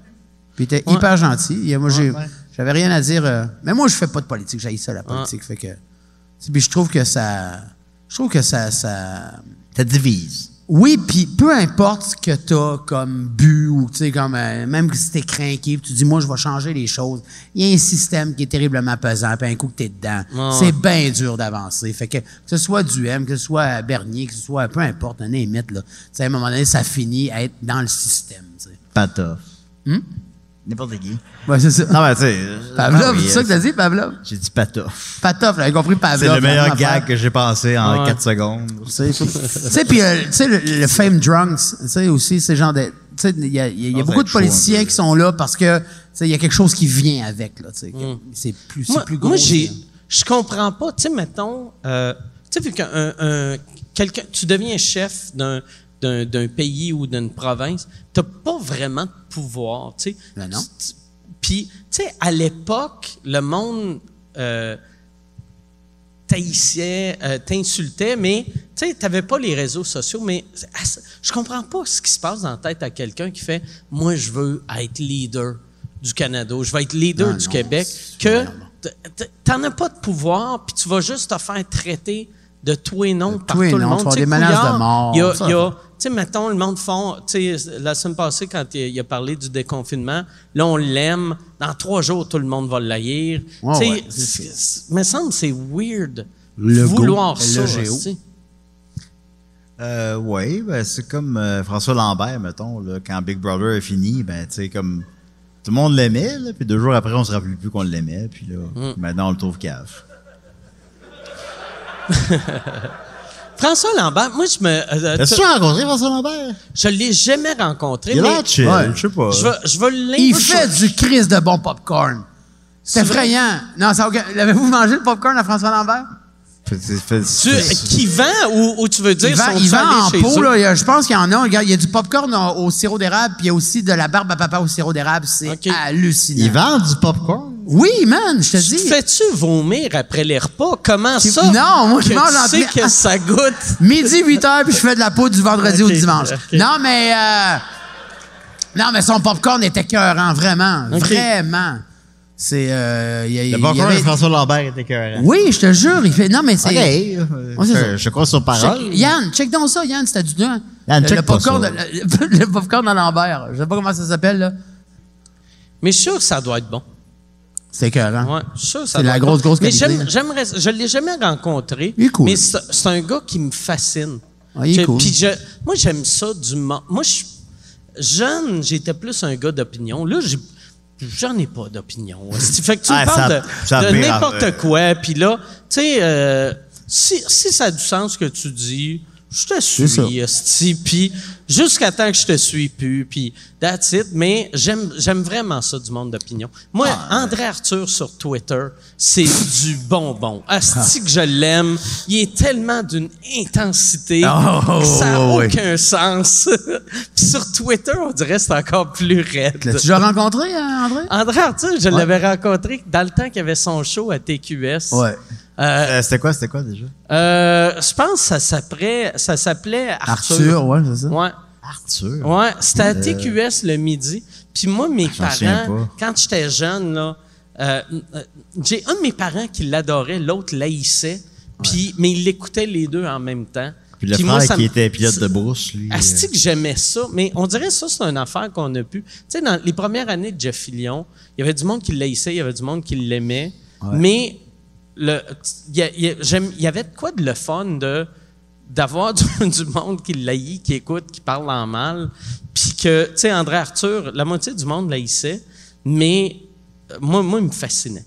Puis il était
Ouais.
hyper gentil. Et moi, j'ai,
Ouais, ouais.
j'avais rien à dire. euh, mais moi, je fais pas de politique, j'haïs ça, la politique. Fait que, tu sais, puis je trouve que ça... Je trouve que ça... ça
Ça divise.
oui, puis peu importe ce que t'as comme but ou tu sais comme euh, même si t'es craqué, puis tu dis moi je vais changer les choses. Il y a un système qui est terriblement pesant, puis un coup que t'es dedans,
ouais.
c'est bien dur d'avancer. Fait que que ce soit Duhem, que ce soit euh, Bernier, que ce soit peu importe, un émite là, tu sais à un moment donné ça finit à être dans le système. tu sais.
Patoff. N'importe qui.
Ouais, c'est ça.
Non, mais tu sais.
Hmm? Pavlov,
Ah, oui,
c'est ça que t'as dit, Pavlov?
J'ai dit Patoff.
Patoff, là, j'ai compris Pavlov.
C'est le meilleur
la même affaire.
gag que j'ai pensé en
Ouais.
4 secondes.
Tu sais, puis- tu sais, puis euh, tu sais, le, le fame drunks, tu sais, aussi, c'est genre de. Tu sais, il y a, il y a- il y a
Ah,
beaucoup de
c'est chaud, un
politiciens
peu.
qui sont là parce que, tu sais, il y a quelque chose qui vient avec, là, tu sais. que C'est plus, c'est
Mm. Moi,
plus gros.
moi, j'ai,
que-
je comprends pas. Tu sais, mettons, euh, tu sais, vu qu'un un- quelqu'un, tu deviens chef d'un d'un, d'un pays ou d'une province, t'as pas vraiment de pouvoir, tu sais.
Ben non.
Tu- tu- Puis, tu sais, à l'époque, le monde euh, t'haïssait, euh, t'insultait, mais tu sais, t'avais pas les réseaux sociaux, mais c'est- ah, ça- je comprends pas ce qui se passe dans la tête à quelqu'un qui fait « Moi, je veux être leader du Canada, je veux être leader
Non,
du
non,
Québec »,
c'est
que
vraiment.
t- t- t'en as pas de pouvoir, puis tu vas juste te faire traiter de tous et non par
tous et
tout le
non,
monde.
tu vas
Tu sais,
avoir des menaces de
Couillard,
mort,
il y a-
ça
il y a-
va.
tu sais, mettons, le monde font, tu sais, la semaine passée, quand il, il a parlé du déconfinement, là, on l'aime. Dans trois jours, tout le monde va l'haïr.
Ouais,
tu sais,
ouais, c'est
c'est- c'est- me semble que c'est weird
Le
vouloir
go,
ça.
le géo.
tu sais.
Euh, oui, ben, c'est comme euh, François Lambert, mettons, là, quand Big Brother est fini, ben, tu sais, comme tout le monde l'aimait, là, puis deux jours après, on se rappelait plus qu'on l'aimait, puis là, maintenant, on le trouve cave.
François Lambert, moi, je me. euh,
T'as-tu
tu-
rencontré François Lambert?
je l'ai jamais rencontré.
Il a
mais
l'air chill,
Ouais.
je sais pas.
je vais, je vais l'in-
Il
je-
fait du crise de bon popcorn. C'est effrayant. Non, ça a aucun- L'avez-vous mangé le popcorn à François Lambert?
Fait- fait-
Tu,
fait-
qui vend ou, ou tu veux dire
Il vend,
sont
il vend en
chez
pot,
eux?
là. Il y a- Je pense qu'il y en a. Regarde, il y a du popcorn au, au sirop d'érable, puis il y a aussi de la barbe à papa au sirop d'érable. C'est
Ok.
hallucinant.
Il vend du popcorn?
Oui, man, je te
Tu te
dis.
fais-tu vomir après les repas? Comment ça?
Non, moi, je
que
mange en-
Tu sais que ça goûte.
Midi, 8 heures, puis je fais de la peau du vendredi
Ok,
au dimanche.
ok.
Non, mais. euh, non, mais son popcorn était cœurant, vraiment.
Ok.
Vraiment. C'est. euh, il y a- il y
Le popcorn
avait-
de François Lambert était écœurant.
Oui, je te jure. Il fait. Non, mais c'est.
OK. Euh,
Ouais, c'est ça.
je, je crois sur
Check-
parole.
Yann, check donc ça, Yann, c'était du dedans.
Yann,
le,
check
le
pas
popcorn,
ça.
le- *laughs* le- le popcorn à l'envers. Je sais pas comment ça s'appelle, là.
Mais je suis sûr que ça doit être bon.
C'est écœurant.
Ouais, je suis sûr que ça
C'est
doit
la
être
grosse,
bon.
grosse
Mais
qualité.
j'aime- j'aimerais, je l'ai jamais rencontré.
Il est cool.
Mais c'est c'est un gars qui me fascine.
Ah, il est
Je-
cool.
Puis je- moi, j'aime ça du mo- Moi, je suis jeune, j'étais plus un gars d'opinion. Là, j'ai- j'en ai pas d'opinion. C'est- Fait que tu me
Ah,
parles
ça-
de,
ça
de
vire en-
n'importe quoi. Puis là, tu sais, euh, si, si ça a du sens ce que tu dis, je te suis, esti, puis jusqu'à temps que je te suis plus, puis that's it. Mais j'aime, j'aime vraiment ça du monde d'opinion. Moi,
Ah,
André Arthur sur Twitter, c'est du bonbon. Asti que je l'aime. Il est tellement d'une intensité
Oh,
que ça n'a
oh, oui.
aucun sens. *laughs* puis sur Twitter, on dirait que c'est encore plus raide.
L'as-tu déjà rencontré, hein, André?
André Arthur, je l'avais rencontré dans le temps qu'il avait son show à TQS.
Ouais.
Euh,
Euh, c'était quoi, c'était quoi déjà?
euh, je pense que ça s'appelait, ça s'appelait Arthur.
Arthur, ouais, c'est ça.
Ouais.
Arthur.
Ouais, c'était à TQS le midi. Puis moi, mes
j'en Euh. souviens
parents,
pas.
quand j'étais jeune, là, euh, euh, j'ai un de mes parents qui l'adorait, l'autre l'haïssait. Puis, mais il l'écoutait les deux en même temps.
Puis le
moi,
frère
ça
qui
me-
était pilote de brousse, lui. euh,
Asti que j'aimais ça, mais on dirait ça, c'est une affaire qu'on a pu. Tu sais, dans les premières années de Jeff Fillion, il y avait du monde qui l'haïssait, il y avait du monde qui l'aimait, mais le, il y, a- il y a- j'aime- il y avait de quoi de le fun de d'avoir *laughs* du, du monde qui l'haït, qui écoute, qui parle en mal, puis que, tu sais, André Arthur, la moitié du monde l'haïssait, mais euh, moi, moi, il me fascinait.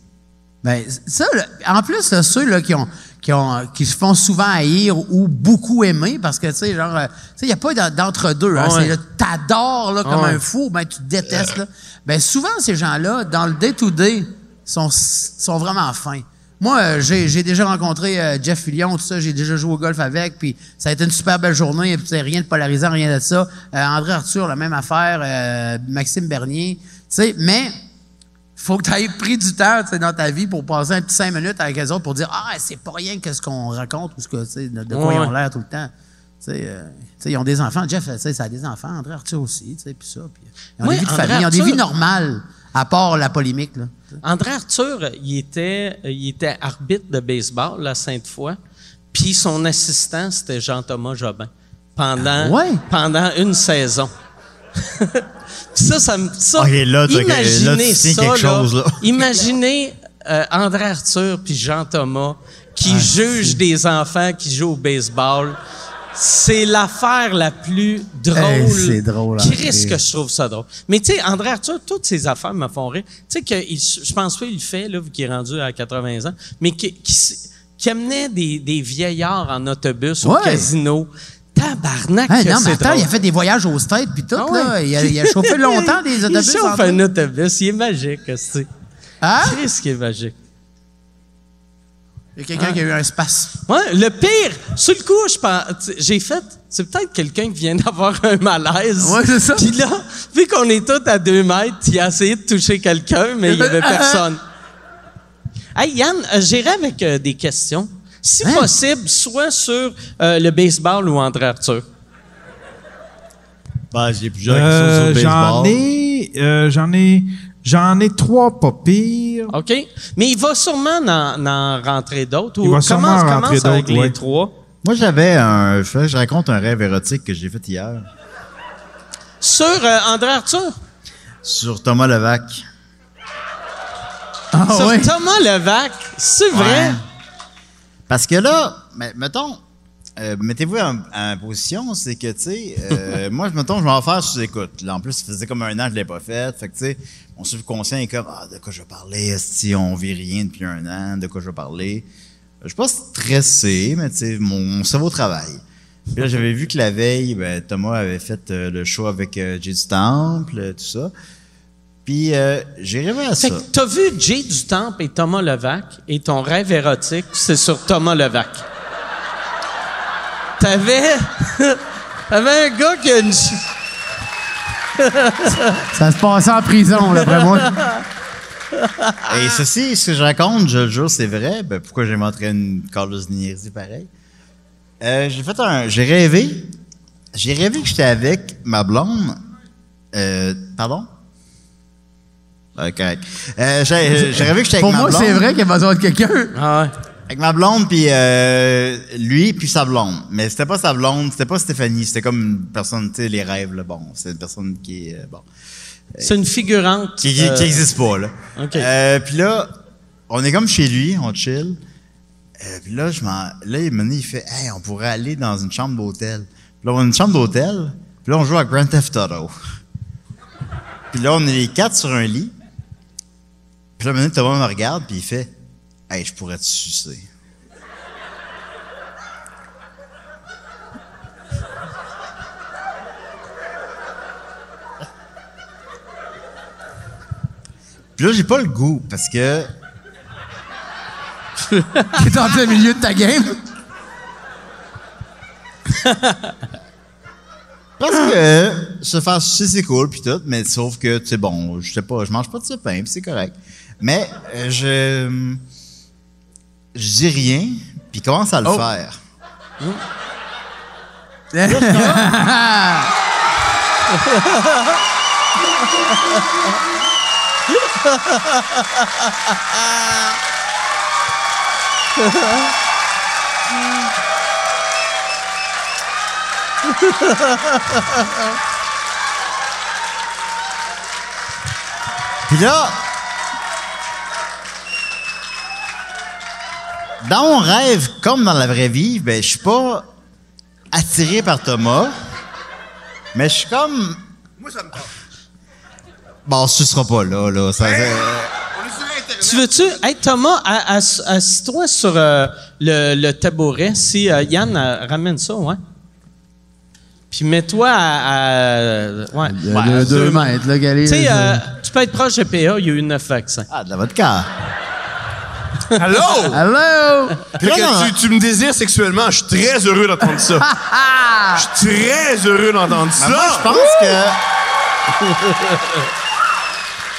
Ben, ça, là, en plus, là, ceux là, qui, ont, qui, ont, euh, qui se font souvent haïr ou beaucoup aimer, parce que, tu sais, genre, euh, tu sais, il n'y a pas d'en- d'entre-deux. Hein,
Ouais.
C'est là, T'adores là, comme
Ouais. Euh.
un fou, ben, tu te détestes. Là. Ben, souvent, ces gens-là, dans le day-to-day, sont, sont vraiment fins. Moi, euh, j'ai j'ai déjà rencontré euh, Jeff Fillion, tout ça, j'ai déjà joué au golf avec, puis ça a été une super belle journée, puis tu sais, rien de polarisant, rien de ça. Euh, André Arthur, la même affaire, euh, Maxime Bernier, tu sais, mais faut que tu aies pris du temps tu sais, dans ta vie pour passer un petit cinq minutes avec les autres pour dire Ah, c'est pas rien que ce qu'on raconte ou ce que, tu sais, de, de quoi
Ouais,
ils ont
ouais.
l'air tout le temps. Tu sais, euh, tu sais, ils ont des enfants. Jeff, tu sais, ça a des enfants. André Arthur aussi. tu sais, Puis ça. puis ils ont
Oui,
des vies de
André
famille. Ils ont des
Arthur.
vies normales, à part la polémique. Là.
André Arthur, il était, il était arbitre de baseball à Sainte-Foy, puis son assistant, c'était Jean-Thomas Jobin, pendant,
Ah ouais?
pendant une saison. *laughs* Puis ça, ça me... Ça,
Ok, là, t'as- là,
imaginez
tu tiens
ça,
quelque
là.
chose, là. *laughs*
Imaginez euh, André Arthur puis Jean-Thomas qui
Ah,
jugent des enfants qui jouent au baseball. C'est l'affaire la plus drôle.
Hey, c'est drôle, André.
Christ que je trouve ça drôle. Mais tu sais, André Arthur, toutes ses affaires me font rire. Tu sais, que il- je pense pas qu'il le fait, là, vu qu'il est rendu à 80 ans, mais qui, qui, s- qui amenait des, des vieillards en autobus au
Ouais.
casino. Tabarnak,
Hey,
que
Hein, non, mais
c'est
attends,
drôle.
il a fait des voyages aux States puis tout.
Ah ouais.
là. Il, a, il a
*laughs*
chauffé longtemps des autobus.
Il chauffe
entre
un
autres.
autobus, il est magique, c'est.
Hein?
Christ qui est magique.
Il y a quelqu'un qui a eu un space.
Ouais, le pire, sur le coup, je pense- tu- j'ai fait, c'est peut-être quelqu'un qui vient d'avoir un malaise.
Ouais, c'est ça.
Puis là, vu qu'on est tous à deux mètres, il a essayé de toucher quelqu'un, mais il y avait
*laughs*
personne. Hey Yann, euh, j'irai avec euh, des questions. Si
Hein?
possible, soit sur euh, le baseball ou André Arthur.
bah, j'ai plusieurs
Euh,
questions sur le
j'en
baseball.
ai, euh, j'en ai, j'en ai trois pas pires.
OK? Mais il va sûrement en, en rentrer d'autres.
Il
ou
va sûrement
commence,
en
commence
rentrer
avec
d'autres,
les
ouais.
trois.
Moi, j'avais un. faudrait que Je raconte un rêve érotique que j'ai fait hier
Sur euh, André Arthur.
sur Thomas Levac.
Ah,
Ah,
sur
ouais.
Thomas Levac. C'est vrai?
Ouais. Parce que là, mais, mettons, euh, mettez-vous en, en position, c'est que, tu sais,
*laughs*
euh, moi, je me tombe, je vais en faire sous-écoute. Là, en plus, ça faisait comme un an que je l'ai pas fait. Fait que, tu sais, mon subconscient est comme, ah, de quoi je vais parler, si on vit rien depuis un an, de quoi je vais parler. Je suis pas stressé, mais tu sais, mon, mon cerveau travaille. Puis là, j'avais vu que la veille, ben, Thomas avait fait euh, le show avec euh, Jay du Temple, euh, tout ça. Puis euh, j'ai rêvé à
Fait
ça.
que t'as vu Jay du Temple et Thomas Levac, et ton rêve érotique, c'est sur Thomas Levac. T'avais... *laughs* T'avais un gars qui a une...
Ça se passait en prison, là, après moi.
Et ceci, ce que je raconte, je le jure, c'est vrai. Ben, pourquoi j'inventerais une Carlos Nieri pareil? Euh, j'ai fait un. J'ai rêvé. J'ai rêvé que j'étais avec ma blonde. Euh, pardon? OK. Euh, j'ai j'ai rêvé que j'étais avec
Pour
ma
moi,
blonde.
c'est vrai qu'il y a besoin de quelqu'un. *laughs*
Ah ouais.
Avec ma blonde, puis euh, lui, puis sa blonde. Mais c'était pas sa blonde, c'était pas Stéphanie. C'était comme une personne, tu sais, les rêves, là, bon. C'est une personne qui est. euh, bon.
C'est une figurante.
Qui, qui,
euh,
qui existe pas, là.
OK.
Euh, puis là, on est comme chez lui, on chill. Euh, puis là, je m'en, là, il m'a dit, il fait, hey, on pourrait aller dans une chambre d'hôtel. Puis là, on a une chambre d'hôtel. Puis là, on joue à Grand Theft Auto. puis là, on est les quatre sur un lit. Puis là, maintenant, Thomas me regarde, puis il fait, hey, je pourrais te sucer. Puis là, j'ai pas le goût, parce que
T'es en plein milieu de ta game.
Parce que se faire sucer, c'est cool, puis tout, mais sauf que, tu sais, bon, je sais pas, je mange pas de ce pain, puis c'est correct. Mais euh, je. Je dis rien, puis il commence à le faire. Puis là. Dans mon rêve, comme dans la vraie vie, ben, je suis pas attiré par Thomas, mais je suis comme.
Moi, ça me parle.
Bon, ce sera pas là, là. Ça, euh, ça-
On est sur Internet.
Euh, Tu veux-tu... Hey, Thomas, a- ass- assis-toi sur euh, le, le tabouret. Si euh, Yann euh, ramène ça, ouais. Puis mets-toi à... à- ouais.
De,
Ouais,
de
à
deux mètres, là, Galé.
Tu sais,
là,
euh,
ça-
tu peux être proche de PA, il y a eu neuf vaccins.
Ah, de la vodka.
Allô?
Hello!
Fait que tu, tu me désires sexuellement. Je suis très heureux d'entendre ça. Je suis très heureux d'entendre ça.
Moi, je pense que.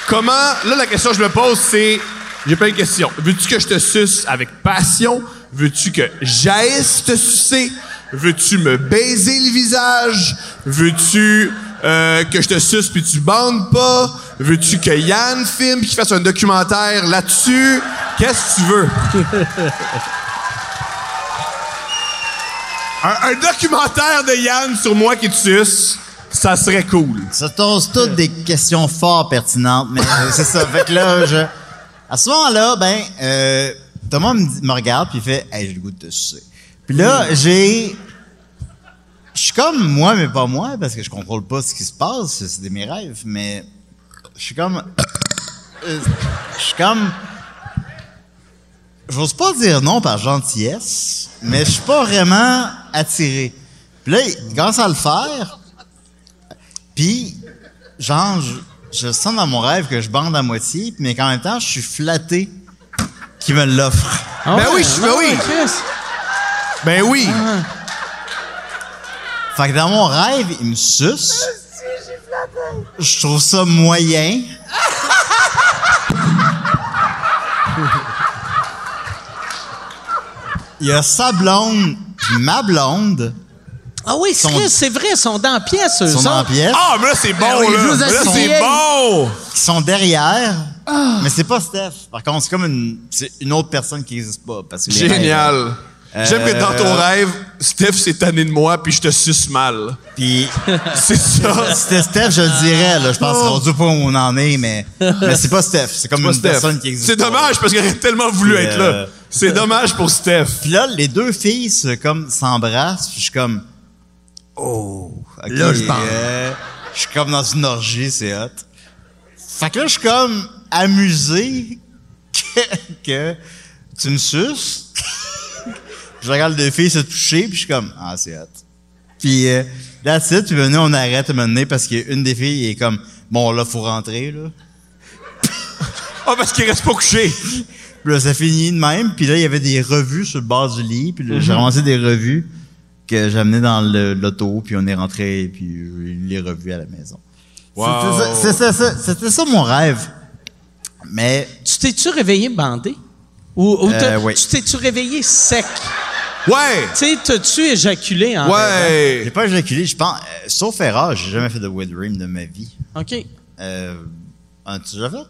Comment. Là, la question que je me pose, c'est. J'ai plein de questions. Veux-tu que je te suce avec passion? Veux-tu que j'aisse te sucer? Veux-tu me baiser le visage? Veux-tu euh, que je te suce puis tu bandes pas? Veux-tu que Yann filme puis qu'il fasse un documentaire là-dessus? Qu'est-ce que tu veux? un, un documentaire de Yann sur moi qui te suce, ça serait cool.
Ça pose toutes des questions fort pertinentes, mais euh, c'est ça. Fait que là, je... À ce moment-là, ben, euh, Thomas me, dit- me regarde puis il fait « Hey, j'ai le goût de te sucer. » Puis là, j'ai... Je suis comme moi, mais pas moi, parce que je contrôle pas ce qui se passe, c'est de mes rêves, mais je suis comme... *coughs* Euh, Je suis comme... J'ose pas dire non par gentillesse, mais je suis pas vraiment attiré. Puis là, il commence à le faire, puis, genre, je, je sens dans mon rêve que je bande à moitié, mais qu'en même temps, je suis flatté qu'il me l'offre.
Ah
Ben
ouais,
oui, je- ben
ah
oui.
ouais, Chris.
Ben oui!
Fait que dans mon rêve, il me suce. Je trouve ça moyen. Il y a sa blonde, puis ma blonde,
Ah oui, c'est
Sont-
vrai, c'est vrai, ils sont dans la pièce, eux
sont
autres.
en pièce,
Ah, mais là, c'est
Ben
bon,
oui,
là!
je vous
Mais Là,
assure.
c'est bon!
qui sont derrière.
Ah!
Mais c'est pas Steph. Par contre, c'est comme une, c'est une autre personne qui n'existe pas. Parce que les rêves-
Génial! J'aime que dans ton
Euh,
rêve, Steph s'est tanné de moi, puis je te suce mal.
Puis *laughs*
C'est ça!
Si c'était Steph, je le dirais. Là. Je pense qu'on dit pas où on en est, mais, mais c'est pas Steph. C'est comme
Pas
une
Steph.
personne qui existe.
Oh. C'est
pas.
dommage, parce qu'elle aurait tellement voulu
Puis,
être
euh,
là. C'est dommage pour Steph.
Puis là, les deux filles se, comme s'embrassent, puis je suis comme oh, ok,
Là, je parle.
euh, je suis comme dans une orgie, c'est hot. Fait que là, je suis comme amusé *laughs* que, que tu me suces. *laughs* je regarde les filles se toucher, puis je suis comme ah, c'est hot. Puis euh, that's it, puis maintenant on arrête à un moment donné parce qu'une des filles est comme bon là, faut rentrer là.
Ah, parce qu'il reste pas couché.
Puis là, ça finit de même. Puis là, il y avait des revues sur le bord du lit. Puis là, j'ai
Mhm.
ramassé des revues que j'amenais dans le- l'auto. Puis on est rentré. Puis j'ai lu les revues à la maison. C'était ça- C'était ça, c'était ça mon rêve. Mais
Tu t'es-tu réveillé bandé? Ou, ou
Euh,
t'as-
oui.
tu t'es-tu réveillé sec?
Ouais!
Tu sais, t'as-tu éjaculé
Ah, ben,
en rêvant?
j'ai
Ouais!
pas éjaculé. Je pense, euh, sauf erreur, j'ai jamais fait de wet dream de ma vie.
OK.
Euh, As-tu déjà fait?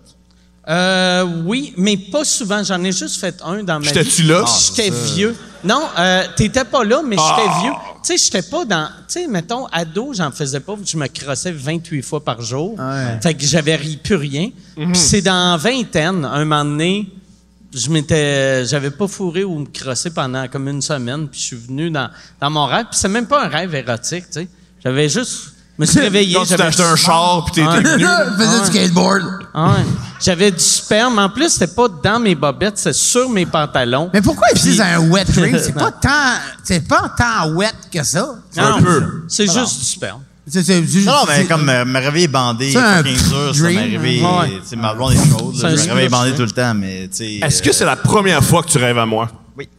Euh, oui, mais pas souvent. J'en ai juste fait un dans ma vie.
J'étais-tu là? Ah,
J'étais vieux. Non, euh, t'étais pas là, mais j'étais vieux. Tu sais, j'étais pas dans... Tu sais, mettons, ado, j'en faisais pas. Je me crossais 28 fois par jour. Fait que j'avais ri plus rien.
Mhm.
Puis c'est dans vingtaine, un moment donné, je m'étais... J'avais pas fourré ou me crossé pendant comme une semaine. Puis je suis venu dans, dans mon rêve. Puis c'est même pas un rêve érotique, tu sais. J'avais juste... Je me
*laughs*
suis réveillé.
Quand tu t'as
j'avais
acheté un char pis t'es
Ah.
Ouais.
t'es venu.
faisais du skateboard.
Ah ouais. J'avais du sperme. En plus, c'était pas dans mes bobettes, c'est sur mes pantalons.
Mais pourquoi ils disent un *laughs* wet dream? C'est
Non.
pas tant, c'est pas tant wet que ça.
Non,
Un peu.
C'est juste du sperme.
C'est, c'est, c'est-
Non, non, mais
c'est-
comme
*laughs*
euh, me, me réveiller bandé,
C'est un
fucking dur, ça m'est
dream,
arrivé.
hein. Ouais.
Tu sais, ma blonde est chaude.
C'est
là,
un
Je me réveille
scotch,
bandé
hein.
tout le temps, mais tu sais.
Est-ce que
euh,
c'est la première fois que tu rêves à moi?
Oui.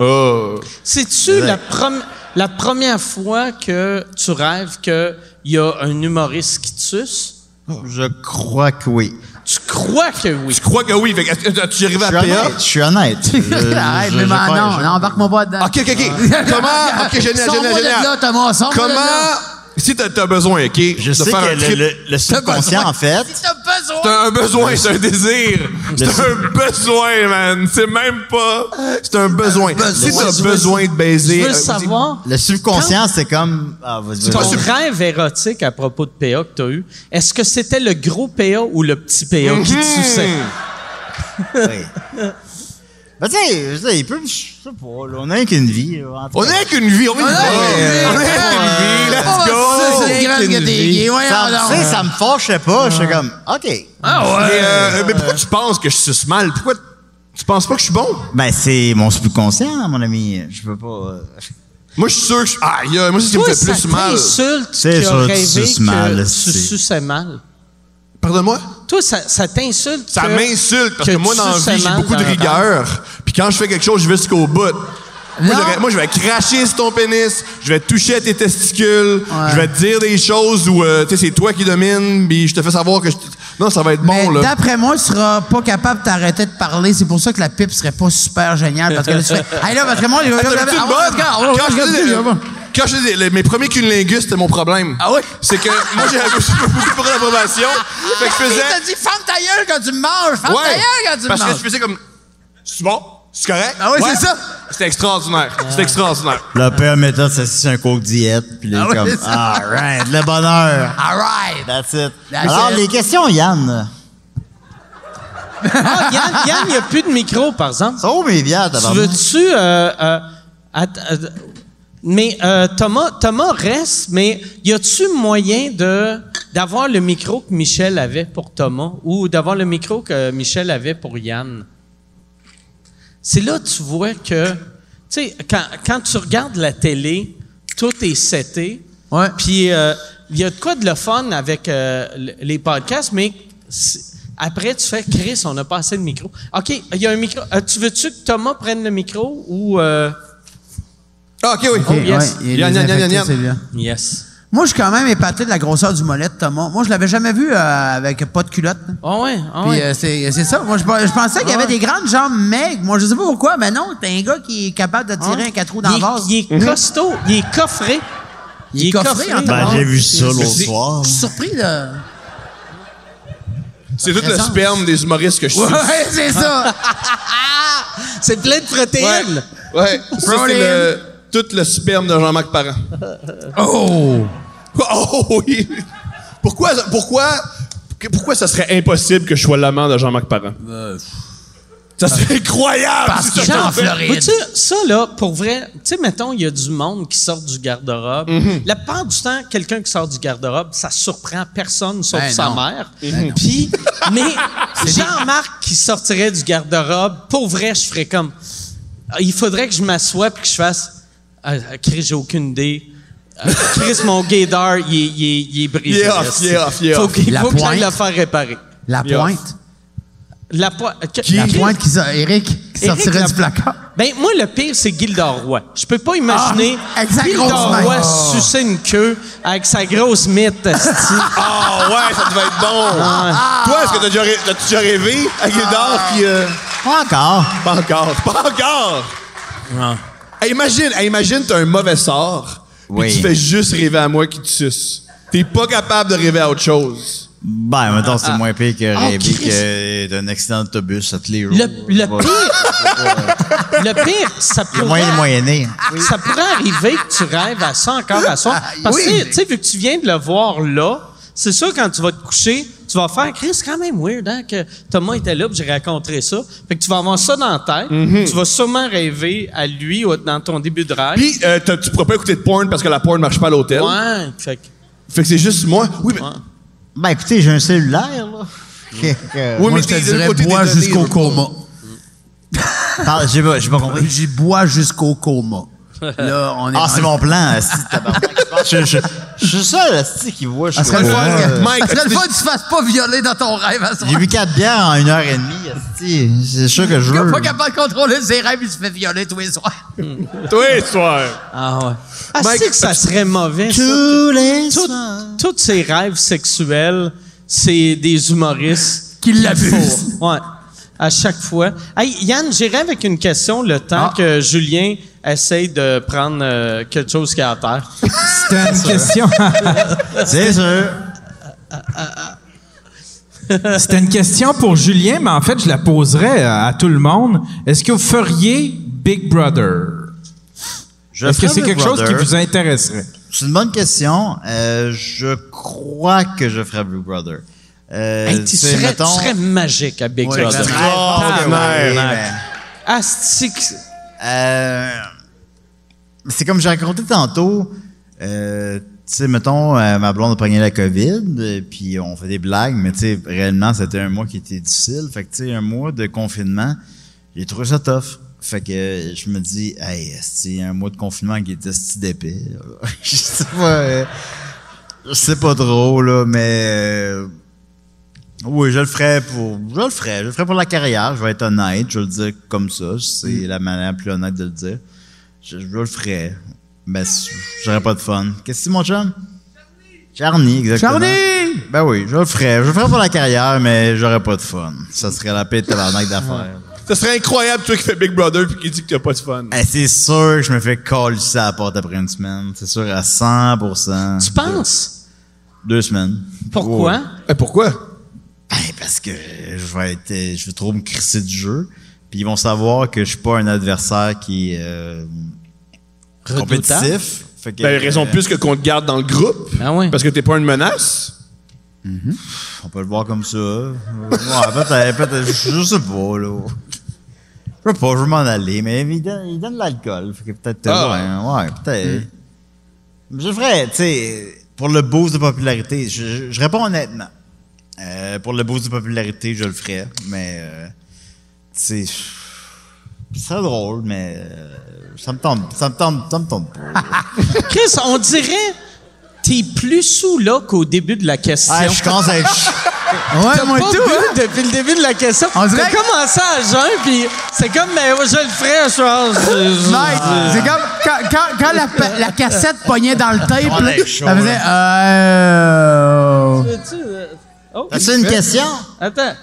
Oh.
C'est-tu la, prom- la première fois que tu rêves qu'il y a un humoriste qui te suce?
euh, Je crois que oui.
Tu crois que oui.
Tu crois que oui? Fait que, est-ce que tu es arrivé à
Je suis honnête.
PA?
Je suis *laughs* honnête. Je-
euh,
Arrête,
je-
mais
je-
ben
je-
non,
je-
non, embarque-moi pas dedans.
Ok, ok, ok.
*laughs*
Comment?
*laughs*
Ok, génial,
Sors-moi
génial,
de là,
génial.
Thomas, sors-moi de là.
Comment? Si t'as t'as besoin, ok?
Je
de
sais
faire un
que le,
trip-
le, le subconscient, en fait,
Si t'as besoin.
C'est un besoin, c'est un désir. C'est
sais. *laughs*
un besoin, man. C'est même pas. C'est un besoin. Si
Moi,
t'as
je veux-
besoin de baiser.
Je veux
euh,
savoir.
le subconscient, c'est comme... Ah, vas-y, vas-y.
Ton rêve érotique à propos de PA que tu as eu, est-ce que c'était le gros PA ou le petit PA qui
Mhm.
te
Hmm.
suçait?
Oui. Ben, tu sais, je sais, il peut... Je sais pas, là, on a qu'une vie. là, en tout
On
cas.
est avec une vie, on est avec
une vie.
une vie. On est avec une vie, let's go.
C'est une grande que t'es gay, voyons
Ça,
donc.
tu sais, ça me fâchait pas. Je suis comme, OK.
Mais, euh, mais pourquoi tu penses que je suce mal? Pourquoi tu penses pas que je suis bon?
Ben, c'est mon subconscient, mon ami. Je peux pas... euh,
Moi, je suis sûr que je. Aïe, aïe, moi, c'est ce qui me
Toi, ça
fait plus mal.
t'insulte
C'est
qui a
sûr, tu
rêvé
suces
que
mal,
tu
c'est-
suçais mal.
Pardonne-moi?
Toi, ça, ça t'insulte.
Ça
que-
m'insulte parce que,
que
moi,
tu
dans la
suces
vie, j'ai
mal
beaucoup
dans
de
le
rigueur. Puis quand je fais quelque chose, je vais jusqu'au bout. Moi,
Non.
j'aurais- moi, je vais cracher sur ton pénis, je vais toucher à tes testicules, je vais te dire des choses où euh, tu sais, c'est toi qui domine, puis je te fais savoir que je- non, ça va être bon
Mais
là.
d'après moi, tu seras pas capable d'arrêter de parler. C'est pour ça que la pipe serait pas super géniale. Parce que là, tu
*laughs*
fais. Hey, là, parce que moi, les gars,
T'as
là,
vu-tu une
ah,
bonne?
regarde, regarde,
Quand je euh,
regarde,
faisais des-
regarde.
quand je faisais des- les- mes premiers cunilingus, c'était mon problème.
Ah oui?
C'est que moi,
*laughs*
j'avais beaucoup pour l'approbation. Fait que je faisais.
T'as dit, ferme ta gueule quand tu me manges. Ferme ta gueule quand tu me
Parce que
manges.
je faisais comme. C'est bon? C'est correct?
Ah oui,
Ouais.
c'est ça.
C'était extraordinaire. C'était extraordinaire.
La pire méthode, c'est c'est un coke diète. Puis là,
Ah ouais,
comme,
c'est ça.
all right, le bonheur.
All right.
That's it.
That's
Alors,
it.
les questions, Yann.
Ah, Yann, Yann, il n'y a plus de micro, par exemple.
Ça, oh, mes bières,
Tu
tabarnak.
veux-tu... euh, euh, att- euh, mais euh, Thomas, Thomas reste, mais y a-tu moyen de d'avoir le micro que Michel avait pour Thomas ou d'avoir le micro que Michel avait pour Yann? C'est là que tu vois que, tu sais, quand, quand tu regardes la télé, tout est seté.
Ouais.
Puis euh, il y a de quoi de le fun avec euh, l- les podcasts, mais c'est- après, tu fais Chris, on a pas assez de micro. OK, il y a un micro. Euh, tu veux-tu que Thomas prenne le micro ou. euh,
Ah, ok, oui.
Ok, ouais,
yes.
il est
Yann, Yann, Yann,
désinfecté,
Yann.
celui-là.
Yes.
Moi, je suis quand même épaté de la grosseur du mollet de Thomas. Moi, je l'avais jamais vu euh, avec pas de culotte. là.
Ah ouais, ah
Puis
ouais.
euh, c'est c'est ça. Moi, je, je pensais qu'il y avait des grandes jambes maigres. Moi, je sais pas pourquoi, mais non, t'es un gars qui est capable de
Ah
tirer
ouais.
un quatre roues dans
Il
le
est-
vase.
Il est costaud, il est coffré.
Il est coffré, en
Ben, j'ai vu ça l'autre
c'est-
soir.
Je suis surpris, là.
C'est tout le
Présence.
sperme des humoristes que je suis.
Ouais, c'est ça.
C'est plein de protéines.
Ouais. Ça, c'est le, tout le sperme de Jean-Marc Parent. Oh! Oh *laughs* oui! Pourquoi, pourquoi, que- pourquoi ça serait impossible que je sois l'amant de Jean-Marc Parent? Ça serait incroyable!
Euh, Parce
si
que
ça
j'en
tombait.
Floride.
Vois-tu, ça, là, pour vrai, tu sais, mettons, il y a du monde qui sort du garde-robe.
Mhm.
La plupart du temps, quelqu'un qui sort du garde-robe, ça surprend personne sauf
Ben
sa
non.
mère.
*laughs*
Puis, mais Jean-Marc qui sortirait du garde-robe, pour vrai, je ferais comme. Ah, Il faudrait que je m'assoie puis que je fasse. Ah, ah, Chris, j'ai aucune idée. Ah, Chris, mon gaydar, il est, il est- il est brisé.
Il est off, il est off, il est
Faut
off.
qu'il
La
faut que j'aille
pointe.
le faire réparer.
La pointe.
La, po- que-
La pointe qui sort- Eric qui
Eric,
sortirait
la-
du placard.
Ben, moi, le pire, c'est Gildor Roy. Je peux pas imaginer
Ah, avec sa grosse
Gildor
main.
Roy
Ah.
sucer une queue avec sa grosse mythe. esti.
*laughs* Ah ouais, ça devait être bon!
Ah,
Toi, est-ce que t'as déjà, ré- t'as-tu déjà rêvé à Gildor? Puis, euh,
Pas encore.
Pas encore, *laughs* pas encore!
Ah.
Hey, imagine, hey, imagine t'as un mauvais sort,
Oui.
puis tu fais juste rêver à moi qui te suce. T'es pas capable de rêver à autre chose.
Ben, mettons, c'est moins pire que
Ah,
rêver
Christ.
que d'un accident d'autobus à tous les jours.
Le, le
Ouais.
pire, le pire, ça
Il y a
pourrait,
moyen de moyenner.
ça pourrait arriver que tu rêves à ça encore à
Ah,
ça. Parce que, tu sais, vu que tu viens de le voir là, c'est sûr, quand tu vas te coucher, tu vas faire, Chris, c'est quand même weird, hein, que Thomas était là, puis j'ai raconté ça. Fait que tu vas avoir ça dans la tête.
Mhm.
Tu vas sûrement rêver à lui ou dans ton début de rêve.
Puis, euh, t'as- tu pourras pas écouter de porn parce que la porn marche pas à l'hôtel.
ouais, fait que-
Fait que c'est juste moi. Oui, mais,
Ben, écoutez, j'ai un cellulaire, là. Fait que-
oui,
Moi,
mais
je te
t'es de
dirais
côté des
bois
données,
jusqu'au
là.
coma.
Parle- J'ai pas, j'ai pas compris.
J'ai bois jusqu'au coma. Là, on est
Ah, c'est mon plan, asti, tabarnak. Je, je, je suis seul, asti, qui voit. Je
Ça serait le fun que-
Mike,
ça serait le
est-ce
fun que tu te fasses pas violer dans ton rêve à soir.
J'ai bu quatre bières en une heure et demie, asti. C'est sûr que je
Il est
veux.
pas capable de contrôler ses rêves, il se fait violer tous les soirs.
Toi, soir.
Ah ouais. Ah,
Mike,
c'est que ça serait mauvais. ça,
Tous les
que- tout-
soirs.
Tous ces rêves sexuels, c'est des humoristes
Qui l'abusent.
font. Ouais. À chaque fois. Hey, Yann, j'irai avec une question le
Ah.
temps que Julien essaye de prendre euh, quelque chose qui est à terre.
C'était une question.
C'est sûr.
C'était une question pour Julien, mais en fait, je la poserais à, à tout le monde. Est-ce que vous feriez Big Brother?
Je
Est-ce que
ferai
c'est
Big
quelque chose qui
Brother.
vous intéresserait?
C'est une bonne question. Euh, je crois que je ferai Blue Brother. Euh,
Hey, tu,
sais,
serais,
mettons-
tu serais magique à Big
Ouais,
Brother. Ah, ben
je serais- Ouais,
Extraordinaire.
mais-
Asti que-
Euh, c'est comme j'ai raconté tantôt. euh, tu sais, mettons, euh, ma blonde a pogné la COVID, euh, puis on fait des blagues, mais tu sais, réellement, c'était un mois qui était difficile. Fait que, tu sais, un mois de confinement, j'ai trouvé ça tough. Fait que euh, je me dis, hey, c'est un mois de confinement qui était si d'épais. *laughs* je sais pas, euh, je sais pas trop, là, mais. euh, oui, je le ferais pour. Je le ferais. Je le ferais pour la carrière. Je vais être honnête. Je vais le dire comme ça. C'est
Mm.
la manière la plus honnête de le dire. Je, je le ferais. Ben, si- j'aurais pas de fun. Qu'est-ce que c'est, mon chum? Charny, exactement.
Charny!
Ben oui, je le ferais. Je le ferais pour la carrière, mais j'aurais pas de fun. Ça serait la paix de tabarnak d'affaires.
Ça serait incroyable, toi qui fais Big Brother puis qui dit que t'as pas de fun.
Eh, c'est sûr que je me fais coller ça à la porte après une semaine. C'est sûr à 100
Tu penses?
Deux semaines.
Pourquoi?
Ouais.
Eh, pourquoi?
Ben, parce que je vais être, euh, je vais trop me crisser du jeu. Puis ils vont savoir que je suis pas un adversaire qui est euh, compétitif. Fait que,
Ben, raison de
euh,
plus que qu'on te garde dans le groupe.
Ah ouais.
Parce que t'es pas une menace.
On peut le voir comme ça. Euh, ouais, peut-être, peut-être, je je sais pas, là. Je peux pas, je veux m'en aller, mais il donne, il donne de l'alcool. Fait que peut-être,
Ah.
ouais, ouais, peut-être. Mais Je ferais, tu sais, pour le boost de popularité, je, je- je réponds honnêtement. Euh, pour le boost de popularité, je le ferais, mais, euh, tu sais, c'est drôle, mais euh, ça me tombe, ça me tombe, ça me tombe pas.
Chris, on dirait t'es plus sous là qu'au début de la question.
Ah, je commence à être ch-
Ouais,
T'as pas bu
hein?
depuis le début de la question.
On dirait
T'as
que-
commencé à jeun, puis c'est comme, mais ouais, je le ferais, je pense. Je- je-
Mike,
Ah.
c'est comme quand, quand- quand la, pa- la cassette pognait dans le tape,
On est
là,
chaud,
ça faisait. Euh...
Veux-tu, euh, oh,
As-tu une question?
Attends.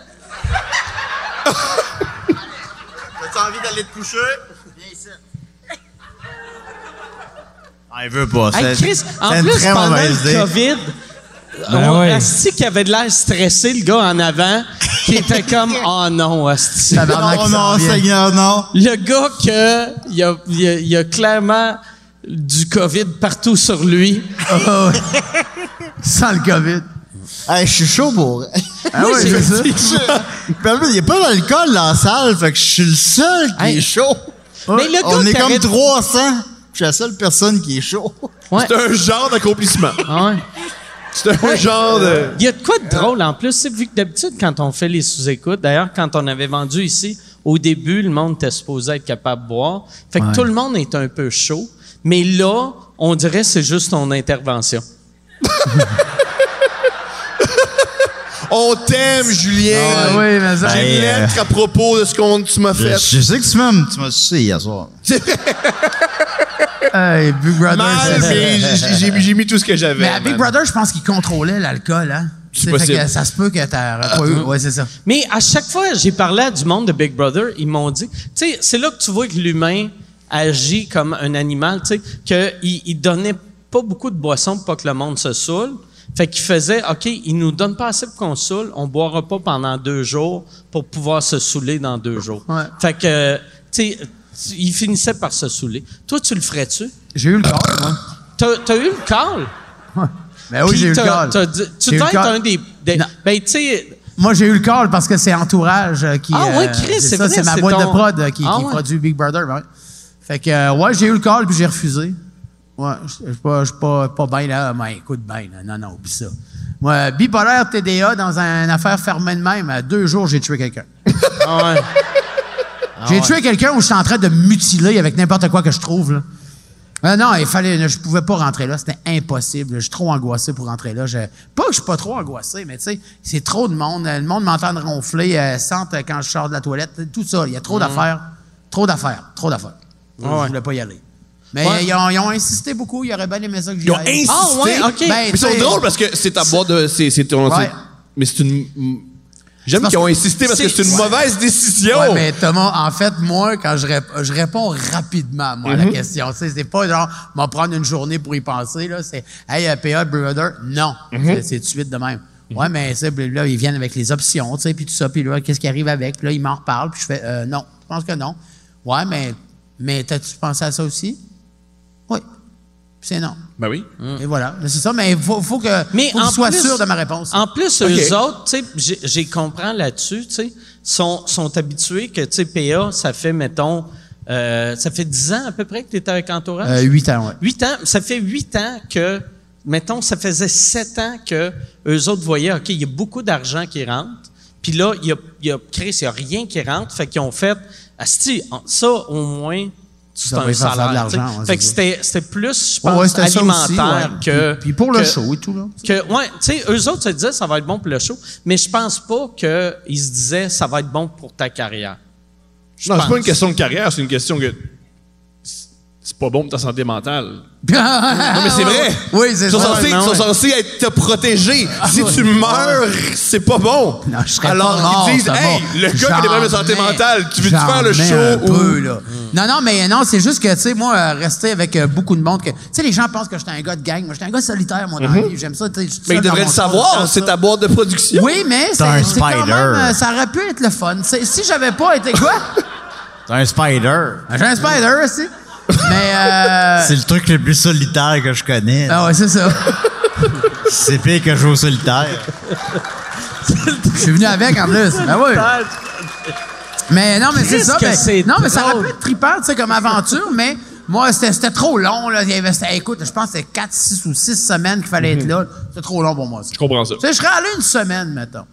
T'as envie d'aller te coucher? Viens ici. Ah, il veut pas.
Hey,
C'est-
Chris,
c'est
en
une
plus,
très
pendant
mauvaise
le
idée.
COVID,
Ben
on,
ouais.
Asti qui avait de l'air stressé, le gars en avant, qui était comme, oh non, Asti.
Tabarnak,
Non,
il s'en
non,
vient.
Seigneur, non.
Le gars que, il a, il a- il a clairement du COVID partout sur lui.
Sans le COVID.
Hey, je suis chaud pour. Ah
*laughs*
oui, c'est ça. Puis en plus, Il n'y a pas d'alcool dans la salle, fait que je suis le seul qui
Hey.
est chaud.
Mais le
On
gars
est
qui
comme
arrête-
300. Je suis la seule personne qui est chaud.
Ouais.
C'est un genre d'accomplissement.
*laughs*
Ah ouais.
C'est un genre de.
Il y a de quoi de drôle en plus, c'est vu que d'habitude, quand on fait les sous-écoutes, d'ailleurs, quand on avait vendu ici, au début, le monde était supposé être capable de boire. Fait que tout le monde est un peu chaud. Mais là, on dirait que c'est juste ton intervention.
On t'aime, Julien.
oui, mais ça.
J'ai une
Ben,
lettre à propos de ce qu'on tu m'as
Je,
fait.
je sais que tu m'aimes. Tu m'as sucé hier soir.
Hey, Big Brother.
Mal,
c'est-
mais j'ai- j'ai j'ai mis tout ce que j'avais.
Mais à Big
man.
Brother, je pense qu'il contrôlait l'alcool, hein? Tu
C'est
sais, fait
possible.
que ça se peut que t'as pas
Euh,
eu. Ouais, c'est ça.
Mais à chaque fois, j'ai parlé à du monde de Big Brother, ils m'ont dit, tu sais, c'est là que tu vois que l'humain agit comme un animal, tu sais, qu'il il donnait pas beaucoup de boissons pour pas que le monde se saoule. Fait qu'il faisait, OK, il nous donne pas assez pour qu'on se saoule, on boira pas pendant deux jours pour pouvoir se saouler dans deux jours.
Ouais.
Fait que, tu sais, tu- il finissait par se saouler. Toi, tu le ferais-tu?
J'ai eu le call, moi.
T'as t'as eu le call?
Ben oui,
Puis
j'ai eu le
t'as-
call.
t'as dit-
J'ai
Tu
eu
dois
le
être
call.
un des... des-
Non.
ben, tu sais...
Moi, j'ai eu le call parce que c'est Entourage euh, qui.
Ah
euh,
ouais, Chris, c'est
ça,
vrai,
C'est ma
c'est
boîte
ton-
de prod euh, qui,
Ah
qui
ouais.
produit Big Brother. ben ouais. Fait que, euh, ouais, j'ai eu le call puis j'ai refusé. Ouais, je je suis pas, je suis pas, pas bien là. Mais écoute, bien, là. Non, non, oublie ça. Moi, euh, bipolaire TDA dans un- une affaire fermée de même, à deux jours, j'ai tué quelqu'un.
Ah ouais. Ah
J'ai tué quelqu'un où je suis en train de me mutiler avec n'importe quoi que je trouve. Là. Euh, non, il fallait, je pouvais pas rentrer là, c'était impossible. Je suis trop angoissé pour rentrer là. Je, pas que je suis pas trop angoissé, mais tu sais, c'est trop de monde. Euh, Le monde m'entend ronfler, euh, sente quand je sors de la toilette, tout ça. Il y a
Mhm.
trop d'affaires, trop d'affaires, trop d'affaires.
Ah
Je voulais pas y aller. Mais
Ouais.
ils, ont, ils ont insisté beaucoup. Ils auraient bien aimé ça que j'y
Ils ont
aille.
insisté.
Ah ouais, OK.
Ben,
Mais c'est
t'sais-
drôle parce que c'est ta boîte de. C'est c'est ton.
Ouais.
c'est- Mais c'est une. J'aime
parce
qu'ils ont
que-
insisté parce que
c'est-
c'est une
ouais.
mauvaise décision.
Ouais, mais Thomas, en fait, moi, quand je, rép- je réponds rapidement moi,
Mhm.
à la question, tu sais, c'est pas genre, m'en prendre une journée pour y penser, là, c'est, hey, euh, PA, brother, non.
Mhm.
C'est- C'est tout de suite de même. Ouais, mais ça, puis là, ils viennent avec les options, tu sais, puis tout ça, puis là, qu'est-ce qui arrive avec? Puis là, ils m'en reparlent, puis je fais, Euh, non, je pense que non. Ouais, mais, mais t'as-tu pensé à ça aussi? Oui. Puis c'est non.
Ben oui.
Et voilà. Mais C'est ça, mais il faut, faut que,
Mais
faut que
en
je sois
plus-
sûr de ma réponse.
En plus,
Ok.
eux autres, tu sais, j'ai- j'ai compris là-dessus, tu sais, sont, sont habitués que, tu sais, PA, ça fait, mettons, euh, ça fait 10 ans à peu près que tu étais avec Entourage?
Euh, huit ans, ouais.
8 ans, ça fait 8 ans que, mettons, ça faisait 7 ans que eux autres voyaient, OK, il y a beaucoup d'argent qui rentre. Puis là, il y a, il y a Chris, il n'y a rien qui rentre. Fait qu'ils ont fait, Asti, on- ça, au moins, c'est
Ça va
un
y faire faire de
salaire. tu sais.
l'argent, ouais,
fait que
c'est
c'était c'était plus, je
Ouais,
pense,
ouais, c'était ça aussi,
alimentaire
ouais.
que.
Puis- Puis pour le
que-
show et tout, là.
que, ouais, tu sais, eux autres se disaient ça va être bon pour le show, mais je pense pas qu'ils se disaient ça va être bon pour ta carrière. Je
Non, c'est
pense.
pas une question de carrière, c'est une question que. C'est pas bon pour ta santé mentale.
non, *laughs*
mais c'est vrai.
Ah. Oui, c'est
Ils sont,
ça. Ah,
censés,
non,
ils sont
ouais.
censés être te protéger. si tu meurs, c'est pas bon.
Non, je serais
Alors,
pas mort,
ils disent,
ça va.
hey, le gars qui a des problèmes de
J'en
santé
mets-
mentale, tu veux
j'en
faire le
mets un
show
peu,
ou.
là. Non, non, mais non, c'est juste que, tu sais, moi, euh, rester avec euh, beaucoup de monde, que, tu sais, les gens pensent que j'étais un gars de gang. Moi, j'étais un gars solitaire, moi, dans la vie. J'aime ça, tu sais. je suis
Mhm. Mais ils
seul dans
devraient
mon
le
coin,
savoir, c'est
ça.
ta boîte de production.
Oui, mais
T'es un
c'est c'est quand
spider.
même, euh, ça aurait pu être le fun. C'est- Si j'avais pas
*laughs*
été quoi?
T'es un spider.
J'ai un spider aussi. Mais, euh,
C'est le truc le plus solitaire que je connais.
ah ouais, c'est ça.
C'est pire que jouer au solitaire.
Je suis venu avec, en plus. Ben oui. Mais non, mais c'est
Christ
ça.
que
mais-
c'est
non, mais ça aurait
drôle.
pu être trippant, tu sais, comme aventure, mais moi, c'était c'était trop long. Là. Il y avait- c'était- écoute, je pense que c'était 4, 6 ou 6 semaines qu'il fallait
Mhm.
être là. C'était trop long pour moi. ça.
Je comprends ça.
Tu sais, je serais allé une semaine, mettons.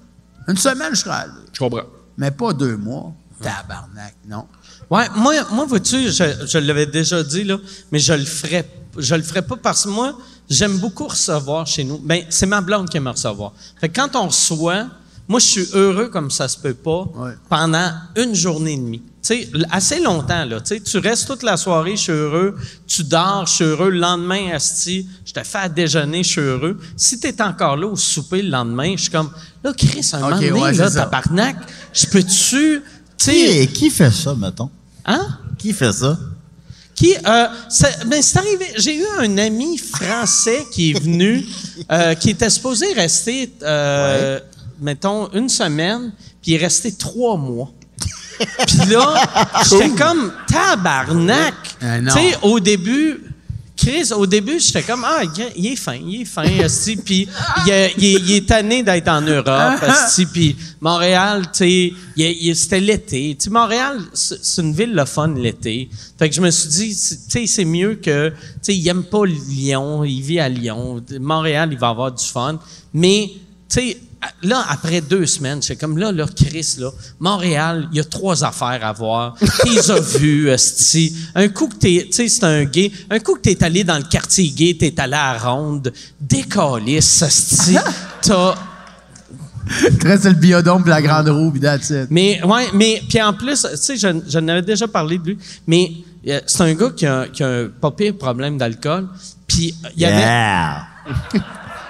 Une semaine, je serais allé.
Je comprends.
Mais pas deux mois. Tabarnak,
*laughs*
non.
Ouais, moi, moi vois-tu, je, je l'avais déjà dit, là, mais je le ferais, je le ferais pas parce que moi, j'aime beaucoup recevoir chez nous. Ben, c'est ma blonde qui aime recevoir. Fait que quand on reçoit, moi, je suis heureux comme ça se peut pas
Ouais.
pendant une journée et demie. Tu sais, l- assez longtemps, là. Tu sais, tu restes toute la soirée, je suis heureux. Tu dors, je suis heureux. Le lendemain, asti, je te fais à déjeuner, je suis heureux. Si t'es encore là au souper le lendemain, je suis comme, là, Chris, un moment donné,
ouais,
là,
c'est ça.
tabarnak, je peux-tu, tu sais,
Qui, qui fait ça, mettons?
hein?
Qui fait ça?
qui euh, ça- ben, c'est arrivé j'ai eu un ami français qui est venu euh, qui était supposé rester euh, mettons une semaine puis il est resté trois mois puis là j'étais comme tabarnak
Euh, non.
tu sais au début Chris, au début, j'étais comme, ah, il- il est fin, il est fin, esti, puis il, est- il est- il est tanné d'être en Europe, esti, puis Montréal, tu sais, il est- il est- c'était l'été. Tu sais, Montréal, c'est c'est une ville le fun l'été. Fait que je me suis dit, c'est- tu sais, c'est mieux que, tu sais, il aime pas Lyon, il vit à Lyon. Montréal, il va avoir du fun. Mais, tu sais, là, après deux semaines, c'est comme là, là, Chris, là, Montréal, il y a trois affaires à voir. T'es as vues, esti. Un coup que t'es, tu sais, c'est un gay. Un coup que t'es allé dans le quartier gay, t'es allé à Ronde, décalisse, esti. T'as
Très, c'est le biodôme pis la grande roue pis that's it.
mais, ouais, mais, puis en plus, tu sais, je, je n'avais déjà parlé de lui, mais euh, c'est un gars qui a, qui a un pas pire problème d'alcool. Puis euh, il y avait.
Yeah!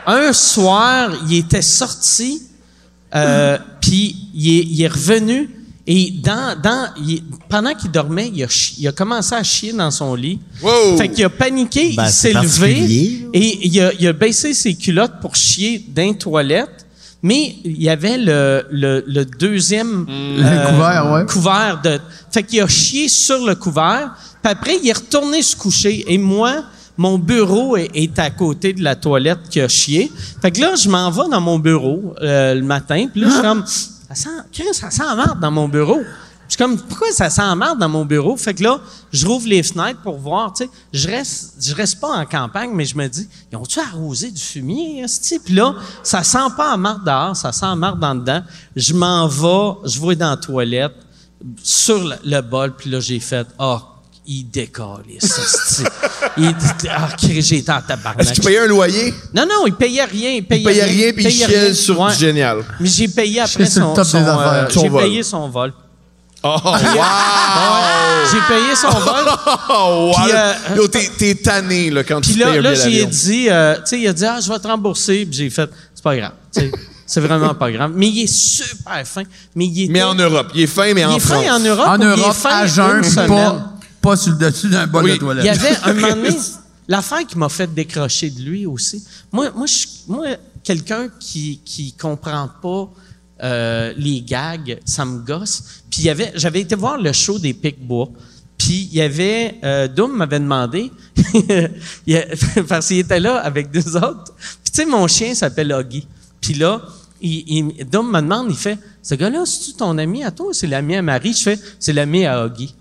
Un soir, il était sorti,
*laughs*
euh, puis il est, il est revenu, et dans, dans, il- pendant qu'il dormait, il a, chi- il a commencé à chier dans son lit.
Wow!
Fait qu'il a paniqué,
Ben,
il
c'est
s'est levé,
particulier.
et il a, il a baissé ses culottes pour chier dans les toilettes. Mais il y avait le, le, le deuxième euh,
Le couvert, ouais.
couvert de. Fait qu'il a chié sur le couvert. Puis après, il est retourné se coucher. Et moi, mon bureau est, est à côté de la toilette qui a chié. Fait que là, je m'en vais dans mon bureau euh, le matin. Puis là, je suis comme, ça sent, Chris, ça sent la merde dans mon bureau. Je suis comme, pourquoi ça sent la merde dans mon bureau? Fait que là, je rouvre les fenêtres pour voir, tu sais. Je reste, je reste pas en campagne, mais je me dis, ils ont-tu arrosé du fumier, esti? Puis là, ça sent pas la marde dehors, ça sent la marde en dedans. Je m'en vais, je vais dans la toilette, sur le, le bol, puis là, j'ai fait, ah, il décolle, esti. Il- Ah, Chris, j'ai été en tabarnak.
Est-ce qu'il payait un loyer?
Non, non, il payait rien. Il payait,
Il payait rien, puis il
payait rien.
chiait sur
Ouais.
du génial.
Mais j'ai
*laughs*
payé après
sur le
son,
top des
son, euh,
affaires.
Son
J'ai
vol.
payé son vol.
Oh, wow!
J'ai payé
*laughs*
son vol.
Oh, wow!
Puis, euh,
Yo, t'es, t'es tanné, là, quand
Puis
tu payes
là,
un
là
billet
j'ai
d'avion.
dit, euh, tu sais, il a dit, ah, je vais te rembourser. Puis j'ai fait, c'est pas grave. tu sais, C'est vraiment pas grave. Mais il est super fin. Mais il était-
Mais en Europe. Il est fin, mais
Il
en
est fin
France.
en Europe.
En
ou il est
Europe,
fin
à jeun,
une semaine.
pas, pas sur le dessus d'un bol
Oui,
de
Il y
toilette.
avait un moment donné, l'affaire qui m'a fait décrocher de lui aussi. Moi, moi, je- moi quelqu'un qui qui comprend pas euh, les gags, ça me gosse. Puis il y avait, j'avais été voir le show des Pic-Bois. Puis il y avait, euh, Doom m'avait demandé, *laughs* il y a- *laughs* parce qu'il était là avec deux autres. Puis tu sais, mon chien s'appelle Huggy. Puis là, il, il- Doom me demande, il fait, ce gars-là, c'est-tu ton ami à toi ou c'est l'ami à Marie? Je fais, c'est l'ami à Huggy.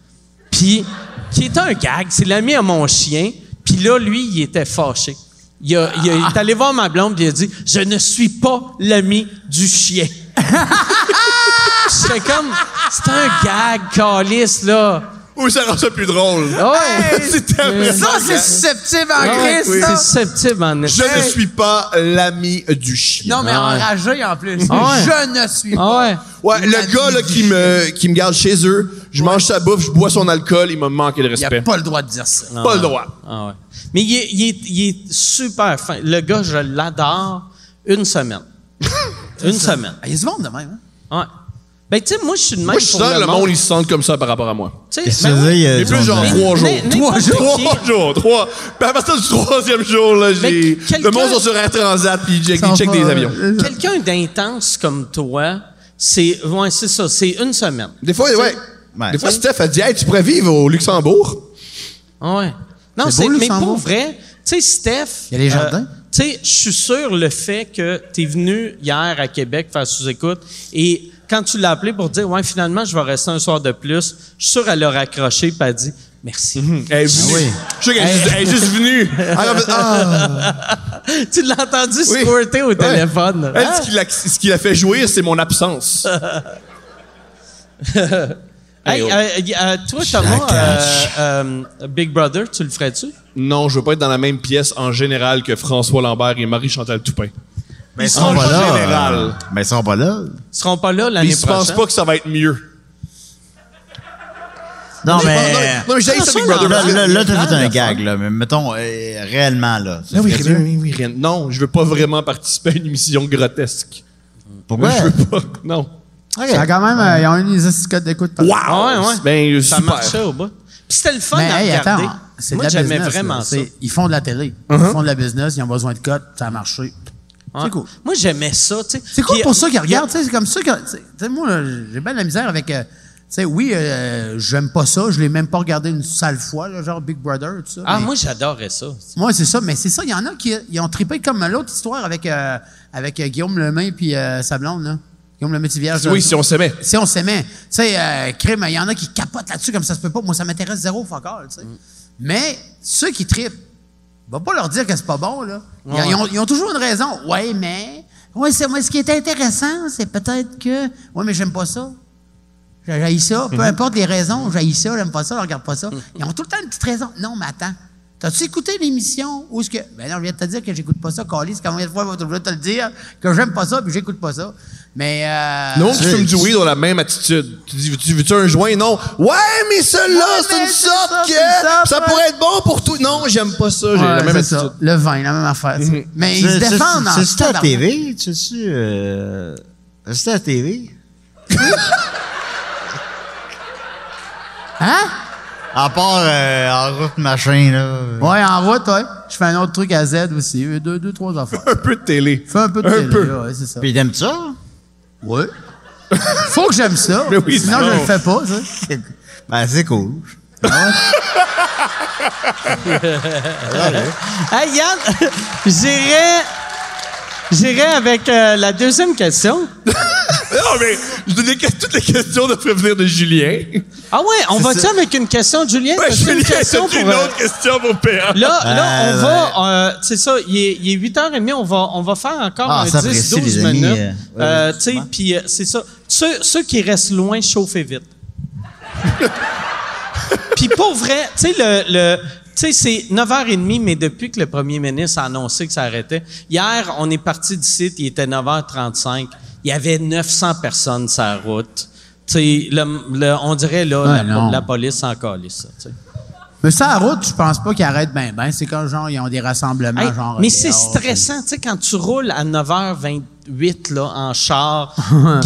Puis, qui est un gag, c'est l'ami à mon chien. Puis là, lui, il était fâché. Il, a- il a- il est allé voir ma blonde et il a dit Je ne suis pas l'ami du chien. *laughs* J'étais comme C'est un gag, calice, là.
Ou ça rend ça plus drôle.
Ah ouais.
*laughs* c'est tellement-
Ça, c'est susceptible en
Ah ouais,
Christ, ça.
C'est susceptible en
Je
effet.
ne suis pas l'ami du chien.
Non, mais
Ah ouais.
enragé en plus.
Ah ouais.
Je ne suis
Ah
pas.
ouais.
Ouais,
l'ami
le gars là,
du
qui, me, qui me garde chez eux, je mange sa bouffe, je bois son alcool, il m'a manqué de
Il n'y
respect.
a pas le droit de dire ça.
Pas le droit.
Ah ouais. Mais il est, il est- il est super fin. Le gars, je l'adore. Une semaine. Une semaine.
Ah, Il se vendent de même. Hein?
Ouais. Ben, tu sais, moi, je suis de même.
Moi, je
pour
sens que
le monde.
il se sent comme ça par rapport à moi.
Tu sais,
Qu'est-ce
ben
que tu
oui.
veux dire?
Et plus genre
Mais-
trois jours.
mais- mais
Trois
n'importe
jours.
qui.
Trois jours. Trois. Ben, à partir du troisième jour, là, j'ai.
Mais quelqu'un-
Le monde sont sur Air Transat, puis ils check-
Sans
ils checkent
pas-
des avions.
Quelqu'un d'intense comme toi, c'est ouais, c'est ça, c'est une semaine.
Des fois, ouais.
Ouais.
Des fois, Steph a dit, hey, tu pourrais vivre au Luxembourg.
Ouais. Non,
C'est
c'est
beau,
mais
Luxembourg.
pour vrai, tu sais Steph, euh,
Il y a les jardins.
tu sais, je suis sûr le fait que tu es venu hier à Québec faire sous-écoute et quand tu l'as appelé pour dire ouais, finalement je vais rester un soir de plus, je suis sûr elle l'a raccroché et elle a dit merci.
Elle est venue. Je sais qu'elle est juste- elle est juste venue. Alors, elle fait, *laughs* ah.
*laughs* tu l'as entendu
Oui.
squirter au
Ouais.
téléphone.
Elle,
Ah!
ce qui l'a- ce qui l'a fait jouir, c'est mon absence.
Hey, euh, euh, toi Thomas, euh, euh, Big Brother, tu le ferais-tu
Non, je veux pas être dans la même pièce en général que François Lambert et Marie-Chantal Toupin.
Mais ils
seront pas là. Général.
Mais ils sont pas là.
Ils seront pas là
Puis
l'année
ils se
prochaine.
pensent pas que ça va être mieux.
Non, mais.
Non, mais- non, mais j'haïs ça, Big
François
Brother.
Là,
parce que-
là, là, t'as fait un gag, là. Mais mettons, euh, réellement, là.
Ah oui, oui, oui, oui, rien. Non, je veux pas vraiment participer à une émission grotesque.
Pourquoi?
Je veux pas. Non.
Ça a quand même, euh, ils ont eu des asticotes d'écoute. par-
Ah ouais, ouais.
Ben,
Ça
super.
marchait au bout. Puis c'était le fun
Mais
à
hey,
regarder.
attends, c'est de
Moi,
la
j'aimais
business,
vraiment
là.
ça.
C'est- Ils font de la télé. Ils font de la business, ils ont besoin de cotes, ça a marché.
Ouais.
C'est cool.
Moi, j'aimais ça, tu sais.
C'est cool
Puis, euh,
pour ça qu'ils
il y a-
regardent, tu sais, c'est comme ça que... tu sais, moi, là, j'ai bien de la misère avec euh, sais, oui, euh, j'aime pas ça. Je l'ai même pas regardé une sale fois, là, genre Big Brother, tout ça.
Ah,
mais-
moi, j'adorais ça.
moi, c'est ça, mais c'est ça. Il y en a qui ils ont trippé comme l'autre histoire avec, euh, avec euh, Guillaume Lemay puis euh, sa blonde, là. Guillaume euh, Lemay Tivierge.
Oui, si on s'aimait.
Si on s'aimait. Tu sais, euh, crime, il y en a qui capotent là-dessus comme ça se peut pas. Moi, ça m'intéresse zéro, fuck all, tu sais. Mais ceux qui trippent, va pas leur dire que c'est pas bon, là. Ils, ils ont, ils ont toujours une raison. Ouais, mais. Ouais, c'est, moi, ce qui est intéressant, c'est peut-être que. Ouais, mais j'aime pas ça. J'haïs ça. Peu importe les raisons, j'haïs ça, j'aime pas ça, je regarde pas ça. Ils ont tout le temps une petite raison. Non, mais attends. T'as-tu écouté l'émission où ce que. Ben non, je viens de te dire que j'écoute pas ça, Calis. Combien de fois vas-tu te le dire que j'aime pas ça puis j'écoute pas ça? Mais. Euh,
Le monde qui fume du weed ont la même attitude. Tu dis, veux-tu veux un joint? Non. Ouais, mais celui-là,
Ouais,
c'est
mais
une
c'est
sorte
ça,
que
c'est une sorte,
ça
ouais.
pourrait être bon pour tout. Non, j'aime pas ça. J'ai la
ouais,
même
c'est
attitude.
ça. Le vin, la même affaire. tu sais. Mais ils se
C'est- c'est-
défendent en
C'est c'était à
tabarnak.
TV, tu sais. euh, C'était à TV.
Hein?
À part euh, en route machin, là.
Ouais, en route, ouais. Je fais un autre truc à Z aussi. Euh, Deux, deux trois affaires.
Un peu de télé.
Fais un peu de
Un
télé,
peu.
ouais, c'est ça.
Puis t'aimes ça?
Ouais. Faut que j'aime ça.
Mais oui,
sinon,
sinon.
je le fais pas, tu sais.
Ben, c'est cool.
Hey, Yann, *laughs* j'irais. J'irais avec euh, la deuxième question.
Non, mais je donne les que- toutes les questions de prévenir de Julien.
Ah ouais, on va-tu avec une question, de Julien?
Ouais,
T'as-tu
Ben, Julien,
une
c'est
question
une
pour, euh,
autre question pour
Là,
PA.
là,
Euh,
on va, euh, c'est ça, il est, il est 8h30, on va, on va faire encore
Ah,
un
ça apprécie,
10-12
les amis,
minutes.
euh, ouais,
Euh,
ouais,
tu sais,
ouais.
puis euh, c'est ça. Ceux, ceux qui restent loin, chauffez vite.
*laughs*
puis pour vrai, tu sais, le, le- tu sais, c'est 9h30, mais depuis que le premier ministre a annoncé que ça arrêtait, hier, on est parti d'ici, il était 9h35, il y avait 900 personnes sur la route. Tu sais, le- le- on dirait, là,
Ouais,
la,
non.
la police en calisse, ça, tu sais.
Mais ça, à route, je pense pas qu'ils arrêtent ben ben. C'est quand, genre, ils ont des rassemblements,
Hey,
genre.
mais
euh,
c'est
dehors,
stressant, tu sais, quand tu roules à 9h28 là, en
*laughs*
char,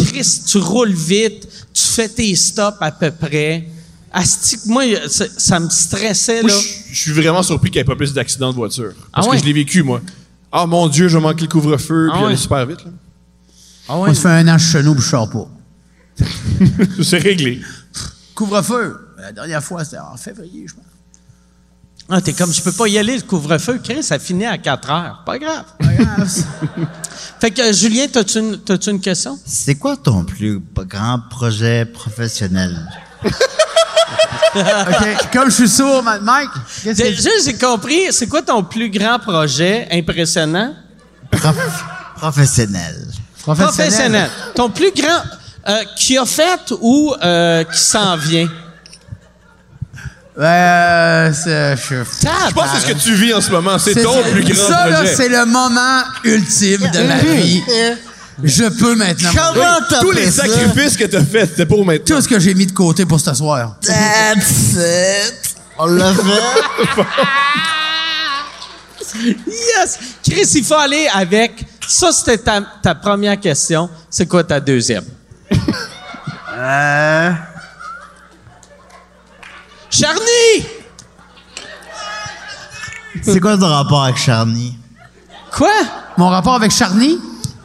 Chris, tu roules vite, tu fais tes stops à peu près. Asti, que moi, ça, ça me stressait,
Moi,
là.
je- je suis vraiment surpris qu'il n'y ait pas plus d'accidents de voiture. Parce
Ah ouais?
que je l'ai vécu, moi. Ah mon Dieu, je manque le couvre-feu,
Ah
puis
ouais?
aller super vite. là. *laughs*
On se fait un an chez nous, puis je sors pas.
C'est réglé.
Couvre-feu. La dernière fois, c'était en février, je pense.
Ah, t'es comme, je peux pas y aller, le couvre-feu. Chris, ça finit à 4h. Pas grave.
Pas grave.
*laughs* Fait que, euh, Julien, t'as-tu une, t'as-tu une question?
C'est quoi ton plus grand projet professionnel?
OK. Comme je suis sourd, ma- Mike, qu'est-ce que
*laughs* Déjà, j'ai compris, c'est quoi ton plus grand projet impressionnant?
Prof- professionnel.
Professionnel. Ton plus grand, euh, qui a fait ou euh, qui s'en vient?
Euh, c'est, je
Je pense que c'est ce que tu vis en ce moment. C'est ton plus grand
Ça, là,
projet.
c'est le moment ultime de ma vie. Je peux maintenant.
Comment t'as
Tous
fait
les
ça?
sacrifices que t'as faits, c'était pour maintenant.
Tout ce que j'ai mis de côté pour ce soir.
That's it. On l'a fait.
Yes! Chris, il faut aller avec. Ça, c'était ta, ta première question. C'est quoi ta deuxième? Charny!
C'est quoi ton rapport avec Charny?
Quoi?
Mon rapport avec Charny?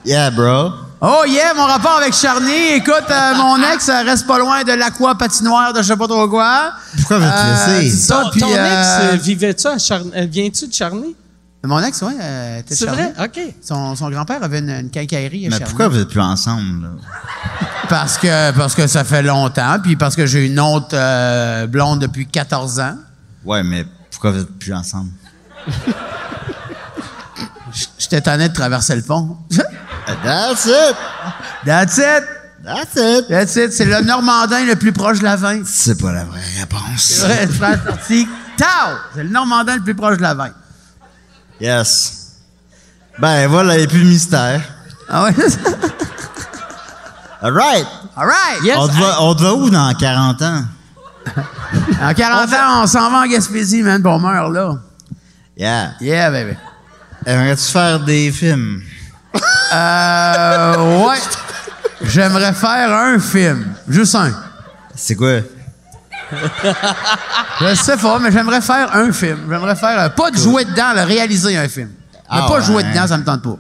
Yeah, bro.
Oh yeah, mon rapport avec Charny. Écoute, euh, mon ex euh, reste pas loin de l'aqua patinoire de je sais pas trop quoi.
Pourquoi vous te laissez?
c'est ça,
ton
puis,
ton ex,
euh,
euh, vivais-tu à Charny? euh, Viens-tu de Charny?
Mon ex, ouais, euh, était de
C'est
Charny.
vrai? OK.
Son, son grand-père avait une, une quincaillerie à
Mais
Charny.
pourquoi vous êtes plus ensemble, là?
Parce que, parce que ça fait longtemps, puis parce que j'ai une autre euh, blonde depuis 14 ans.
Ouais, mais pourquoi vous êtes plus ensemble?
J'étais tanné de traverser le pont. *laughs*
Euh, That's it.
That's it!
That's it.
That's it! C'est le Normandin le plus proche de la vingt.
C'est pas la vraie réponse.
*laughs* Ouais, le frère sorti. Tao! C'est le Normandin le plus proche de la vingt.
Yes. Ben voilà, il n'y a plus de mystère.
Ah ouais? *laughs*
All right.
All right!
Yes.
On te voit, on te voit où dans 40 ans?
En 40 ans, on s'en va en Gaspésie, man, pour meurt, là.
Yeah.
Yeah, baby.
Aimerais-tu faire des films?
Euh, ouais. J'aimerais faire un film. Juste un.
C'est quoi?
Je sais pas, mais j'aimerais faire un film. J'aimerais faire, euh, pas de jouer dedans, le réaliser un film. Mais
Ah
pas
ouais.
jouer dedans, ça me tente pas.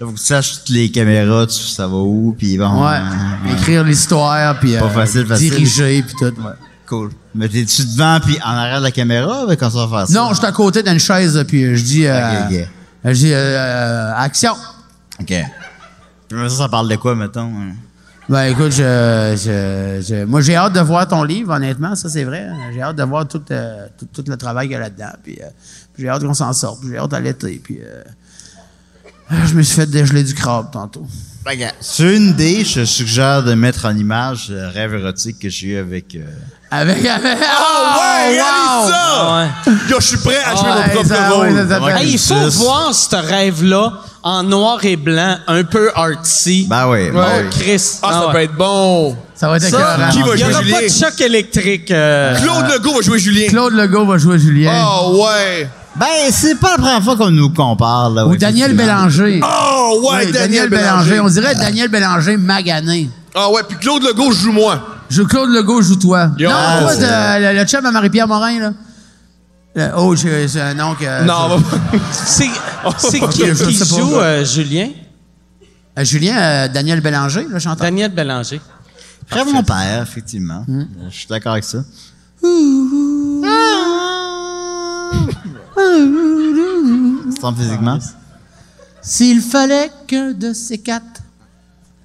Là, faut que tu saches toutes les caméras, tu, ça va où, puis bon.
Ouais.
euh,
Écrire l'histoire, puis
Pas
euh,
facile, facile.
diriger, puis tout.
ouais. Cool. Mais t'es-tu devant, puis en arrière de la caméra, ben, quand ça va faire ça?
Non, je suis à côté d'une chaise, puis euh, je dis... euh,
Ok, ok.
Je dis, euh, euh, action.
OK. Mais Ça, ça parle de quoi, mettons? hein?
Ben écoute, je, je- je- moi j'ai hâte de voir ton livre, honnêtement, ça c'est vrai. J'ai hâte de voir tout, euh, tout, tout le travail qu'il y a là-dedans. Puis euh, puis j'ai hâte qu'on s'en sorte, puis j'ai hâte à l'été. Puis euh, ah, je me suis fait dégeler du crabe tantôt.
Sur une idée, je suggère de mettre en image le rêve érotique que j'ai eu avec... euh,
Avec, avec oh,
Ah ouais,
wow!
réalise ça! Yo, je suis prêt à jouer
Ah,
mon propre
ça,
rôle.
ouais, ça s'appelle-
Hey, il faut voir ce rêve-là en noir et blanc, un peu artsy.
Ben oui, ben
Oh,
oui.
Chris.
Ah, ça
ouais.
peut être bon.
Ça va être
Ça,
écœurant.
qui va
Il n'y
jouer
aura pas
Julien?
de choc électrique. euh.
Claude Legault va jouer Julien.
Claude Legault va jouer Julien.
Oh ouais.
Ben, c'est pas la première fois qu'on nous compare, là.
Ou
ouais,
Daniel
effectivement.
Bélanger.
Oh ouais,
Oui,
Daniel, Bélanger.
On dirait Daniel Bélanger magané.
Ah ouais, puis Claude Legault joue moi.
Je Claude Legault joue toi.
Yo.
non,
Ah,
toi,
c'est
de- le, le chum à Marie-Pierre Morin, là. Le- oh, j'ai- c'est un nom que. euh,
Non, bah,
C'est c'est
*laughs*
ok,
qui
je sais
qui
pas.
joue euh, Julien?
Euh, Julien, euh, Daniel Bélanger, le chanteur.
Daniel Bélanger.
Après mon père, effectivement.
Hmm.
Euh, Je suis d'accord avec ça. Ah! Tu sens physiquement?
S'il fallait qu'un de ces quatre,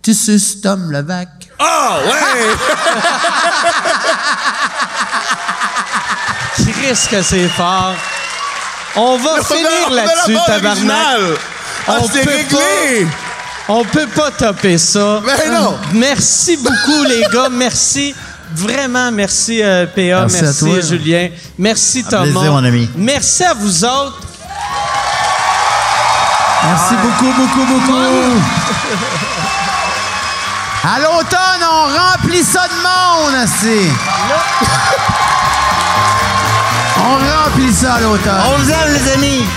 tu suces Tom Levac.
Ah ouais.
Chris que c'est fort. On va finir
On a la
là-dessus,
bande
tabarnak.
originale. Ah,
On
c'est
peut
réglé.
On peut pas topper ça. Euh,
Ben non.
Merci beaucoup, les gars. Merci. Vraiment, merci euh, PA, merci,
Merci à toi.
Julien, merci Thomas.
plaisir, mon ami.
Merci à vous autres.
Merci beaucoup, beaucoup, beaucoup. À l'automne, on remplit ça de monde, c'est. On remplit ça à l'automne.
On vous aime, les amis!